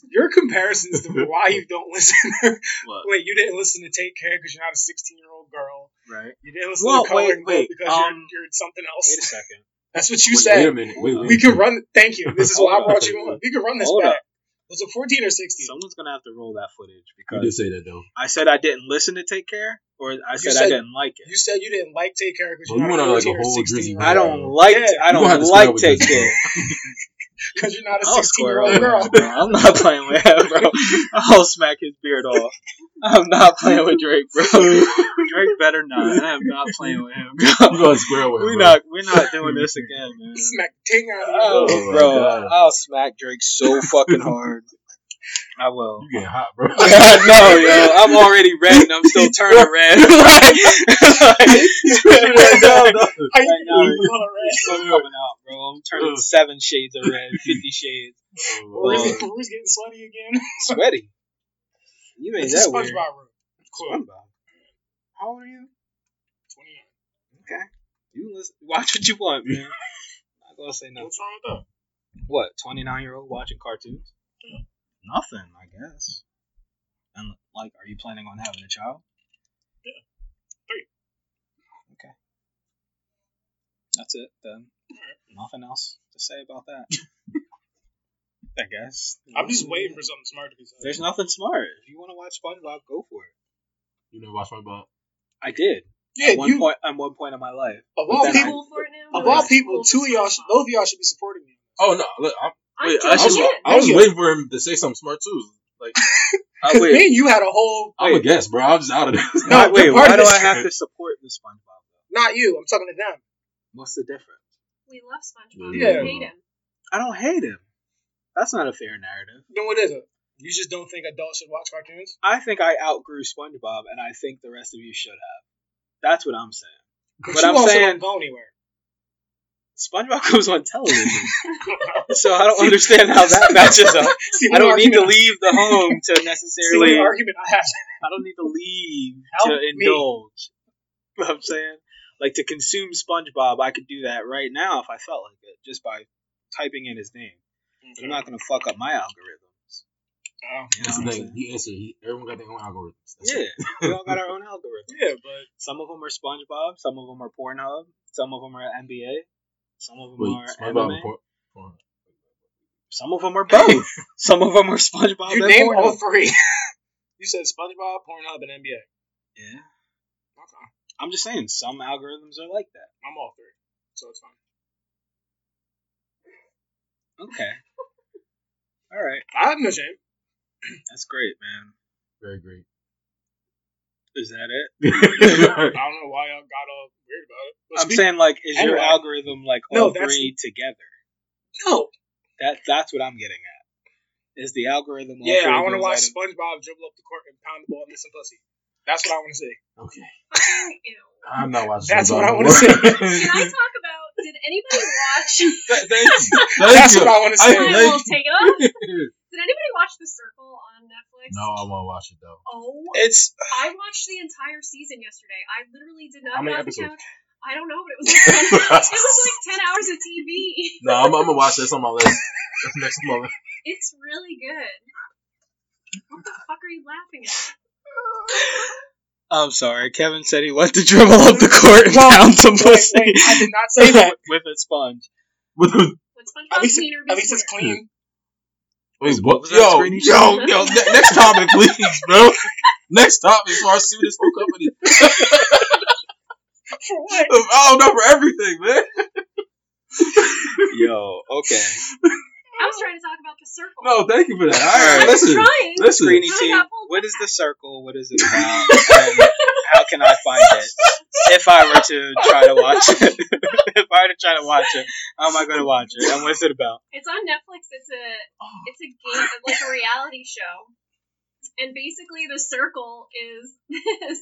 Speaker 2: Your comparisons to why you don't listen.
Speaker 3: What?
Speaker 2: Wait, you didn't listen to Take Care because you're not a 16 year old girl.
Speaker 3: Right.
Speaker 2: You didn't listen
Speaker 3: Well,
Speaker 2: to Coloring
Speaker 3: wait, wait,
Speaker 2: Book because
Speaker 3: um,
Speaker 2: you're, you're something
Speaker 3: Wait a
Speaker 2: else.
Speaker 3: second.
Speaker 2: That's what you
Speaker 5: Wait,
Speaker 2: said.
Speaker 5: Wait a minute. Wait, wait,
Speaker 2: we can
Speaker 5: wait.
Speaker 2: run. Thank you. This is why I
Speaker 5: Hold
Speaker 2: brought
Speaker 5: up.
Speaker 2: you on. We can run this
Speaker 3: Hold
Speaker 2: back.
Speaker 3: up.
Speaker 2: Was it 14 or 16?
Speaker 3: Someone's gonna have to roll that footage
Speaker 5: You
Speaker 3: because
Speaker 5: did say that though.
Speaker 3: I said I didn't listen to Take Care, or I said, I
Speaker 2: said-
Speaker 3: didn't like it.
Speaker 2: You said you didn't like Take Care because
Speaker 5: Well,
Speaker 2: you're
Speaker 5: you
Speaker 2: not
Speaker 5: went
Speaker 2: a
Speaker 5: on, like, a
Speaker 2: 14 or
Speaker 5: whole
Speaker 2: 16
Speaker 5: drizzy
Speaker 3: I
Speaker 5: rant.
Speaker 3: don't like.
Speaker 2: Yeah.
Speaker 3: I
Speaker 5: You gonna have
Speaker 3: don't
Speaker 5: to
Speaker 3: like
Speaker 5: square with
Speaker 3: take
Speaker 5: this.
Speaker 3: care.
Speaker 2: because you're not a
Speaker 3: I'll
Speaker 2: 16 year
Speaker 3: square
Speaker 2: old
Speaker 3: with
Speaker 2: girl.
Speaker 3: him, bro. I'm not playing with him, bro. I'll smack his beard off. I'm not playing with Drake, bro. Drake better not. I am not playing with him,
Speaker 5: You
Speaker 3: bro.
Speaker 5: going square with him?
Speaker 3: We're
Speaker 5: bro.
Speaker 3: not. We're not doing this again, man.
Speaker 2: Smack ting out
Speaker 3: Oh,
Speaker 2: of you.
Speaker 5: Oh, my
Speaker 3: bro,
Speaker 5: God.
Speaker 3: I'll smack Drake so fucking hard. I will.
Speaker 5: You getting hot, bro?
Speaker 3: I know, yo. I'm already red and I'm still turning red. like, like, right now,
Speaker 2: How
Speaker 5: Oh,
Speaker 3: Right now,
Speaker 2: you doing? You all right?
Speaker 3: it's still coming out, bro. I'm turning seven shades of red, fifty shades.
Speaker 5: Oh,
Speaker 2: Or is
Speaker 5: Lord.
Speaker 2: he-
Speaker 3: Well-
Speaker 2: or is he getting sweaty again?
Speaker 3: Sweaty. You made
Speaker 2: It's
Speaker 3: that
Speaker 2: a
Speaker 3: weird.
Speaker 2: SpongeBob room. Cool.
Speaker 3: SpongeBob. How old are you?
Speaker 2: 29.
Speaker 3: Okay. You listen. Watch what you want, man. I'm not gonna say no.
Speaker 2: What's wrong with that?
Speaker 3: What? Twenty nine year old watching cartoons? Nothing, I guess. And like, are you planning on having a child?
Speaker 2: Yeah. Three.
Speaker 3: Okay. That's it then. Nothing else to say about that. I guess.
Speaker 2: I'm just waiting for something smart to be said.
Speaker 3: There's nothing smart. If you want to watch SpongeBob, go for it.
Speaker 5: You know, watch my butt.
Speaker 3: I did.
Speaker 2: yeah,
Speaker 3: at one
Speaker 2: you,
Speaker 3: point, at one point in my life.
Speaker 2: of
Speaker 3: but
Speaker 2: all
Speaker 3: then I-
Speaker 2: people, of all people, two of y'all, should, both of y'all should be supporting me.
Speaker 5: Oh no! Look, I'm,
Speaker 3: Wait,
Speaker 5: I was,
Speaker 3: Again,
Speaker 5: I was
Speaker 2: thank you.
Speaker 5: waiting for him to say something smart too. Like
Speaker 3: Uh,
Speaker 2: Because
Speaker 3: wait,
Speaker 2: me and you had a whole,
Speaker 5: I'm a
Speaker 3: Wait.
Speaker 5: guest, bro. I'm just out of this.
Speaker 2: No,
Speaker 3: why- wait,
Speaker 2: you're part
Speaker 3: why
Speaker 2: of
Speaker 3: do
Speaker 2: this
Speaker 3: I have
Speaker 5: shit.
Speaker 3: to support the SpongeBob? though?
Speaker 2: not you, I'm talking to them.
Speaker 3: What's the difference?
Speaker 4: We love SpongeBob.
Speaker 2: Yeah.
Speaker 4: We hate him.
Speaker 3: I don't hate him. That's not a fair narrative.
Speaker 2: Then what is it? You just don't think adults should watch cartoons?
Speaker 3: I think I outgrew SpongeBob, and I think the rest of you should have. That's what I'm saying. But
Speaker 2: you
Speaker 3: I'm
Speaker 2: also
Speaker 3: saying-
Speaker 2: don't go anywhere.
Speaker 3: SpongeBob goes on television, so I don't understand how that matches up.
Speaker 2: See,
Speaker 3: I don't need to
Speaker 2: argument-
Speaker 3: leave the home to
Speaker 2: See what
Speaker 3: necessarily.
Speaker 2: argument I have.
Speaker 3: I don't need to leave
Speaker 2: Help
Speaker 3: to
Speaker 2: me.
Speaker 3: indulge. You know what I'm saying, like to consume SpongeBob, I could do that right now if I felt like it, just by typing in his name. But I'm not gonna fuck up my algorithms.
Speaker 2: Oh,
Speaker 3: You know what
Speaker 5: That's the
Speaker 3: I'm
Speaker 5: thing.
Speaker 3: saying?
Speaker 5: He answered. He, everyone got their own algorithms. That's
Speaker 3: Yeah,
Speaker 5: it.
Speaker 3: we all got our own algorithms.
Speaker 2: yeah, but
Speaker 3: Some of them are SpongeBob. Some of them are Pornhub. Some of them are NBA. Some of them
Speaker 5: Wait,
Speaker 3: are
Speaker 5: SpongeBob
Speaker 3: MMA.
Speaker 5: and porn. porn.
Speaker 3: Some of them are both. some of them are SpongeBob
Speaker 2: you
Speaker 3: and
Speaker 2: name
Speaker 3: Pornhub.
Speaker 2: all three. you said SpongeBob, Pornhub, and NBA.
Speaker 3: yeah.
Speaker 2: Okay,
Speaker 3: I'm just saying, some algorithms are like that.
Speaker 2: I'm all three, so it's fine.
Speaker 3: Okay. all right.
Speaker 2: I have no shame.
Speaker 3: That's great, man.
Speaker 5: Very great.
Speaker 3: Is that it?
Speaker 2: I
Speaker 5: Alright.
Speaker 2: don't know why y'all got all weird about it. But
Speaker 3: I'm
Speaker 2: speak-
Speaker 3: saying, like, is your
Speaker 2: Anyway.
Speaker 3: algorithm like all
Speaker 2: No, that's-
Speaker 3: three together?
Speaker 2: no.
Speaker 3: That that's what I'm getting at. Is the algorithm? all
Speaker 2: Yeah,
Speaker 3: three
Speaker 2: I
Speaker 3: of
Speaker 2: want
Speaker 3: those
Speaker 2: to watch
Speaker 3: items?
Speaker 2: SpongeBob dribble up the court and pound the ball and miss some pussy. That's what I want to see.
Speaker 5: okay.
Speaker 4: Ew.
Speaker 5: I'm not watching.
Speaker 2: That's what I
Speaker 5: SpongeBob
Speaker 2: wanna say.
Speaker 4: Can I
Speaker 5: anymore.
Speaker 4: talk about? Did anybody watch?
Speaker 5: Thank
Speaker 2: That's
Speaker 5: you.
Speaker 2: what I want to
Speaker 5: I
Speaker 4: I
Speaker 2: see.
Speaker 5: like-
Speaker 4: will take it off. Did anybody watch The Circle on Netflix?
Speaker 5: no, I want to watch it though.
Speaker 4: Oh,
Speaker 3: It's
Speaker 4: I watched the entire season yesterday. I literally did not.
Speaker 5: How many
Speaker 4: get off the
Speaker 5: episodes?
Speaker 4: couch. I don't know, but it was like ten, it was like ten hours of TV.
Speaker 5: No, I'm, I'm gonna watch this on my list. That's next on my list.
Speaker 4: It's really good. What the fuck are you laughing at?
Speaker 3: I'm sorry. Kevin said he went to dribble up the court and
Speaker 2: Well,
Speaker 3: found some
Speaker 2: Wait,
Speaker 3: pussy
Speaker 2: wait, I did not say that.
Speaker 3: with a sponge.
Speaker 5: With the-
Speaker 4: Would
Speaker 2: At
Speaker 4: SpongeBob
Speaker 2: least,
Speaker 4: cleaner be
Speaker 2: at least it's
Speaker 4: square?
Speaker 2: clean.
Speaker 5: wait,
Speaker 3: What
Speaker 5: what
Speaker 3: was
Speaker 5: was
Speaker 3: that
Speaker 5: yo,
Speaker 3: screen you
Speaker 5: yo,
Speaker 4: showed?
Speaker 5: yo, ne- next topic, please, bro. Next topic for our suit this whole company.
Speaker 2: For what?
Speaker 5: I don't know for everything, man.
Speaker 3: Yo, okay.
Speaker 4: I was trying to talk about the circle.
Speaker 5: No, thank you for that.
Speaker 3: All
Speaker 5: All
Speaker 3: right.
Speaker 5: right,
Speaker 4: I was
Speaker 5: listen,
Speaker 4: trying.
Speaker 5: listen.
Speaker 3: Screeny
Speaker 4: I
Speaker 3: team,
Speaker 4: got pulled
Speaker 3: what is the circle? What is it about? and how can I find it? If I were to try to watch it, if I were to try to watch it, how am I going to watch it? And what's it about?
Speaker 4: It's on Netflix. It's a
Speaker 5: ah,
Speaker 4: it's a game like a reality show, and basically the circle is this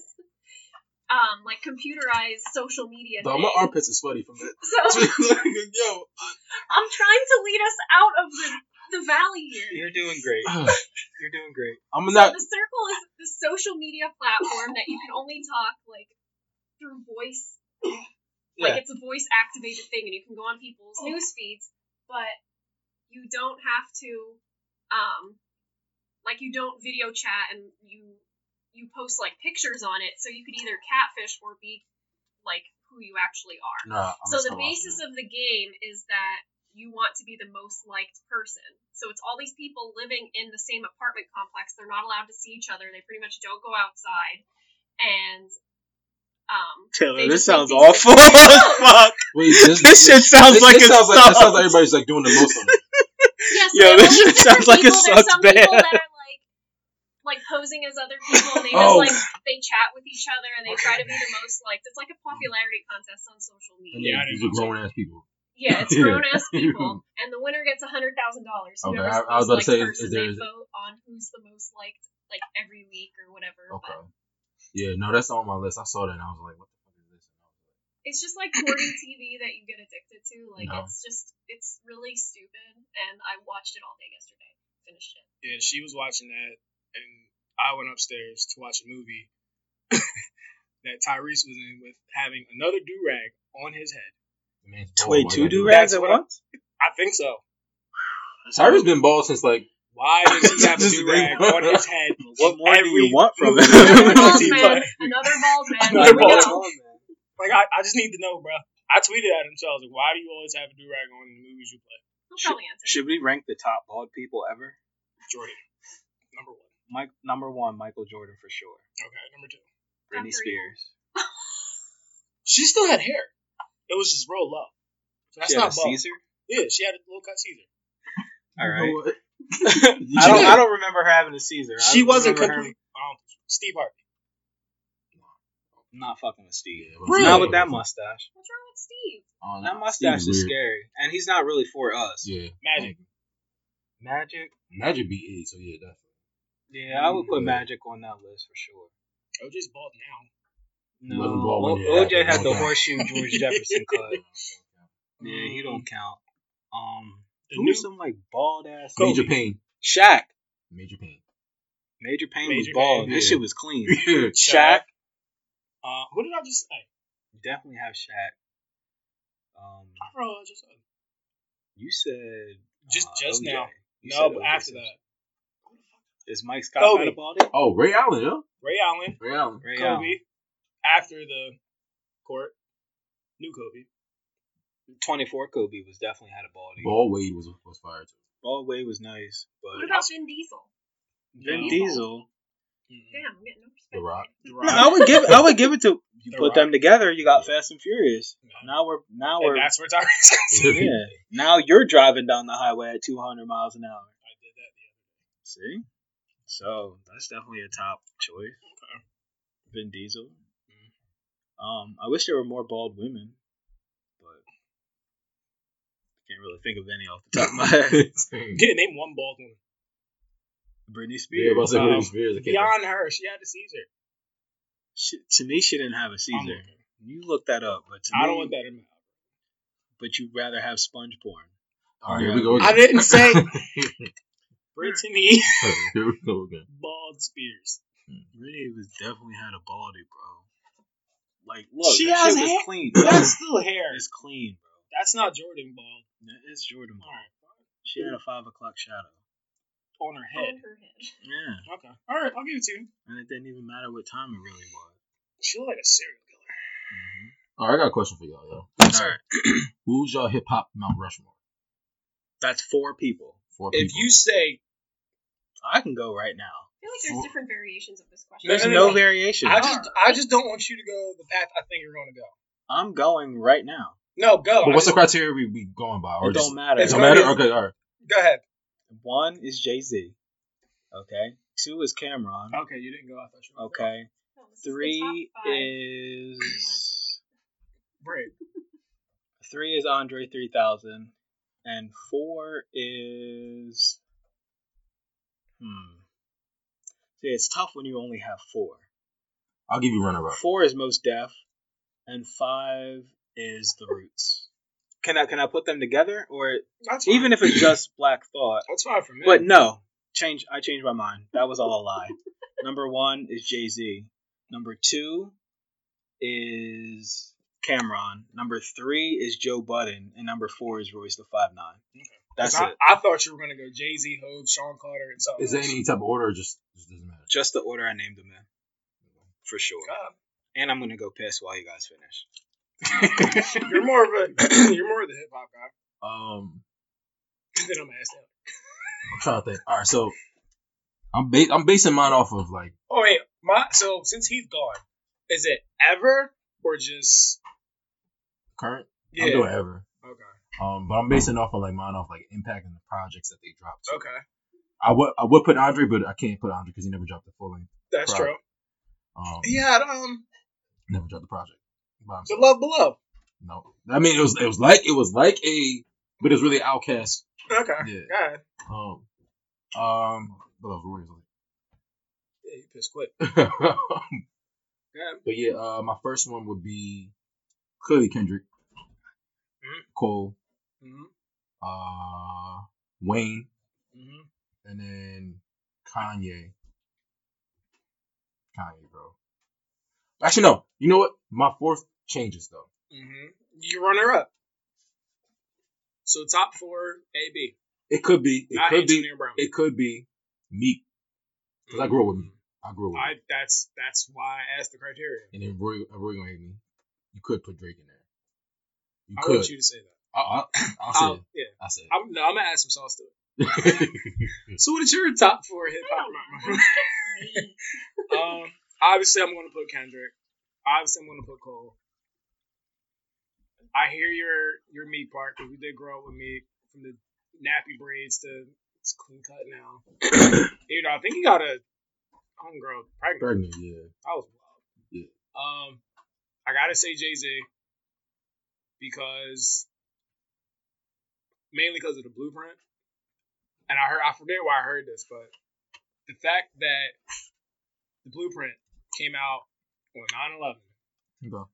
Speaker 4: um like computerized social media.
Speaker 5: Dog,
Speaker 4: thing.
Speaker 5: my armpits are sweaty from that.
Speaker 4: So
Speaker 5: yo,
Speaker 4: I'm trying to lead us out of the the valley here.
Speaker 3: You're doing great. You're doing great.
Speaker 5: I'm
Speaker 4: So
Speaker 5: not.
Speaker 4: the circle is the social media platform that you can only talk like through voice. Like
Speaker 3: Yeah.
Speaker 4: it's a voice activated thing, and you can go on people's news feeds, but you don't have to, um, like you don't video chat, and you you post like pictures on it, so you could either catfish or be like who you actually are.
Speaker 5: Nah, I'm
Speaker 4: so the basis of the game is that you want to be the most liked person. So it's all these people living in the same apartment complex. They're not allowed to see each other. They pretty much don't go outside, and um,
Speaker 3: Taylor,
Speaker 4: They just make
Speaker 3: this sounds
Speaker 4: these-
Speaker 3: awful as fuck.
Speaker 5: Wait, this,
Speaker 3: This shit sounds like
Speaker 5: this
Speaker 3: it
Speaker 5: sounds like, this sounds
Speaker 3: sucks.
Speaker 5: like everybody's like doing the most on it.
Speaker 4: yes, yeah, so they
Speaker 3: Yo,
Speaker 4: have all
Speaker 3: this shit
Speaker 4: these different
Speaker 3: sounds like it
Speaker 4: people. There's
Speaker 3: sucks
Speaker 4: some people
Speaker 3: bad.
Speaker 4: that are like like posing as other people. And they just
Speaker 5: Oh.
Speaker 4: like they chat with each other and they try to be the most liked. It's like a popularity contest on social
Speaker 5: And
Speaker 4: media.
Speaker 2: Yeah, I
Speaker 5: yeah,
Speaker 2: didn't
Speaker 5: these are
Speaker 2: watch it.
Speaker 5: grown ass people.
Speaker 4: Yeah, it's
Speaker 5: Yeah.
Speaker 4: grown ass people, and the winner gets a hundred thousand dollars.
Speaker 5: Okay,
Speaker 4: Whoever's
Speaker 5: I-
Speaker 4: the
Speaker 5: I was
Speaker 4: most
Speaker 5: about
Speaker 4: liked
Speaker 5: to say, is
Speaker 4: person,
Speaker 5: there-
Speaker 4: they vote on who's the most liked, like every week or whatever.
Speaker 5: Okay.
Speaker 4: But
Speaker 5: Yeah, no, that's not on my list. I saw that and I was like, what the fuck is this?
Speaker 4: it's just like courting TV that you get addicted to. Like
Speaker 5: No.
Speaker 4: it's just, it's really stupid. And I watched it all day yesterday. Finished it.
Speaker 2: Yeah, she was watching that, and I went upstairs to watch a movie that Tyrese was in with having another do rag on his head.
Speaker 5: The man's bald,
Speaker 3: Wait,
Speaker 5: why
Speaker 3: two
Speaker 5: gotta
Speaker 3: do
Speaker 5: do
Speaker 2: rags
Speaker 3: rags at
Speaker 2: That's
Speaker 5: that?
Speaker 2: what-
Speaker 3: once?
Speaker 2: I think so.
Speaker 5: Tyra's been bald since like
Speaker 2: Why does he have a
Speaker 5: Just
Speaker 2: do rag
Speaker 5: think-
Speaker 2: on his head?
Speaker 3: What more do you
Speaker 2: Every-
Speaker 3: want from
Speaker 4: Another bald
Speaker 2: Team
Speaker 4: man.
Speaker 3: it?
Speaker 4: Another bald man. Here
Speaker 5: Another
Speaker 4: we
Speaker 5: bald
Speaker 4: go.
Speaker 2: Like I, I just need to know, bro. I tweeted at him, so I was like, "Why do you always have a do rag on in the movies you play?"
Speaker 4: He'll probably answer.
Speaker 3: Should we rank the top bald people ever?
Speaker 2: Jordan, number one.
Speaker 3: Mike, number one, Michael Jordan for sure.
Speaker 2: Okay, number two.
Speaker 4: Top
Speaker 3: Britney
Speaker 4: three.
Speaker 3: Spears.
Speaker 2: She still had hair. It was just real low. So that's
Speaker 3: She had
Speaker 2: not
Speaker 3: a
Speaker 2: bald.
Speaker 3: Caesar.
Speaker 2: Yeah, she had a low cut Caesar.
Speaker 3: All
Speaker 5: You
Speaker 3: right.
Speaker 5: know what?
Speaker 3: I don't.
Speaker 2: did.
Speaker 3: I don't remember her having a Caesar. I
Speaker 2: She wasn't
Speaker 3: remember her-
Speaker 2: complete. Um, Steve Harvey.
Speaker 3: I'm not fucking with Steve.
Speaker 5: Yeah,
Speaker 2: Really?
Speaker 3: Not with that mustache.
Speaker 4: What's wrong with Steve?
Speaker 5: Oh,
Speaker 3: That
Speaker 5: Steve
Speaker 3: mustache is
Speaker 5: weird.
Speaker 3: scary, and he's not really for us.
Speaker 5: Yeah.
Speaker 2: Magic.
Speaker 3: Magic.
Speaker 5: Magic beat eight, so yeah, definitely.
Speaker 3: Yeah, I would put
Speaker 5: Yeah.
Speaker 3: Magic on that list for sure. Mm-hmm.
Speaker 2: OJ's bald now.
Speaker 3: No,
Speaker 5: Wasn't bald when
Speaker 3: O-
Speaker 5: you had
Speaker 3: OJ
Speaker 5: it.
Speaker 3: had the
Speaker 5: Okay.
Speaker 3: horseshoe George Jefferson cut. Yeah, he don't
Speaker 5: Mm-hmm.
Speaker 3: count. Um,
Speaker 2: The
Speaker 3: who
Speaker 2: new-
Speaker 3: was some like bald ass?
Speaker 2: Kobe.
Speaker 5: Major pain.
Speaker 3: Shaq.
Speaker 5: Major pain.
Speaker 3: Major Payne was
Speaker 2: Major
Speaker 3: bald.
Speaker 2: Payne,
Speaker 3: This
Speaker 5: yeah.
Speaker 3: shit was clean.
Speaker 5: Yeah.
Speaker 3: Shaq.
Speaker 2: Uh, who did I just say?
Speaker 3: Definitely have Shaq. Um,
Speaker 2: I don't know. I just said.
Speaker 3: you said
Speaker 2: Just-
Speaker 3: uh,
Speaker 2: just
Speaker 3: OJ.
Speaker 2: now.
Speaker 3: You
Speaker 2: No,
Speaker 3: said
Speaker 2: but
Speaker 3: OJ
Speaker 2: after
Speaker 3: Simpson.
Speaker 2: that,
Speaker 3: Is Mike Scott
Speaker 2: Kobe.
Speaker 3: not a baldy?
Speaker 5: Oh, Ray Allen, yeah.
Speaker 2: Ray Allen,
Speaker 5: Ray Allen.
Speaker 3: Ray
Speaker 2: Kobe.
Speaker 3: Allen.
Speaker 2: After the court, new Kobe.
Speaker 3: 24 Kobe was definitely had a baldy. Ball.
Speaker 5: Ball Wade was was fired too.
Speaker 3: Wade was nice,
Speaker 4: What
Speaker 3: but
Speaker 4: about Vin Diesel?
Speaker 3: Vin
Speaker 2: No.
Speaker 3: Diesel.
Speaker 2: Mhm.
Speaker 4: Damn, I'm getting no respect.
Speaker 5: The Rock.
Speaker 2: The
Speaker 3: No, I
Speaker 2: Rock.
Speaker 3: would give I would give it to you
Speaker 2: The
Speaker 3: put
Speaker 2: Rock.
Speaker 3: them together, you got Fast and Furious.
Speaker 2: No.
Speaker 3: Now we're now
Speaker 2: And
Speaker 3: we're
Speaker 2: that's where Tyrese
Speaker 5: Yeah.
Speaker 3: yeah. Now you're driving down the highway at 200 miles an hour.
Speaker 2: I did that.
Speaker 3: See? So that's definitely a top choice.
Speaker 2: Okay.
Speaker 3: Vin Diesel. Um, I wish there were more bald women, but I can't really think of any off the top of my head.
Speaker 5: Yeah,
Speaker 2: Get it, name one bald woman.
Speaker 3: Britney Spears.
Speaker 5: but I said
Speaker 2: Um,
Speaker 5: Britney Spears. I can't-
Speaker 2: Beyond her, she had a Caesar.
Speaker 3: She, to me, she didn't have a
Speaker 2: I'm
Speaker 3: Caesar.
Speaker 2: looking.
Speaker 3: You look that up, but to
Speaker 2: I
Speaker 3: me,
Speaker 2: don't want that in my
Speaker 3: But you'd rather have sponge porn.
Speaker 5: All right, here we go
Speaker 2: I
Speaker 5: again.
Speaker 2: didn't say Brittany
Speaker 5: here we go again.
Speaker 2: Bald Spears.
Speaker 3: Britney was definitely had a baldy, bro. Like, look,
Speaker 2: She
Speaker 3: that
Speaker 2: has
Speaker 3: shit was
Speaker 2: hair.
Speaker 3: clean.
Speaker 2: That's still hair.
Speaker 3: it's clean, bro.
Speaker 2: That's not Jordan Bald.
Speaker 3: That is Jordan.
Speaker 2: All
Speaker 3: Ball.
Speaker 2: right.
Speaker 3: She had a five o'clock shadow.
Speaker 2: On her
Speaker 4: On
Speaker 2: head.
Speaker 4: her head.
Speaker 3: Yeah,
Speaker 2: Okay. All right, I'll give it to you.
Speaker 3: and it didn't even matter what time it really was.
Speaker 2: She looked like a serial killer.
Speaker 5: All right, I got a question for y'all, yo.
Speaker 3: All right,
Speaker 5: Who's y'all hip hop Mount Rushmore?
Speaker 3: that's four people.
Speaker 5: Four
Speaker 2: If
Speaker 5: people.
Speaker 2: you say
Speaker 3: I can go right now.
Speaker 4: I feel like there's different variations of this question.
Speaker 3: There's
Speaker 2: no,
Speaker 3: no
Speaker 2: no.
Speaker 3: variation.
Speaker 2: I just I just don't want you to go the path I think you're going to go.
Speaker 3: I'm going right now.
Speaker 2: No, go.
Speaker 5: but what's
Speaker 2: I
Speaker 5: the criteria we, we going by? Or
Speaker 3: It
Speaker 5: just,
Speaker 3: don't matter.
Speaker 5: It
Speaker 2: It's
Speaker 5: don't
Speaker 2: gonna
Speaker 5: matter.
Speaker 2: be-
Speaker 5: Okay, all right.
Speaker 2: just- go ahead.
Speaker 3: One is Jay Z. Okay. Two is Cameron.
Speaker 2: Okay, you didn't go. I thought you were
Speaker 3: Okay.
Speaker 4: No, this is the
Speaker 3: Three
Speaker 4: top five.
Speaker 3: is
Speaker 2: Break.
Speaker 3: three is Andre three thousand, and four is hmm. See, it's tough when you only have four.
Speaker 5: I'll give you runner up.
Speaker 3: Four is most deaf, and five is the Roots. Can I can I put them together, or
Speaker 2: That's fine.
Speaker 3: even if it's just Black Thought?
Speaker 2: that's fine for me.
Speaker 3: But no, change. I changed my mind. That was all a lie. Number one is Jay Z. Number two is Cameron. Number three is Joe Budden, and number four is Royce the Five Nine. That's
Speaker 2: I,
Speaker 3: it.
Speaker 2: I thought you were gonna go Jay Z, Hope, Sean Carter, and something.
Speaker 5: Is there
Speaker 2: else.
Speaker 5: any type of order? Or just, just doesn't matter.
Speaker 3: Just the order I named them in, for sure.
Speaker 2: God,
Speaker 3: And I'm gonna go piss while you guys finish.
Speaker 2: you're more of a you're more of the hip hop guy.
Speaker 5: Um,
Speaker 2: Then I'm gonna ask that.
Speaker 5: I'm trying to think. All right, so I'm ba- I'm basing mine off of like
Speaker 2: Oh wait, my so since he's gone, is it ever or just
Speaker 5: current.
Speaker 2: yeah?
Speaker 5: I'm doing ever.
Speaker 2: Okay,
Speaker 5: Um, but I'm basing off of like mine off like impact and the projects that they dropped. So
Speaker 2: okay,
Speaker 5: I would I would put Andre, but I can't put Andre because he never dropped the full length.
Speaker 2: that's
Speaker 5: Right.
Speaker 2: true.
Speaker 5: Um,
Speaker 2: He had um
Speaker 5: never dropped the project. By
Speaker 2: the
Speaker 5: himself.
Speaker 2: Love Below.
Speaker 5: No, I mean it was it was like it was like a, but it was really Outcast.
Speaker 2: Okay,
Speaker 5: Yeah.
Speaker 2: God,
Speaker 5: Um, um, but that was Roy's.
Speaker 2: yeah, you pissed quick.
Speaker 5: but
Speaker 2: God.
Speaker 5: yeah, uh, my first one would be clearly Kendrick, Cole,
Speaker 2: hmm
Speaker 5: uh, Wayne,
Speaker 2: hmm
Speaker 5: and then Kanye. Kanye, bro. Actually, no. You know what? My fourth changes though.
Speaker 2: hmm You runner up. So top four, A B.
Speaker 5: It could be. It
Speaker 2: Not
Speaker 5: could be.
Speaker 2: Antonio Brown. Mm-hmm.
Speaker 5: It could be Meek. Cause I grew up with Meek. I grew up with.
Speaker 2: I
Speaker 5: Meek.
Speaker 2: that's that's why I asked the criteria.
Speaker 5: And then Roy, uh, Roy gonna hate me. You could put Drake in there. You
Speaker 2: I
Speaker 5: could.
Speaker 2: want you to say that.
Speaker 5: I, I, I'll say. it.
Speaker 2: I'll- yeah,
Speaker 5: I said.
Speaker 2: I'm, no, I'm gonna add some sauce to it.
Speaker 5: it.
Speaker 2: So what is your top four hip
Speaker 4: I
Speaker 2: hop?
Speaker 4: don't
Speaker 2: rap-
Speaker 4: know. Me.
Speaker 2: um, obviously I'm gonna put Kendrick. Obviously I'm gonna put Cole. I hear your your Meek part because we did grow up with Meek from the nappy braids to it's clean cut now. you know, I think he got a homegirl pregnant.
Speaker 5: Pregnant, yeah.
Speaker 2: I was wild.
Speaker 5: Yeah.
Speaker 2: Um, I gotta say Jay Z because mainly because of the blueprint, and I heard I forget why I heard this, but the fact that the blueprint came out on 9/11.
Speaker 5: Okay.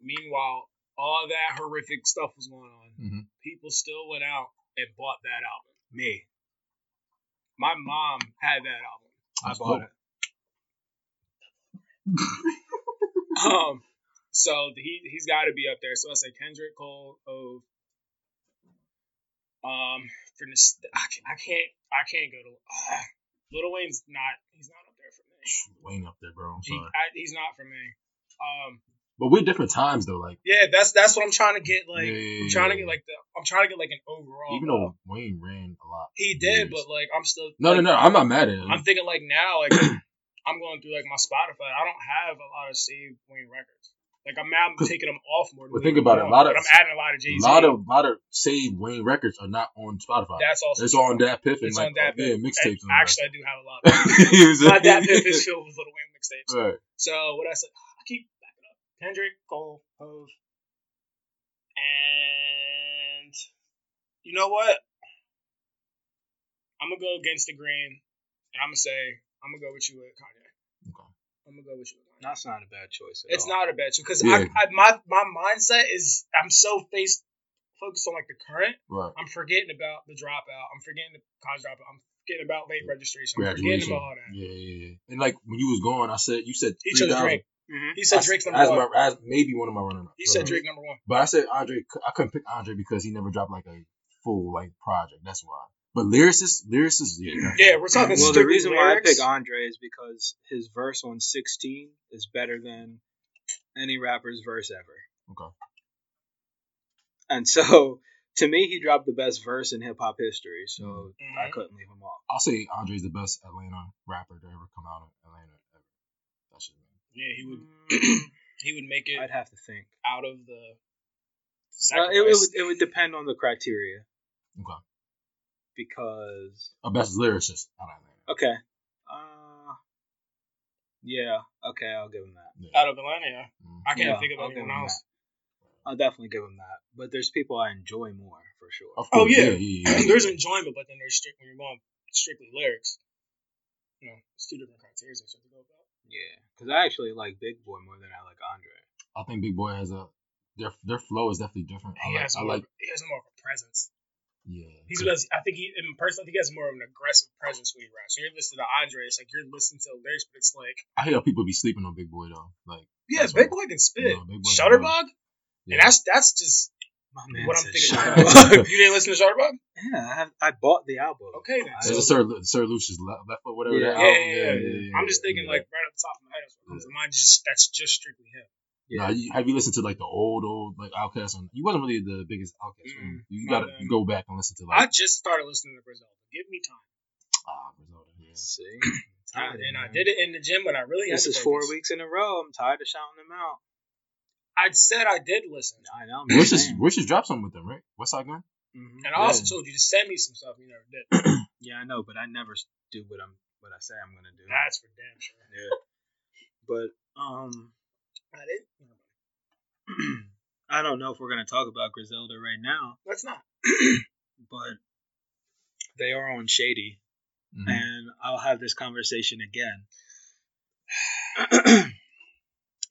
Speaker 2: Meanwhile, all that horrific stuff was going on.
Speaker 5: Mhm.
Speaker 2: People still went out and bought that album.
Speaker 3: Me,
Speaker 2: My mom had that album.
Speaker 3: I
Speaker 5: That's
Speaker 3: bought
Speaker 5: dope.
Speaker 3: it.
Speaker 2: Um, so he he's got to be up there. So I said Kendrick Cole Ove. Um, for this, I can't, I can't, I can't go to uh, Little Wayne's not. He's not up there for me.
Speaker 5: Wayne up there, bro. I'm
Speaker 2: He,
Speaker 5: sorry.
Speaker 2: I, he's not for me. Um,
Speaker 5: But we're different times though. Like
Speaker 2: yeah, that's that's what I'm trying to get. Like,
Speaker 5: Yeah.
Speaker 2: I'm trying to get like the. I'm trying to get like an overall.
Speaker 5: even
Speaker 2: though
Speaker 5: though Wayne ran a lot,
Speaker 2: he did,
Speaker 5: years.
Speaker 2: but like I'm still.
Speaker 5: no, no,
Speaker 2: like,
Speaker 5: no. I'm not mad at him.
Speaker 2: I'm thinking like now, like I'm going through like my Spotify. I don't have a lot of saved Wayne records. Like I'm now I'm
Speaker 5: 'Cause-
Speaker 2: taking them off more. than
Speaker 5: but
Speaker 2: we
Speaker 5: think
Speaker 2: were
Speaker 5: about it, a
Speaker 2: going,
Speaker 5: lot of-
Speaker 2: but I'm adding a lot of Jay Z.
Speaker 5: a lot of lot of saved Wayne records are not on Spotify.
Speaker 2: that's also
Speaker 5: it's
Speaker 2: true.
Speaker 5: on that Piff and
Speaker 2: It's on
Speaker 5: like
Speaker 2: that.
Speaker 5: yeah
Speaker 2: bit.
Speaker 5: mixtapes.
Speaker 2: And
Speaker 5: and all that.
Speaker 2: Actually, I do have a lot. of that.
Speaker 5: You know what I'm
Speaker 2: my dad
Speaker 5: saying?
Speaker 2: Piff is filled with Little Wayne mixtapes.
Speaker 5: Right.
Speaker 2: So what I said, I keep backing up. Kendrick, Cole, Hove, and you know what? I'm gonna go against the grain, and I'm gonna say I'm gonna go with you with Kanye.
Speaker 5: Okay.
Speaker 2: I'm gonna go with you with Kanye.
Speaker 3: That's not a bad choice. At
Speaker 2: It's
Speaker 3: all.
Speaker 2: not a bad because
Speaker 5: Yeah.
Speaker 2: I, I my my mindset is I'm so faced focused on like the current.
Speaker 5: Right.
Speaker 2: I'm forgetting about the dropout. I'm forgetting the college dropout. I'm forgetting about late registration. I'm forgetting
Speaker 5: Graduation.
Speaker 2: about all that.
Speaker 5: Yeah, yeah, yeah. And like when you was going, I said you said
Speaker 2: He chose
Speaker 5: 3,000.
Speaker 2: Drake.
Speaker 3: Mhm.
Speaker 2: He said
Speaker 5: I-
Speaker 2: Drake's
Speaker 5: as
Speaker 2: number one.
Speaker 5: my- as maybe one of my runner.
Speaker 2: He said Drake number one.
Speaker 5: But I said Andre. I couldn't pick Andre because he never dropped like a full like project. That's why. But lyricists, lyricists, yeah.
Speaker 2: Yeah, we're talking
Speaker 3: Well, the
Speaker 2: strictly
Speaker 3: reason why I
Speaker 2: lyrics.
Speaker 3: pick Andre is because his verse on 16 is better than any rapper's verse ever.
Speaker 5: Okay.
Speaker 3: And so, to me, he dropped the best verse in hip hop history, so I
Speaker 2: Mhm.
Speaker 3: couldn't leave him off.
Speaker 5: I'll say Andre's the best Atlanta rapper to ever come out of Atlanta ever. That shit.
Speaker 2: Yeah, he would. he would make it
Speaker 3: I'd have to think.
Speaker 2: out of the.
Speaker 3: Uh,
Speaker 2: Sacrifice.
Speaker 3: it, it, would, it would depend on the criteria
Speaker 5: Okay.
Speaker 3: because,
Speaker 5: A best lyricist out of Atlanta.
Speaker 3: okay. Uh, yeah, okay, I'll give him that.
Speaker 5: Yeah.
Speaker 2: out of Atlanta. yeah.
Speaker 5: Mm.
Speaker 2: I can't
Speaker 3: Yeah,
Speaker 2: think of
Speaker 3: I'll give
Speaker 2: anyone
Speaker 3: him
Speaker 2: else.
Speaker 3: I'll definitely give him that. But there's people I enjoy more, for sure.
Speaker 5: Of
Speaker 2: Oh,
Speaker 5: course,
Speaker 2: yeah.
Speaker 5: yeah, yeah.
Speaker 2: there's enjoyment, but then there's strict when you're going strictly lyrics. You know, it's two different criteria that you have to go about.
Speaker 3: Yeah, because I actually like Big Boy more than I like Andre.
Speaker 5: I think Big Boy has a their their flow is definitely different. I
Speaker 2: He
Speaker 5: like,
Speaker 2: has
Speaker 5: I
Speaker 2: more.
Speaker 5: like
Speaker 2: he has more of a presence.
Speaker 5: yeah.
Speaker 2: He's less, I think he in person. I think he has more of an aggressive presence when he raps. When you're listening to Andre, it's like you're listening to lyrics, but it's like
Speaker 5: I hear people be sleeping on Big Boy though. Like
Speaker 2: yeah,
Speaker 5: That's
Speaker 2: Big Boy
Speaker 5: right.
Speaker 2: can spit.
Speaker 5: No, Big Boy's a
Speaker 2: Shutterbug,
Speaker 5: yeah.
Speaker 2: and that's that's just
Speaker 3: My man
Speaker 2: what I'm
Speaker 3: said
Speaker 2: thinking.
Speaker 3: shut
Speaker 2: About.
Speaker 3: up.
Speaker 2: you didn't listen to Shutterbug?
Speaker 3: yeah, I, have, I bought the album.
Speaker 2: Okay, then.
Speaker 5: there's a Sir Lu- Sir Lucius left, left or whatever.
Speaker 3: Yeah,
Speaker 5: that
Speaker 2: yeah,
Speaker 5: album.
Speaker 2: yeah, yeah. I'm just thinking
Speaker 5: yeah.
Speaker 2: like right off the top of my head, that's what comes to mind. Just that's just strictly him.
Speaker 5: Nah, you, have you listened to like the old old like Outkast? On you wasn't really the biggest Outkast
Speaker 3: Mm-mm.
Speaker 5: fan. You
Speaker 2: My
Speaker 5: gotta
Speaker 2: bad.
Speaker 5: go back and listen to
Speaker 2: I
Speaker 5: like
Speaker 2: just started listening to Griselda. Give me time.
Speaker 5: ah, Griselda, yeah.
Speaker 3: See,
Speaker 2: I- and I did it in the gym when I really had
Speaker 3: This
Speaker 2: to
Speaker 3: is four
Speaker 2: focus.
Speaker 3: weeks in a row. I'm tired of shouting them out.
Speaker 2: I said I did listen,
Speaker 3: I know. I'm
Speaker 5: Wish is
Speaker 3: saying.
Speaker 5: Wish is dropped something with them, right? What's that gun?
Speaker 3: Mhm.
Speaker 2: and I also told you to send me some stuff. You never did.
Speaker 3: yeah, I know, but I never s- do what I'm what I say I'm gonna do.
Speaker 2: That's for damn sure.
Speaker 3: yeah. But um,
Speaker 2: I did.
Speaker 3: I don't know if we're gonna talk about Griselda right now,
Speaker 2: Let's not.
Speaker 3: but they are on Shady.
Speaker 5: Mhm.
Speaker 3: and I'll have this conversation again.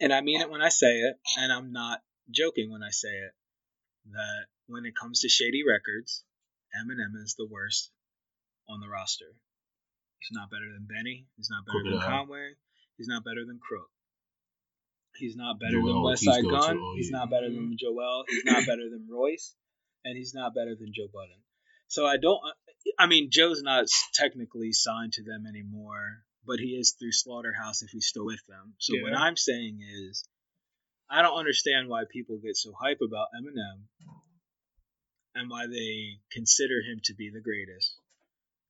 Speaker 3: and I mean it when I say it, and I'm not joking when I say it, that when it comes to Shady Records, Eminem is the worst on the roster. He's not better than Benny. He's not better
Speaker 5: Crooked
Speaker 3: than
Speaker 5: Eye.
Speaker 3: Conway. He's not better than Crook. He's not better than
Speaker 5: Joel
Speaker 3: West
Speaker 5: Ortiz
Speaker 3: Side
Speaker 5: go
Speaker 3: Gun.
Speaker 5: too, oh,
Speaker 3: he's
Speaker 5: yeah.
Speaker 3: not better than Joel. He's not better than Royce. And he's not better than Joe Budden. So I don't. I mean, Joe's not technically signed to them anymore, but he is through Slaughterhouse if he's still with them. So what
Speaker 2: Yeah.
Speaker 3: I'm saying is, I don't understand why people get so hype about Eminem and why they consider him to be the greatest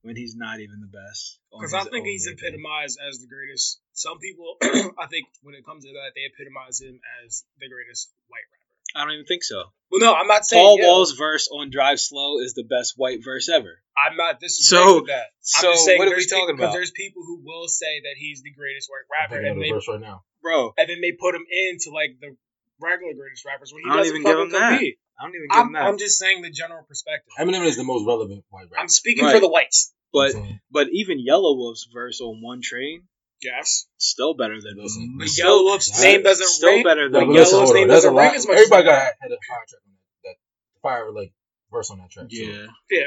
Speaker 3: when he's not even the best. on
Speaker 2: Because I
Speaker 3: his
Speaker 2: think
Speaker 3: own
Speaker 2: he's
Speaker 3: label.
Speaker 2: epitomized as the greatest. Some people, I think, when it comes to that, they epitomize him as the greatest white rapper.
Speaker 3: I don't even think so.
Speaker 2: Well, no, I'm not saying
Speaker 3: Paul
Speaker 2: yeah,
Speaker 3: Wall's verse on Drive Slow is the best white verse ever.
Speaker 2: I'm not disagreeing
Speaker 3: So-
Speaker 2: with that.
Speaker 3: So
Speaker 2: I'm just saying
Speaker 3: what are we
Speaker 2: there's pe-
Speaker 3: talking
Speaker 2: 'cause
Speaker 3: about,
Speaker 2: There's people who will say that he's the greatest white
Speaker 5: I'm
Speaker 2: rapper,
Speaker 5: thinking of
Speaker 2: and
Speaker 5: the
Speaker 2: they
Speaker 5: verse right now.
Speaker 3: bro?
Speaker 2: and then they put him into like the regular greatest rappers when he
Speaker 3: I don't
Speaker 2: doesn't
Speaker 3: even give
Speaker 2: fucking
Speaker 3: him that.
Speaker 2: compete.
Speaker 3: I don't even give him
Speaker 2: I'm,
Speaker 3: that.
Speaker 2: I'm just saying the general perspective.
Speaker 5: Eminem is the most relevant white rapper.
Speaker 2: I'm speaking
Speaker 3: Right.
Speaker 2: for the whites.
Speaker 3: but
Speaker 5: You know what I'm saying?
Speaker 3: but even Yellow Wolf's verse on One Train
Speaker 2: Yes.
Speaker 3: still better than
Speaker 5: Listen,
Speaker 2: But
Speaker 5: listen.
Speaker 2: Mm-hmm. Yellow Wolf's
Speaker 5: That-
Speaker 2: name doesn't
Speaker 3: still
Speaker 2: ring.
Speaker 3: better
Speaker 5: No,
Speaker 3: than
Speaker 5: but
Speaker 2: Yellow's
Speaker 5: listen,
Speaker 3: Yellow.
Speaker 5: hold on.
Speaker 2: name
Speaker 5: There's a
Speaker 2: doesn't
Speaker 5: lot.
Speaker 2: ring as much as
Speaker 5: Everybody
Speaker 2: that.
Speaker 5: got had a fire track on that, that fire like verse on that track. so-
Speaker 3: Yeah,
Speaker 2: Yeah.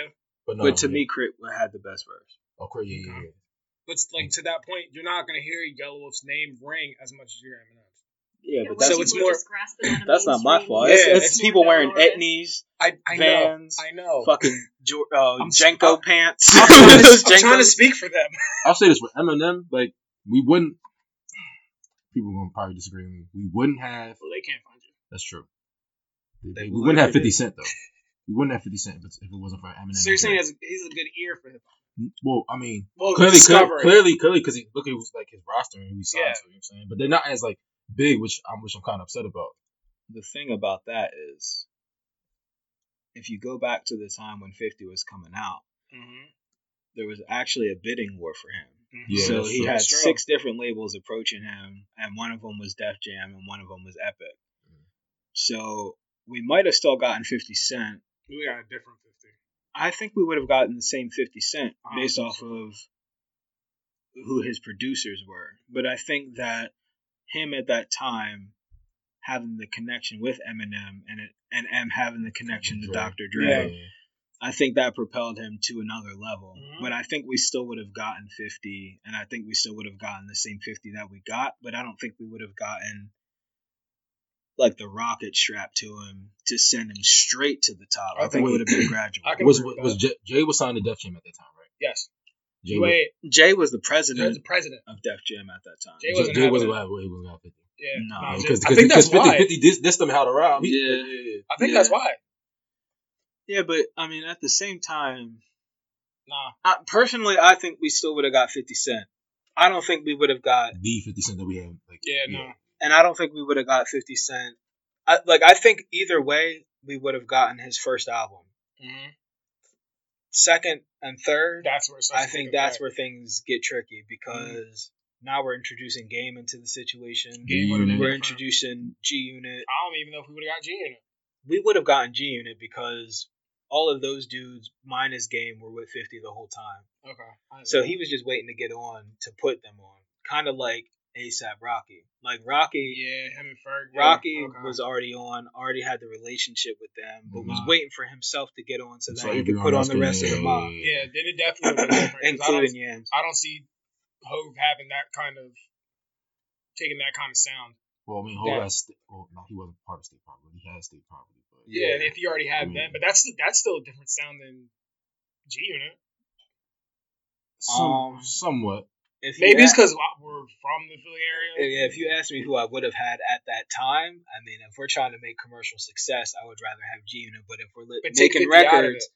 Speaker 5: but no,
Speaker 3: but to
Speaker 5: yeah.
Speaker 3: me, Crit had the best verse.
Speaker 5: oh, cra- yeah, yeah, yeah.
Speaker 2: But like to that point, you're not gonna hear Yellow Wolf's name ring as much as you're Eminem.
Speaker 3: Yeah,
Speaker 4: Yeah,
Speaker 3: but
Speaker 4: why
Speaker 3: that's
Speaker 2: so it's
Speaker 4: people
Speaker 2: more-
Speaker 4: just grasping at a
Speaker 3: that's not my
Speaker 4: mainstream-
Speaker 3: fault.
Speaker 2: Yeah,
Speaker 3: it's, it's
Speaker 2: it's
Speaker 3: people
Speaker 4: more
Speaker 3: wearing
Speaker 4: valid.
Speaker 3: etnies,
Speaker 2: I I know.
Speaker 3: vans,
Speaker 2: I know.
Speaker 3: fucking jo- uh,
Speaker 2: I'm-
Speaker 3: Jenko pants.
Speaker 2: I'm trying,
Speaker 3: Those
Speaker 2: to, I'm trying
Speaker 3: Jenkos.
Speaker 2: to speak for them.
Speaker 5: I'll say this with Eminem, like we wouldn't. People gonna probably disagree with me. We wouldn't have.
Speaker 2: Well, they can't find you.
Speaker 5: That's true.
Speaker 3: They
Speaker 5: we
Speaker 3: will
Speaker 5: wouldn't
Speaker 3: if
Speaker 5: have
Speaker 3: it
Speaker 5: Fifty
Speaker 3: is.
Speaker 5: Cent though. We wouldn't have Fifty Cent if it's- if it wasn't for Eminem.
Speaker 2: So you're saying he
Speaker 5: and
Speaker 2: has- he's a good ear for him.
Speaker 5: Drake. well, I mean,
Speaker 2: Well,
Speaker 5: clearly, clearly,
Speaker 2: discovery.
Speaker 5: clearly, clearly, because he look at who's like his roster and who he signed
Speaker 2: Yeah.
Speaker 5: to. You know what I'm saying, but they're not as like big, which I'm which I'm kind of upset about.
Speaker 3: the thing about that is, if you go back to the time when Fifty was coming out,
Speaker 2: Mhm.
Speaker 3: there was actually a bidding war for him.
Speaker 2: Mhm.
Speaker 5: Yeah,
Speaker 3: so
Speaker 5: that's
Speaker 3: he
Speaker 5: true.
Speaker 3: had
Speaker 2: That's true.
Speaker 3: six different labels approaching him, and one of them was Def Jam, and one of them was Epic.
Speaker 5: Mm-hmm.
Speaker 3: So we might have still gotten 50 Cent.
Speaker 2: We got a different fifty.
Speaker 3: I think we would have gotten the same 50 Cent
Speaker 2: I don't
Speaker 3: based
Speaker 2: think
Speaker 3: off of who his producers were. But I think that him at that time having the connection with Eminem and it, and M having the connection to
Speaker 5: Dre.
Speaker 3: Dr. Dre. I think that propelled him to another level.
Speaker 2: Mhm.
Speaker 3: But I think we still would have gotten 50, and I think we still would have gotten the same 50 that we got, but I don't think we would have gotten like the rocket strapped to him to send him straight to the top. I,
Speaker 2: I
Speaker 3: think
Speaker 5: think-
Speaker 3: it would have been gradual.
Speaker 2: I can-
Speaker 5: Was
Speaker 2: work
Speaker 5: was
Speaker 2: that.
Speaker 5: Jay, Jay was signed to Def Jam at that time, right?
Speaker 2: Yes.
Speaker 5: Jay
Speaker 2: Wait,
Speaker 3: Jay was the
Speaker 2: there's
Speaker 3: president
Speaker 2: the president.
Speaker 3: of Def Jam at that time.
Speaker 2: Jay
Speaker 5: was,
Speaker 2: wasn't
Speaker 5: Jay
Speaker 2: having
Speaker 5: wasn't
Speaker 2: it.
Speaker 5: gonna have- he wasn't gonna have fifty.
Speaker 2: Yeah.
Speaker 3: No,
Speaker 2: Nah,
Speaker 3: because-
Speaker 2: Jay-
Speaker 5: Because
Speaker 2: I think that's
Speaker 5: 50,
Speaker 2: why.
Speaker 5: 50 dissed, dissed them how to rob.
Speaker 3: Yeah.
Speaker 2: I think
Speaker 3: yeah.
Speaker 2: that's why.
Speaker 3: yeah, but I mean, at the same time,
Speaker 2: Nah.
Speaker 3: I, personally, I think we still would have got Fifty Cent. I don't think we would have got,
Speaker 5: The Fifty Cent that we have, like
Speaker 2: Yeah, no.
Speaker 3: and I don't think we would have got Fifty Cent. I, like, I think either way, we would have gotten his first album.
Speaker 2: hmm
Speaker 3: Second and third,
Speaker 2: That's where it starts
Speaker 3: I
Speaker 2: to
Speaker 3: think
Speaker 2: take
Speaker 3: that's
Speaker 2: effect.
Speaker 3: where things get tricky because now we're introducing Game into the situation.
Speaker 2: would've been
Speaker 5: Game Unit.
Speaker 3: We're
Speaker 2: different.
Speaker 3: introducing G Unit.
Speaker 2: I don't even know if we would have got G in it.
Speaker 3: We would have gotten G Unit because all of those dudes minus Game were with 50 the whole time.
Speaker 2: Okay. I
Speaker 3: So
Speaker 2: agree.
Speaker 3: he was just waiting to get on to put them on, kind of like ASAP Rocky. Like Rocky,
Speaker 2: Yeah, him and Ferg.
Speaker 3: Rocky
Speaker 2: yeah, okay.
Speaker 3: was already on, already had the relationship with them, but was
Speaker 2: Mm-hmm.
Speaker 5: Mhm.
Speaker 3: waiting for himself to get on so that
Speaker 5: So
Speaker 3: he
Speaker 5: everyone
Speaker 3: could put on
Speaker 5: else
Speaker 3: the
Speaker 5: can-
Speaker 3: rest of the mob,
Speaker 2: Yeah, then it definitely would have been different. 'cause I don't,
Speaker 3: including Yams.
Speaker 2: I don't see Hove having that kind of taking that kind of sound.
Speaker 5: Well, I mean, Hov
Speaker 2: Yeah.
Speaker 5: has. st- Well, no, he wasn't part of state property. He has state property, but
Speaker 2: Yeah, and if you already have
Speaker 5: I
Speaker 2: them,
Speaker 5: mean-
Speaker 2: but that's that's still a different sound than G Unit.
Speaker 5: Some,
Speaker 3: Um,
Speaker 5: somewhat.
Speaker 3: If you
Speaker 2: Maybe it's
Speaker 3: a-
Speaker 2: because we're from the Philly area.
Speaker 3: Yeah, if you ask me who I would have had at that time, I mean, if we're trying to make commercial success, I would rather have G Unit. But if we're li-
Speaker 2: But take
Speaker 3: making
Speaker 2: 50 out of
Speaker 3: records,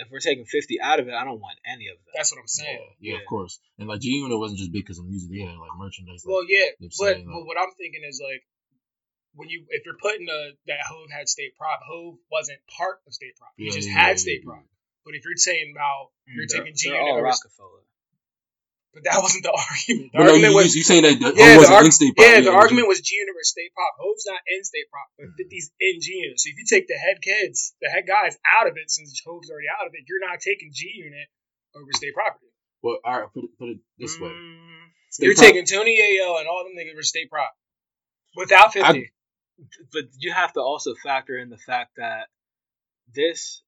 Speaker 3: if we're taking fifty out of it, I don't want any of that.
Speaker 2: That's what I'm saying.
Speaker 5: Yeah,
Speaker 3: Yeah.
Speaker 5: of course. And like G Unit wasn't just big because of music; they had like merchandise. Like,
Speaker 2: Well, yeah,
Speaker 5: They're
Speaker 2: but,
Speaker 5: saying,
Speaker 2: but
Speaker 5: like-
Speaker 2: what I'm thinking is like when you if you're putting the that Hove had state prop, Hove wasn't part of state prop. He
Speaker 5: Yeah,
Speaker 2: just
Speaker 5: yeah,
Speaker 2: had
Speaker 5: yeah,
Speaker 2: state
Speaker 5: yeah.
Speaker 2: prop. But if you're saying about you're
Speaker 3: They're-
Speaker 2: taking G
Speaker 3: Mm. they're all
Speaker 2: Unit,
Speaker 3: Rockefeller.
Speaker 2: but that wasn't the argument. The
Speaker 5: Well, no,
Speaker 2: argument
Speaker 5: you,
Speaker 2: was
Speaker 5: you saying that
Speaker 2: Yeah,
Speaker 5: the, yeah,
Speaker 2: the
Speaker 5: was
Speaker 2: arg-
Speaker 5: in state
Speaker 2: yeah, the argument was G Unit was state prop. Hove's not in state prop, but
Speaker 3: Hmm.
Speaker 5: Mhm.
Speaker 2: 50's in G Unit. So if you take the head kids, the head guys out of it, since Hove's already out of it, you're not taking G Unit over state property.
Speaker 5: Well, all right, put it, put it this way:
Speaker 2: Mm.
Speaker 5: State
Speaker 2: You're
Speaker 5: prop-
Speaker 2: taking Tony Ayo and all them niggas over state prop without 50.
Speaker 3: But you have to also factor in the fact that this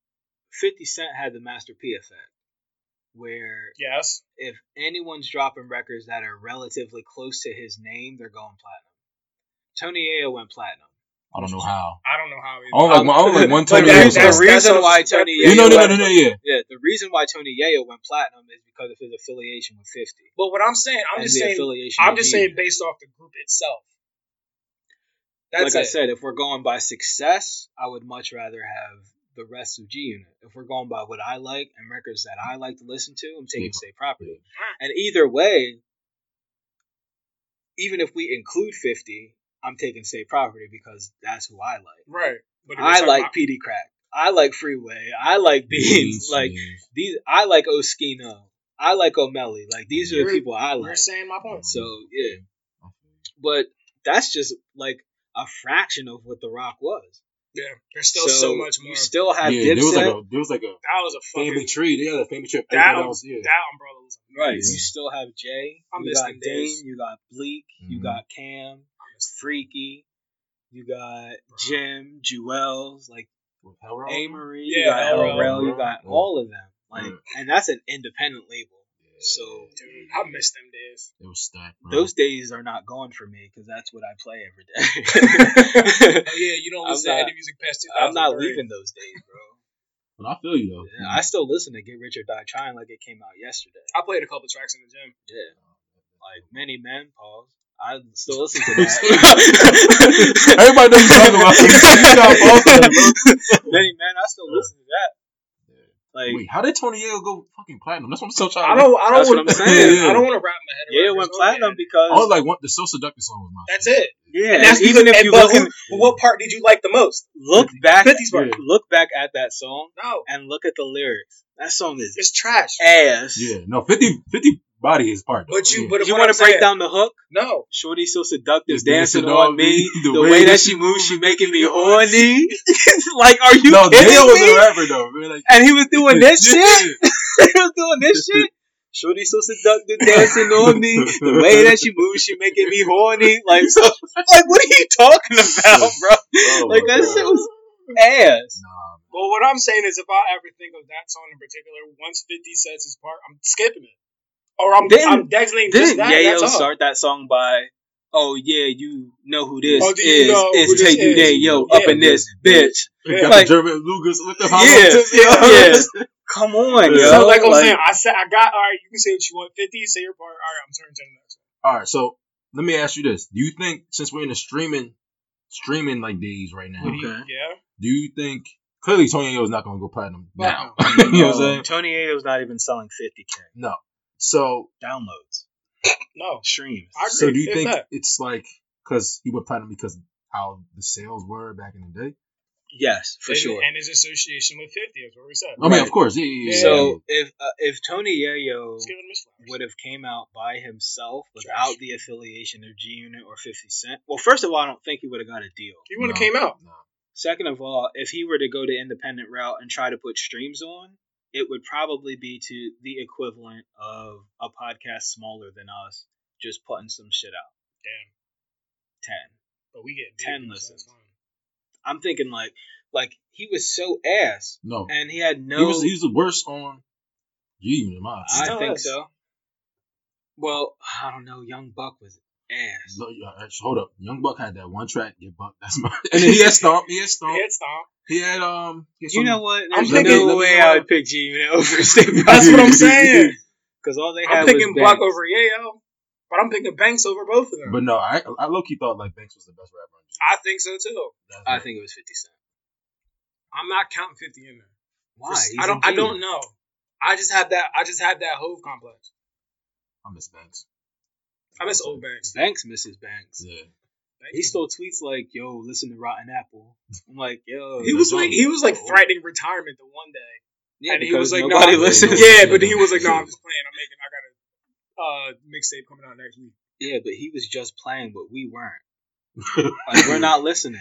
Speaker 3: Fifty Cent had the Master P effect, where
Speaker 2: yes.
Speaker 3: if anyone's dropping records that are relatively close to his name, they're going platinum. Tony Ayo went platinum.
Speaker 5: I don't know how.
Speaker 2: I don't know how.
Speaker 5: I
Speaker 2: Either.
Speaker 5: don't Oh, like my I don't like one
Speaker 3: But
Speaker 5: Tony.
Speaker 2: that's- that's-
Speaker 5: Ayo song.
Speaker 3: the reason
Speaker 2: what
Speaker 3: why
Speaker 2: I'm-
Speaker 3: Tony
Speaker 5: You
Speaker 3: Ayo
Speaker 5: know, no, no,
Speaker 3: went
Speaker 5: no, no, yeah.
Speaker 3: Yeah, the reason why Tony Yayo went platinum is because of his affiliation with 50.
Speaker 2: But what I'm saying, I'm
Speaker 3: and
Speaker 2: just
Speaker 3: the
Speaker 2: saying,
Speaker 3: affiliation
Speaker 2: I'm
Speaker 3: with
Speaker 2: just
Speaker 3: Yeezy.
Speaker 2: saying based off the group itself. That's
Speaker 3: like I
Speaker 2: it.
Speaker 3: said, if we're going by success, I would much rather have the rest of G Unit. If we're going by what I like and records that I like to listen to, I'm taking
Speaker 5: Yeah.
Speaker 3: State Property. And either way, even if we include 50, I'm taking State Property because that's who I like.
Speaker 2: right. But if you're
Speaker 3: I
Speaker 2: talking
Speaker 3: like
Speaker 2: about-
Speaker 3: PD Crack. I like Freeway. I like Beans. like these, I like Oskino. I like O'Malley. Like these are the
Speaker 2: You're-
Speaker 3: people I like.
Speaker 2: You're saying my point.
Speaker 3: So yeah,
Speaker 5: I feel you.
Speaker 3: but that's just like a fraction of what The Rock was.
Speaker 2: Yeah. There's still so, much more.
Speaker 3: You still have
Speaker 5: yeah, there
Speaker 3: Dipset,
Speaker 5: was like a there was like a
Speaker 2: that was a
Speaker 5: family
Speaker 2: fucking
Speaker 5: tree. They had a family tree. of
Speaker 2: That
Speaker 5: everyone
Speaker 2: was-
Speaker 5: else, yeah.
Speaker 2: that umbrella was
Speaker 3: right?
Speaker 5: Yeah.
Speaker 3: You still have Jay.
Speaker 2: I'm
Speaker 3: you got
Speaker 2: missing
Speaker 3: Dane.
Speaker 2: days.
Speaker 3: You got Bleak. You
Speaker 5: Mhm.
Speaker 3: got Cam. Freaky. You got
Speaker 2: Bro.
Speaker 3: Jim, Jewels, like
Speaker 5: With Hellride?
Speaker 3: Amory.
Speaker 2: Yeah,
Speaker 3: you got
Speaker 2: L.
Speaker 3: LRL.
Speaker 5: Rel.
Speaker 3: You got
Speaker 5: Yeah.
Speaker 3: all of them. Like,
Speaker 5: Yeah.
Speaker 3: and that's an independent label.
Speaker 5: Mm. Yeah.
Speaker 3: So,
Speaker 2: dude. I miss them days.
Speaker 5: It was stacked. Bro.
Speaker 3: Those days are not gone for me because that's what I play every day.
Speaker 2: Oh yeah, you don't
Speaker 3: I'm
Speaker 2: listen to
Speaker 3: not-
Speaker 2: any music past 2003.
Speaker 3: I'm not leaving those days, bro.
Speaker 5: but I feel you though.
Speaker 3: Yeah, I still listen to Get Rich or Die Trying like it came out yesterday.
Speaker 2: I played a couple tracks in the gym.
Speaker 3: Yeah. Like many men, pause. I still listen to that.
Speaker 5: Everybody knows what you're talking about. You got both of them, bro.
Speaker 3: many men, I still listen to that. Like
Speaker 5: Wait, how did Tony Ayo go fucking platinum? That's what I'm still
Speaker 2: I
Speaker 5: trying. to
Speaker 2: don't. I
Speaker 3: That's
Speaker 2: don't.
Speaker 3: what
Speaker 2: want-
Speaker 3: I'm saying.
Speaker 5: Yeah.
Speaker 2: I don't want to wrap my head.
Speaker 3: yeah,
Speaker 2: around
Speaker 3: it went
Speaker 2: this.
Speaker 3: platinum
Speaker 5: I was
Speaker 3: because
Speaker 5: like, what? The so seductive song was my.
Speaker 2: That's it.
Speaker 3: yeah,
Speaker 2: And that's
Speaker 3: and
Speaker 2: even if you but
Speaker 3: look,
Speaker 2: who,
Speaker 3: in-
Speaker 2: what part did you like the most?
Speaker 3: look back,
Speaker 2: 50's part.
Speaker 3: look back at that song
Speaker 2: No,
Speaker 3: and look at the lyrics. That song is
Speaker 2: it's trash.
Speaker 3: ass.
Speaker 5: Yeah, no, 50, 50 body is part. though.
Speaker 2: But you,
Speaker 5: Yeah.
Speaker 2: but
Speaker 3: You
Speaker 2: want to
Speaker 3: break down the hook?
Speaker 2: No,
Speaker 3: Shorty so seductive,
Speaker 5: This
Speaker 3: dancing
Speaker 5: nigga said, "Oh,
Speaker 3: on me. The, way, that she moves, she making me horny. like, are you
Speaker 5: no,
Speaker 3: kidding
Speaker 5: Dale was
Speaker 3: me?
Speaker 5: a rapper though. Man. Like,
Speaker 3: And he was doing this shit.
Speaker 5: Yeah.
Speaker 3: he was doing this shit. Shorty so seductive, dancing on me. The way that she moves, she making me horny. Like, so, like, what are you talking about, bro?
Speaker 5: Oh
Speaker 3: like
Speaker 5: my
Speaker 3: that
Speaker 5: God.
Speaker 3: shit was ass.
Speaker 5: Nah,
Speaker 2: Well, what I'm saying is, if I ever think of that song in particular, once 50 says his part, I'm skipping it, or I'm
Speaker 3: Didn't-
Speaker 2: I'm designating just
Speaker 3: Didn't
Speaker 2: that.
Speaker 3: Yayo
Speaker 2: that's all.
Speaker 3: start that song by oh yeah, you know who this
Speaker 2: Oh, do you
Speaker 3: is.
Speaker 2: know who
Speaker 3: It's
Speaker 2: this
Speaker 3: take you
Speaker 2: is?
Speaker 3: down, yo,
Speaker 2: Yeah.
Speaker 3: up in this, bitch.
Speaker 2: Yeah.
Speaker 5: They got
Speaker 3: Like-
Speaker 5: the German Lugas with the
Speaker 3: yeah.
Speaker 5: hollow tips.
Speaker 3: Come on,
Speaker 5: Yeah.
Speaker 3: yo.
Speaker 2: So like I'm saying, I said I got all right. You can say what you want, fifty. Say your part. All right, I'm turning to the next
Speaker 5: All right, so let me ask you this: Do you think since we're in the streaming streaming like days right now,
Speaker 2: one. Would he-
Speaker 3: Okay.
Speaker 2: Yeah.
Speaker 5: do you think clearly Tony Ayo is not going to go platinum now?
Speaker 2: Fuck no.
Speaker 5: you know what I'm saying?
Speaker 3: um, Tony Ayo's not even selling 50k
Speaker 5: No. So
Speaker 3: downloads,
Speaker 2: No.
Speaker 3: streams.
Speaker 2: I agree.
Speaker 5: so do you
Speaker 2: If
Speaker 5: think
Speaker 2: that.
Speaker 5: it's like because he went platinum because how the sales were back in the day?
Speaker 3: Yes, for
Speaker 2: and,
Speaker 3: sure. Oh.
Speaker 2: And his association with fifty is what we said.
Speaker 5: I mean,
Speaker 3: Right.
Speaker 5: of course, yeah, yeah, yeah.
Speaker 3: So if uh, if Tony Yayo
Speaker 2: Let's give him his flowers.
Speaker 3: would have came out by himself
Speaker 2: Trash.
Speaker 3: without the affiliation of G Unit or 50 Cent, well, first of all, I don't think he would have got a deal.
Speaker 2: He would have
Speaker 5: No.
Speaker 2: came out.
Speaker 5: No.
Speaker 3: Second of all, if he were to go the independent route and try to put streams on, it would probably be to the equivalent of a podcast smaller than us just putting some shit out.
Speaker 2: Damn.
Speaker 3: Ten.
Speaker 2: But we get
Speaker 3: 10
Speaker 2: views,
Speaker 3: listens.
Speaker 2: that's fine.
Speaker 3: I'm thinking like like he was so ass
Speaker 5: no,
Speaker 3: and he had no
Speaker 5: he was he was the worst on G Unit. in
Speaker 3: I
Speaker 5: my opinion.
Speaker 2: Still
Speaker 3: think
Speaker 2: is.
Speaker 3: so. Well, I don't know. Young Buck was ass.
Speaker 5: No, yeah, uh, actually, hold up, Young Buck had that one track. Get Buck, that's my. And then he had Stomp. He had Stomp.
Speaker 2: Yeah, it's not.
Speaker 5: He had um. he had
Speaker 3: You
Speaker 5: some-
Speaker 3: know what? There's
Speaker 2: thinking-
Speaker 3: no way I would uh, pick G Unit over State
Speaker 2: That's what I'm saying.
Speaker 3: Because all they had
Speaker 2: I'm picking
Speaker 3: was Buck
Speaker 2: Buck over Yayo, but I'm picking Banks over both of them.
Speaker 5: But no, I I low key thought like Banks was the best rapper. on
Speaker 2: I think so too.
Speaker 5: G Unit.
Speaker 3: I think it was Fifty Cent.
Speaker 2: I'm not counting fifty in there.
Speaker 3: Why?
Speaker 2: Just-
Speaker 3: He's
Speaker 2: I don't.
Speaker 3: in
Speaker 2: I
Speaker 3: G
Speaker 2: don't
Speaker 3: Unit.
Speaker 2: know. I just had that. I just had that Hove complex.
Speaker 5: I miss Banks.
Speaker 2: I miss old Banks.
Speaker 3: Banks misses Banks.
Speaker 5: Yeah.
Speaker 3: He still tweets like, "Yo, listen to Rotten Apple." I'm like, "Yo,
Speaker 2: He was
Speaker 5: That's
Speaker 2: like
Speaker 5: all.
Speaker 2: he was like
Speaker 3: Oh.
Speaker 2: threatening retirement the one day,
Speaker 3: yeah,
Speaker 2: and he
Speaker 3: because
Speaker 2: was like,
Speaker 3: nobody
Speaker 2: no, I-
Speaker 3: listens."
Speaker 2: Yeah, but he was like, no, I'm just playing. I'm making. I got a uh, mixtape coming out next week.
Speaker 3: Yeah, but he was just playing, but we weren't. Like, we're not listening,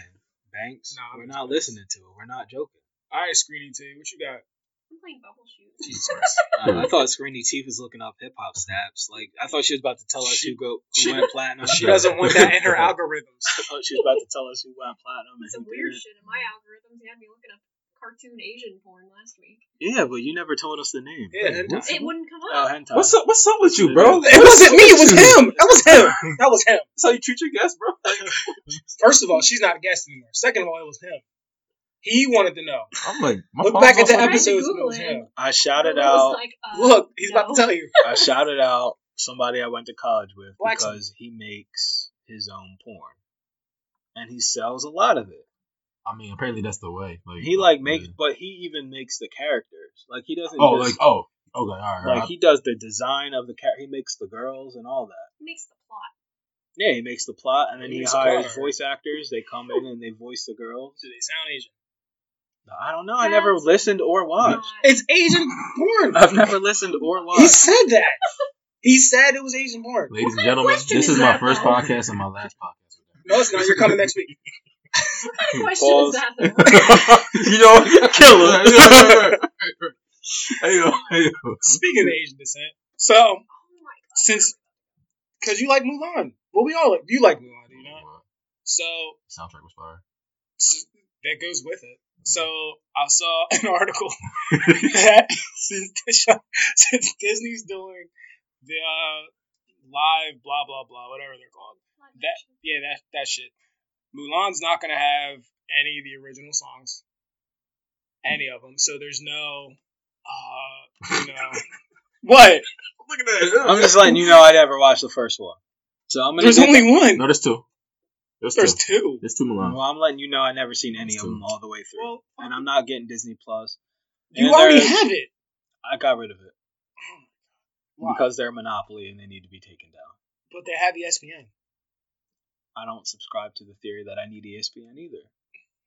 Speaker 3: Banks.
Speaker 2: Nah,
Speaker 3: we're
Speaker 2: I'm
Speaker 3: not
Speaker 2: just-
Speaker 3: listening to it. We're not joking.
Speaker 2: All right, Screeny T, what you got?
Speaker 4: I'm playing Bubble Shoot.
Speaker 2: Jesus Christ.
Speaker 3: Uh, I thought Screeny T was looking up hip hop stats. Like I thought she was about to tell us
Speaker 2: She-
Speaker 3: who go who
Speaker 2: she-
Speaker 3: went platinum.
Speaker 2: She doesn't want that in her algorithms.
Speaker 3: I thought she was about to tell us who went platinum. And
Speaker 4: Some
Speaker 3: who
Speaker 4: weird
Speaker 3: didn't.
Speaker 4: shit in my algorithms. They had me looking up cartoon Asian porn last week.
Speaker 3: Yeah, but you never told us the name.
Speaker 2: Yeah,
Speaker 5: Wait,
Speaker 2: hentai.
Speaker 5: what's-
Speaker 4: It wouldn't come
Speaker 3: Oh,
Speaker 4: up.
Speaker 3: hentai.
Speaker 5: What's up? What's up with you, bro?
Speaker 2: It wasn't me. It was him. That was him. That was him.
Speaker 5: That's how you treat your guests, bro.
Speaker 2: First of all, she's not a guest anymore. Second of all, it was him. He wanted to know.
Speaker 5: I'm like, my
Speaker 2: Look
Speaker 5: phone's
Speaker 2: back at the
Speaker 5: off my-
Speaker 4: episode.
Speaker 2: episodes.
Speaker 4: to
Speaker 2: and It was
Speaker 4: Google it.
Speaker 2: him.
Speaker 3: I shouted
Speaker 4: I was
Speaker 3: out.
Speaker 4: like, uh,
Speaker 2: Look, he's about
Speaker 4: no.
Speaker 2: to tell you.
Speaker 3: I shouted out somebody I went to college with
Speaker 2: Blackson.
Speaker 3: because he makes his own porn, and he sells a lot of it.
Speaker 5: I mean, apparently that's the way. Like
Speaker 3: He like makes,
Speaker 5: yeah.
Speaker 3: but he even makes the characters. Like he doesn't.
Speaker 5: Oh, like
Speaker 3: just,
Speaker 5: oh, okay, all right. all
Speaker 3: like
Speaker 2: uh-huh.
Speaker 5: right.
Speaker 3: he does the design of the character. He makes the girls and all that.
Speaker 4: Makes the plot.
Speaker 3: Yeah, he makes the plot, and then
Speaker 2: He
Speaker 3: he,
Speaker 2: makes the
Speaker 3: hires
Speaker 2: plot.
Speaker 3: voice actors. They come in and they voice the girls.
Speaker 2: Do they sound Asian?
Speaker 3: I don't know. I never
Speaker 4: That's
Speaker 3: listened or
Speaker 4: Not-
Speaker 3: watched.
Speaker 2: It's Asian porn.
Speaker 3: I've never listened or
Speaker 2: He
Speaker 3: watched.
Speaker 2: said that. He said it was Asian porn.
Speaker 5: Ladies and
Speaker 4: kind of
Speaker 5: gentlemen,
Speaker 4: question
Speaker 5: this
Speaker 4: is
Speaker 5: is my
Speaker 4: that,
Speaker 5: first
Speaker 4: though?
Speaker 5: podcast and my last podcast.
Speaker 2: No, it's not. You're coming next week.
Speaker 4: What kind of question
Speaker 3: Pause.
Speaker 4: is that though? Oh
Speaker 5: you know, kill him. hey, yo, hey, yo.
Speaker 2: Speaking of Asian descent, so
Speaker 4: Oh my god.
Speaker 2: since because you like Mulan, well, we all like you like Mulan, do you know. So,
Speaker 5: Soundtrack was fire.
Speaker 2: s that goes with it. So I saw an article that since, Dis- since Disney's doing the uh, live blah blah blah whatever they're called, that yeah that that shit. Mulan's not gonna have any of the original songs, any of them. So there's no, uh, you know, what?
Speaker 5: Look at that.
Speaker 3: I'm just letting you know I never watched the first one. So I'm gonna.
Speaker 2: There's
Speaker 3: do-
Speaker 2: only one.
Speaker 5: No, there's two. There's,
Speaker 2: There's
Speaker 5: two.
Speaker 2: two.
Speaker 5: There's two Milan.
Speaker 3: Well, I'm letting you know I never seen any of
Speaker 5: Two.
Speaker 3: them all the way through,
Speaker 2: Well,
Speaker 3: and I'm not getting Disney Plus.
Speaker 2: you
Speaker 3: And
Speaker 2: already
Speaker 3: they're-
Speaker 2: have it.
Speaker 3: I got rid of it
Speaker 2: Why?
Speaker 3: because they're a monopoly and they need to be taken down.
Speaker 2: But they have E ESPN.
Speaker 3: I don't subscribe to the theory that I need E ESPN either.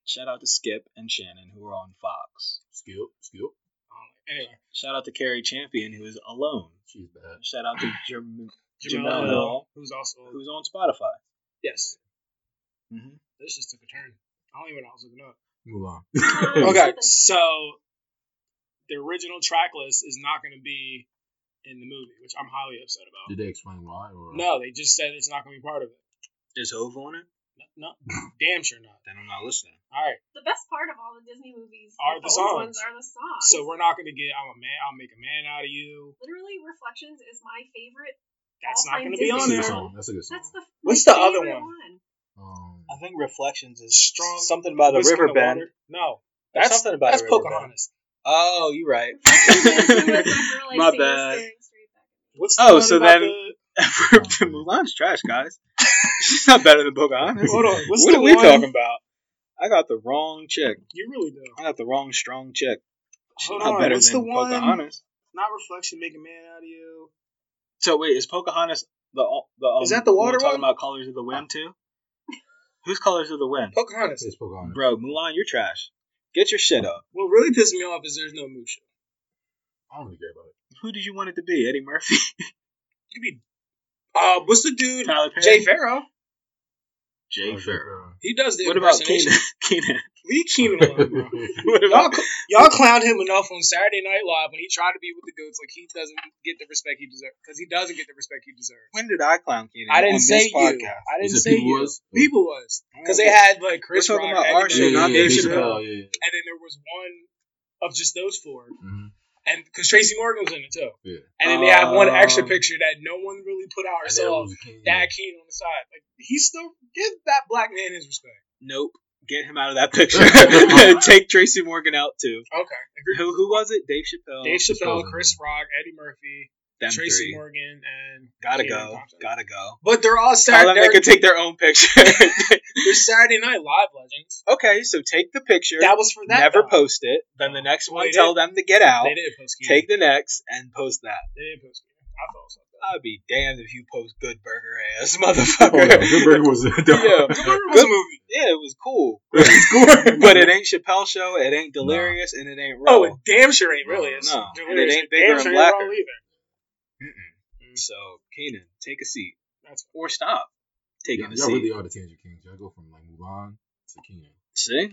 Speaker 3: Shout out to Skip and Shannon who are on Fox.
Speaker 5: Skill, skill.
Speaker 2: Um, anyway,
Speaker 3: Shout out to Carrie Champion who is alone.
Speaker 5: She's bad.
Speaker 3: Shout out to Jerm-
Speaker 2: Jamel,
Speaker 3: Jamel Hill.
Speaker 2: who's also
Speaker 3: who's on Spotify.
Speaker 2: yes,
Speaker 3: Mm-hmm.
Speaker 2: this just took a turn. I don't even know what I was looking up.
Speaker 5: Mulan.
Speaker 2: Okay, so the original track list is not going to be in the movie, which I'm highly upset about.
Speaker 5: Did they explain why? Or?
Speaker 2: No, they just said it's not going to be part of it.
Speaker 3: Is Hove on it?
Speaker 2: No, no, damn sure not.
Speaker 3: Then I'm not listening.
Speaker 2: All right,
Speaker 4: the best part of all the Disney movies
Speaker 2: Are
Speaker 4: like
Speaker 2: the
Speaker 4: old
Speaker 2: songs.
Speaker 4: ones are the songs.
Speaker 2: so we're not going to get. I'm a man. I'll make a man out of you.
Speaker 4: literally Reflections is my favorite
Speaker 2: That's
Speaker 4: All
Speaker 2: not
Speaker 4: Time
Speaker 2: going to be
Speaker 4: Disney
Speaker 2: on
Speaker 5: That's a
Speaker 2: there.
Speaker 5: good song. That's a good song.
Speaker 4: That's the
Speaker 2: What's the
Speaker 4: my
Speaker 2: other
Speaker 4: favorite
Speaker 2: one?
Speaker 5: Um,
Speaker 3: I think Reflections is
Speaker 2: Strong-
Speaker 3: Something about a
Speaker 2: Whisk in the
Speaker 3: river bend.
Speaker 2: water. No,
Speaker 3: That's
Speaker 2: that's
Speaker 3: something about
Speaker 2: that's
Speaker 3: a river bend.
Speaker 2: Pocahontas.
Speaker 3: Oh, you're right. My
Speaker 4: my
Speaker 3: bad.
Speaker 4: bad.
Speaker 2: What's
Speaker 3: Oh,
Speaker 2: one
Speaker 3: so
Speaker 2: about
Speaker 3: then-
Speaker 2: the-
Speaker 3: Mulan's trash, guys. She's not better than Pocahontas.
Speaker 2: hold on. What's
Speaker 3: what
Speaker 2: the
Speaker 3: are we
Speaker 2: one-
Speaker 3: talking about? I got the wrong chick.
Speaker 2: You really do.
Speaker 3: I got the wrong strong chick. She's
Speaker 2: Hold
Speaker 3: not
Speaker 2: on.
Speaker 3: better
Speaker 2: What's
Speaker 3: than
Speaker 2: the one?
Speaker 3: Pocahontas.
Speaker 2: Not reflection, make a man out of you.
Speaker 3: So wait, is Pocahontas the the um,
Speaker 2: Is that the
Speaker 3: when
Speaker 2: water
Speaker 3: we're talking
Speaker 2: one?
Speaker 3: about Colors of the Wind too? Who's Colors of the Wind?
Speaker 2: Pocahontas.
Speaker 5: it's Pocahontas.
Speaker 3: Bro, Mulan, you're trash. Get your shit up.
Speaker 2: What really pissed me off is there's no Musha.
Speaker 5: I don't really care about it.
Speaker 3: Who did you want it to be? Eddie Murphy,
Speaker 2: You be. Uh, what's the dude?
Speaker 3: Tyler Perry,
Speaker 2: Jay Farrow.
Speaker 3: Jay Farrow.
Speaker 2: He does the
Speaker 3: What about
Speaker 2: impersonation.
Speaker 3: Keenan? Keenan.
Speaker 2: Leave Keenan alone, bro.
Speaker 3: What
Speaker 2: Y'all,
Speaker 3: about?
Speaker 2: y'all clowned him enough on Saturday Night Live when he tried to be with the goats. Like he doesn't get the respect he deserves because he doesn't get the respect he deserves.
Speaker 3: When did I clown Keenan?
Speaker 2: I didn't
Speaker 3: on
Speaker 2: say
Speaker 3: this
Speaker 2: you. I
Speaker 3: podcast.
Speaker 2: didn't
Speaker 5: Is it
Speaker 2: say
Speaker 5: People
Speaker 2: you.
Speaker 5: Was?
Speaker 2: People was because they
Speaker 3: Yeah.
Speaker 2: had like Chris
Speaker 3: We're talking
Speaker 2: Rock,
Speaker 3: about
Speaker 2: Eddie
Speaker 3: our
Speaker 2: Murphy,
Speaker 3: shit, not Dave
Speaker 5: Dave
Speaker 3: Chappelle.
Speaker 5: Chappelle, yeah, yeah.
Speaker 2: and then there was one of just those four,
Speaker 5: Mhm.
Speaker 2: and because Tracy Morgan was in it too.
Speaker 5: Yeah.
Speaker 2: And then they had one extra
Speaker 3: Um,
Speaker 2: picture that no one really put out
Speaker 5: And then it
Speaker 2: herself.
Speaker 5: was Keenan.
Speaker 2: Dad Keen on the side, like he still give that black man his respect.
Speaker 3: Nope. Get him out of that picture. Take Tracy Morgan out too.
Speaker 2: Okay,
Speaker 3: Who, who was it? Dave Oh, Chappelle.
Speaker 2: Dave Chappelle,
Speaker 5: Chappelle.
Speaker 2: Chris Rock, Eddie Murphy,
Speaker 3: Them
Speaker 2: Tracy
Speaker 3: three.
Speaker 2: Morgan, and
Speaker 3: Gotta
Speaker 2: Keenan
Speaker 3: go.
Speaker 2: Thompson.
Speaker 3: Gotta go.
Speaker 2: But they're all
Speaker 3: Tell them they
Speaker 2: Saturday. They're,
Speaker 3: can take their own picture.
Speaker 2: they're Saturday Night Live legends.
Speaker 3: okay, so take the picture.
Speaker 2: That was for that.
Speaker 3: never
Speaker 2: though.
Speaker 3: post it. Then the next
Speaker 2: Well,
Speaker 3: one,
Speaker 2: they
Speaker 3: tell them to get out.
Speaker 2: They did post Keenan.
Speaker 3: Take the next and post that.
Speaker 2: They did post Keenan. I felt so bad.
Speaker 3: I'd be damned if you post good burger ass,
Speaker 5: Oh, no,
Speaker 3: motherfucker.
Speaker 5: Good Burger was
Speaker 3: Yeah.
Speaker 2: It was a movie.
Speaker 3: yeah, it was cool,
Speaker 5: It's
Speaker 3: but it ain't Chappelle show. It ain't Delirious, and it ain't Row.
Speaker 2: Oh, it damn sure ain't really. It's
Speaker 3: No.
Speaker 2: Delirious.
Speaker 3: And it ain't bigger
Speaker 2: damn
Speaker 3: and
Speaker 2: sure ain't
Speaker 3: blacker.
Speaker 2: wrong either.
Speaker 3: so Keenan, take a seat
Speaker 2: That's
Speaker 3: or stop taking
Speaker 5: Y'all
Speaker 3: a
Speaker 5: y'all
Speaker 3: seat.
Speaker 5: really are the Tangent Kings. Y'all go from like Mulan to Keenan.
Speaker 3: See,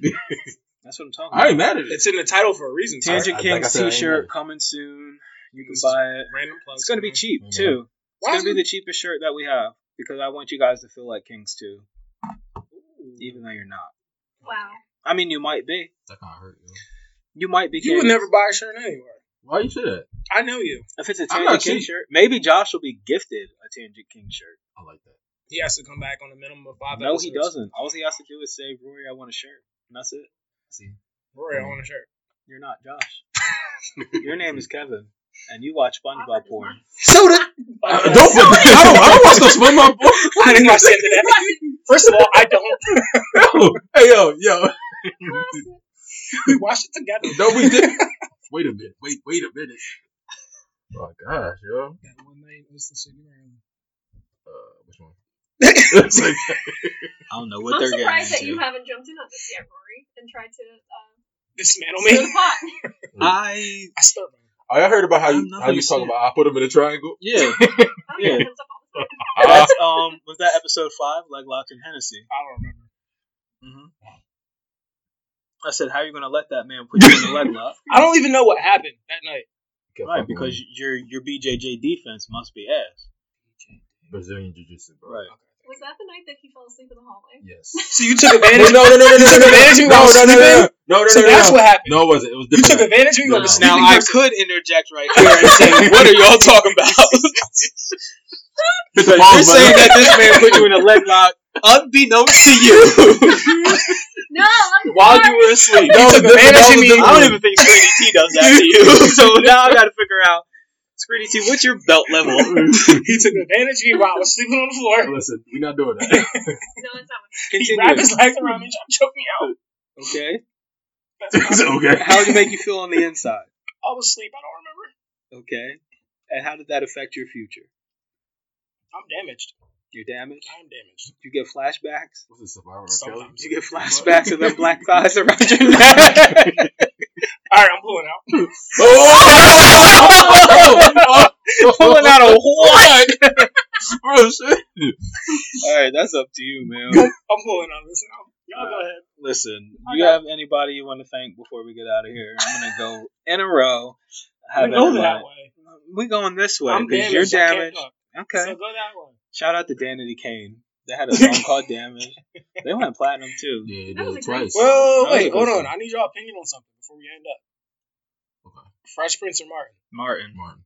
Speaker 3: that's what I'm talking
Speaker 5: I
Speaker 3: about.
Speaker 5: ain't mad at it.
Speaker 2: It's in the title for a reason. sir.
Speaker 3: Tangent
Speaker 5: I- I- like I
Speaker 3: King's
Speaker 5: said, I ain't
Speaker 3: T-shirt
Speaker 5: mad.
Speaker 3: coming soon. You can
Speaker 2: This is
Speaker 3: buy it.
Speaker 2: Random plugs.
Speaker 3: It's gonna be
Speaker 2: man.
Speaker 3: cheap
Speaker 5: Yeah.
Speaker 3: too. It's
Speaker 2: Why
Speaker 3: gonna
Speaker 2: is
Speaker 3: be
Speaker 2: it-
Speaker 3: the cheapest shirt that we have because I want you guys to feel like kings too, even though you're not.
Speaker 4: Wow.
Speaker 3: I mean, you might be.
Speaker 5: That kind of hurt. Yo.
Speaker 3: You might be.
Speaker 2: You would
Speaker 3: kings.
Speaker 2: never buy a shirt anywhere.
Speaker 5: Why you say that?
Speaker 2: I know you.
Speaker 3: If it's a
Speaker 5: I'm not
Speaker 3: Tangent King
Speaker 5: cheap.
Speaker 3: shirt, maybe Josh will be gifted a Tangent King shirt.
Speaker 5: I like that.
Speaker 2: He has to come back on a minimum of five.
Speaker 3: No, he
Speaker 2: episodes.
Speaker 3: doesn't. All he has to do is say, "Rory, I want a shirt," and that's it.
Speaker 5: See,
Speaker 2: Rory, I want a shirt.
Speaker 3: You're not Josh. Your name is Kevin, and you watch SpongeBob porn.
Speaker 2: So did.
Speaker 5: Uh, don't. Put, I don't. I don't watch no SpongeBob.
Speaker 2: I didn't watch the end of that. First of all, I don't.
Speaker 5: porn. hey yo, yo.
Speaker 2: We watched it together.
Speaker 5: No, we did. Wait a minute. Wait. Wait a minute. Oh gosh, yo.
Speaker 2: That one night was the Instagram.
Speaker 5: Uh, which one? It's like-
Speaker 3: I don't know what
Speaker 4: I'm
Speaker 3: they're
Speaker 4: surprised that
Speaker 3: getting
Speaker 4: you
Speaker 3: into.
Speaker 4: haven't jumped in on this yet, Rory, and tried to uh,
Speaker 2: Dismantle
Speaker 4: stir the
Speaker 2: me.
Speaker 4: pot.
Speaker 3: I
Speaker 2: I stir me.
Speaker 5: Oh, I heard about how
Speaker 3: I'm
Speaker 5: you
Speaker 3: not
Speaker 5: how you
Speaker 3: gonna
Speaker 5: talking
Speaker 3: say it.
Speaker 5: about. I put him in a triangle.
Speaker 3: yeah.
Speaker 4: Oh,
Speaker 3: Yeah.
Speaker 4: yeah. Comes up all the time.
Speaker 5: Ah,
Speaker 3: That's um was that episode five, Leg Lock and Hennessy.
Speaker 2: I don't remember.
Speaker 3: Mm-hmm. I said, how are you gonna let that man put you in the leg lock?
Speaker 2: I don't even know what happened that night.
Speaker 5: Kept
Speaker 3: Right,
Speaker 5: fucking
Speaker 3: because
Speaker 5: with
Speaker 3: your your BJJ defense must be ass.
Speaker 5: Brazilian Jiu Jitsu, bro.
Speaker 3: Right.
Speaker 4: Was that the night that he fell asleep in the hallway?
Speaker 5: Yes.
Speaker 2: So you took
Speaker 5: no,
Speaker 2: advantage.
Speaker 5: no, no, no, no, no,
Speaker 2: took
Speaker 5: no,
Speaker 2: advantage when I
Speaker 5: no,
Speaker 2: was
Speaker 5: no, no, no, no,
Speaker 2: sleeping?
Speaker 5: no, no,
Speaker 2: So
Speaker 5: no,
Speaker 2: that's
Speaker 5: no.
Speaker 2: what happened.
Speaker 5: No, it wasn't. It
Speaker 2: You
Speaker 5: was
Speaker 2: took
Speaker 5: different.
Speaker 2: advantage when you
Speaker 5: No,
Speaker 2: were a
Speaker 5: no.
Speaker 3: Now
Speaker 2: sleeping
Speaker 3: I
Speaker 2: person.
Speaker 3: could interject right here and say, what are y'all talking about?
Speaker 5: It's like,
Speaker 3: You're
Speaker 5: balls,
Speaker 3: saying
Speaker 5: but-
Speaker 3: that this man put you in a leg lock unbeknownst to you
Speaker 4: No, let me
Speaker 3: while
Speaker 4: start.
Speaker 3: you were asleep.
Speaker 5: No,
Speaker 3: You took
Speaker 5: but that
Speaker 3: advantage of
Speaker 5: was
Speaker 3: me.
Speaker 5: the-
Speaker 3: I don't even think Screeny T does that to you. So now I gotta figure out, Screeny T, what's your belt level?
Speaker 2: He took advantage of me while I was sleeping on the floor.
Speaker 5: Listen, we're not doing that.
Speaker 4: No, it's not.
Speaker 2: He wrapped
Speaker 3: Continue.
Speaker 2: his legs around me and tried to choke me out.
Speaker 3: Okay.
Speaker 5: It's okay.
Speaker 3: How did it make you feel on the inside?
Speaker 2: I was asleep. I don't remember.
Speaker 3: Okay. And how did that affect your future?
Speaker 2: I'm damaged.
Speaker 3: Your damage?
Speaker 2: I'm damaged.
Speaker 3: You get flashbacks?
Speaker 5: What's it, Survivor Kelly?
Speaker 2: Sometimes.
Speaker 3: You get flashbacks of them black thighs around your neck?
Speaker 2: All right, I'm pulling out.
Speaker 5: Oh, oh,
Speaker 3: Pulling out a what?
Speaker 5: bro, shit.
Speaker 3: Alright, that's up to you, man.
Speaker 2: I'm pulling out this now. Y'all go ahead.
Speaker 3: Listen,
Speaker 2: I
Speaker 3: you
Speaker 2: got-
Speaker 3: have anybody you want to thank before we get out of here? I'm gonna go in a row.
Speaker 2: We
Speaker 3: Have
Speaker 2: go
Speaker 3: everybody-
Speaker 2: that way.
Speaker 3: We going this way
Speaker 2: I'm
Speaker 3: because
Speaker 2: damaged.
Speaker 3: you're
Speaker 2: I can't
Speaker 3: damaged.
Speaker 2: look.
Speaker 3: Okay.
Speaker 2: So go that way.
Speaker 3: Shout out to Danity Kane. They had a song called Damage. They went platinum too.
Speaker 5: Yeah, you
Speaker 4: That
Speaker 5: did
Speaker 4: was
Speaker 5: it
Speaker 4: a great
Speaker 5: twice.
Speaker 4: one.
Speaker 2: Well,
Speaker 3: That was a
Speaker 2: wait,
Speaker 3: good
Speaker 2: hold
Speaker 5: one.
Speaker 2: on. I need your opinion on something before we end up.
Speaker 5: Okay,
Speaker 2: Fresh Prince or Martin?
Speaker 3: Martin.
Speaker 5: Martin.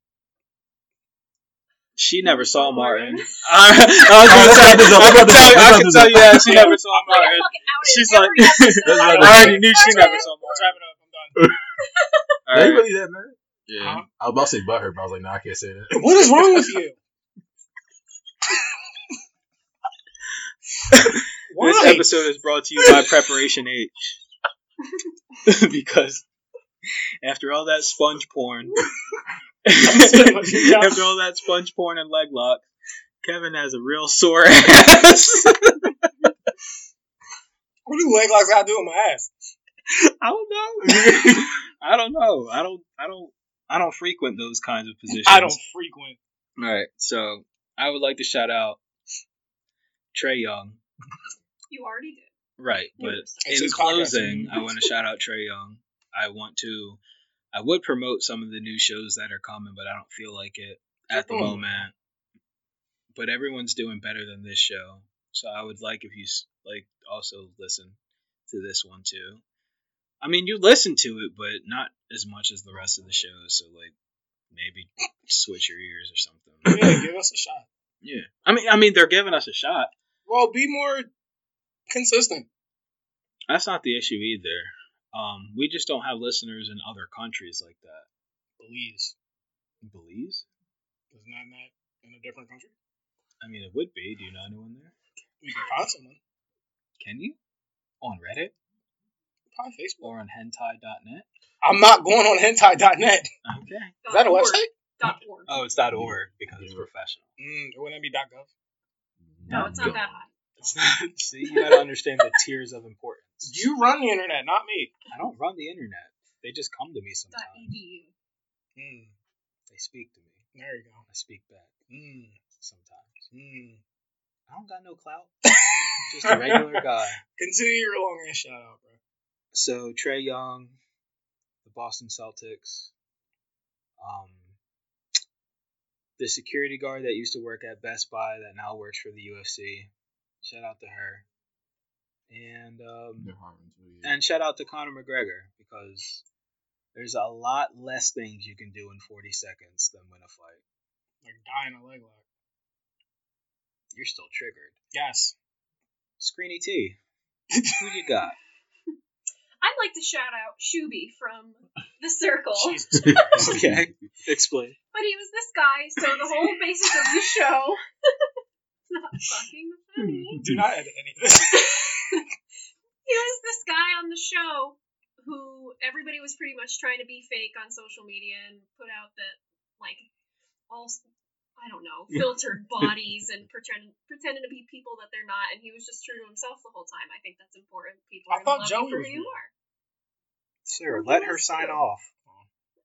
Speaker 3: She never saw Martin.
Speaker 4: Martin.
Speaker 3: I, I was gonna
Speaker 5: Let's
Speaker 3: say,
Speaker 5: wrap this up,
Speaker 3: I
Speaker 5: let's
Speaker 3: can
Speaker 5: wrap this
Speaker 3: tell,
Speaker 5: up,
Speaker 3: you- I can tell you that
Speaker 5: let's wrap this up.
Speaker 3: she never saw
Speaker 4: Like, I'm
Speaker 3: Martin.
Speaker 4: fucking out
Speaker 3: She's
Speaker 4: every
Speaker 3: like-
Speaker 4: episode.
Speaker 3: I
Speaker 5: That's right.
Speaker 3: already knew she never saw
Speaker 2: Let's
Speaker 3: Martin.
Speaker 2: wrap it up. I'm done.
Speaker 5: They
Speaker 3: Alright.
Speaker 5: really that man?
Speaker 3: Yeah.
Speaker 5: I was about to say butthurt, but I was like, nah, I can't say that.
Speaker 2: What is wrong with you?
Speaker 3: This
Speaker 2: Why?
Speaker 3: episode is brought to you by Preparation H. because after all that sponge porn, after all that sponge porn and leg lock, Kevin has a real sore ass.
Speaker 2: What do leg locks got to do with my ass?
Speaker 3: I don't know. I don't know. I don't. I don't. I don't frequent those kinds of positions.
Speaker 2: I don't frequent.
Speaker 3: All right. So I would like to shout out Trey Young.
Speaker 4: You already did.
Speaker 3: Right. But
Speaker 2: It's
Speaker 3: in
Speaker 2: his podcast.
Speaker 3: closing, I want to shout out Trey Young. I want to. I would promote some of the new shows that are coming, but I don't feel like it at the
Speaker 2: Mm.
Speaker 3: moment. But everyone's doing better than this show, so I would like if you s- like also listen to this one too. I mean, you listen to it, but not as much as the rest of the show. So like, maybe switch your ears or something.
Speaker 2: Yeah, give us a shot.
Speaker 3: yeah, I mean, I mean, they're giving us a shot.
Speaker 2: Well, be more consistent.
Speaker 3: That's not the issue either. Um, we just don't have listeners in other countries like that.
Speaker 2: Please.
Speaker 3: Belize?
Speaker 2: Is not that in a different country?
Speaker 3: I mean, it would be. Do you know anyone there?
Speaker 2: We can find someone.
Speaker 3: Can you? On Reddit
Speaker 2: Probably Facebook.
Speaker 3: or on hentai.net?
Speaker 2: I'm not going on hentai.net.
Speaker 3: Okay.
Speaker 2: Is that a
Speaker 4: Dot org.
Speaker 2: website?
Speaker 4: Dot org.
Speaker 3: Oh, it's dot .org because it's professional.
Speaker 2: Mm, wouldn't that be .gov?
Speaker 4: No, it's not that high.
Speaker 3: It's not. See, you gotta understand the tiers of importance.
Speaker 2: You run the internet, not me.
Speaker 3: I don't run the internet. They just come to me
Speaker 4: Dot E
Speaker 3: sometimes.
Speaker 4: edu.
Speaker 2: Mm,
Speaker 3: They speak to me.
Speaker 2: there you go.
Speaker 3: I speak back Hmm.
Speaker 2: Mm,
Speaker 3: sometimes. Hmm.
Speaker 2: mm.
Speaker 3: I don't got no clout. just a regular guy.
Speaker 2: Consider your long ass shout out, bro.
Speaker 3: So Trey Young, the Boston Celtics, um, the security guard that used to work at Best Buy that now works for the UFC. Shout out to her, and um, and shout out to Conor McGregor because there's a lot less things you can do in 40 seconds than win a fight.
Speaker 2: Like dying a leg lock.
Speaker 3: You're still triggered.
Speaker 2: Yes.
Speaker 3: Screeny T, who you got?
Speaker 4: I'd like to shout out Shuby from The Circle.
Speaker 2: Jesus.
Speaker 3: okay, explain.
Speaker 4: But he was this guy, so the whole basis of the show. it's not fucking funny.
Speaker 2: Do not edit any of this.
Speaker 4: He was this guy on the show who everybody was pretty much trying to be fake on social media and put out that, like, all, s- I don't know, filtered bodies and pretend, pretending to be people that they're not. And he was just true to himself the whole time. I think that's important. People
Speaker 2: I
Speaker 4: are
Speaker 2: thought
Speaker 4: going to love
Speaker 2: Joey
Speaker 4: you for
Speaker 2: was
Speaker 4: who you
Speaker 2: real.
Speaker 4: are.
Speaker 3: Sarah, let her sign off.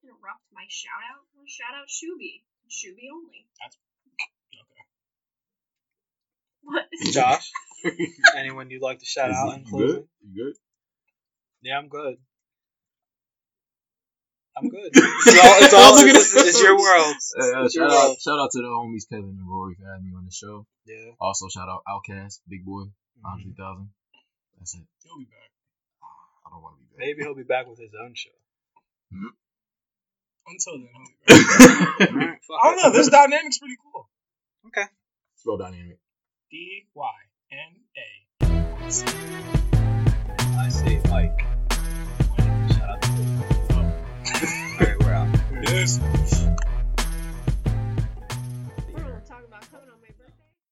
Speaker 4: Interrupt my shout out. Shout out Shuby. Shuby only.
Speaker 2: Okay.
Speaker 4: What?
Speaker 3: Josh, anyone you'd like to shout
Speaker 5: Is
Speaker 3: out
Speaker 5: it-
Speaker 3: in
Speaker 5: you
Speaker 3: closing?
Speaker 5: good? You good?
Speaker 3: Yeah, I'm good. I'm good. It's all, it's all
Speaker 5: Look at
Speaker 3: it's,
Speaker 5: this.
Speaker 3: it's your world. It's,
Speaker 5: Hey, uh,
Speaker 3: it's your
Speaker 5: shout, out,
Speaker 3: world.
Speaker 5: shout out to the homies Kevin and Rory for having me on the show.
Speaker 3: Yeah.
Speaker 5: Also, shout out Outcast, Big Boy,
Speaker 3: Mm-hmm.
Speaker 5: Andre 3000. That's it.
Speaker 2: You'll be back.
Speaker 5: I don't want to be
Speaker 3: Maybe he'll be back with his own show.
Speaker 2: Until then, I'll be back.
Speaker 5: back.
Speaker 3: Alright, fuck
Speaker 2: I don't
Speaker 3: it.
Speaker 2: know. This dynamic's pretty cool.
Speaker 3: Okay.
Speaker 5: Slow dynamic.
Speaker 2: D Y N A.
Speaker 3: I say Mike. Shout out to Mike. Alright, we're out.
Speaker 2: Yes.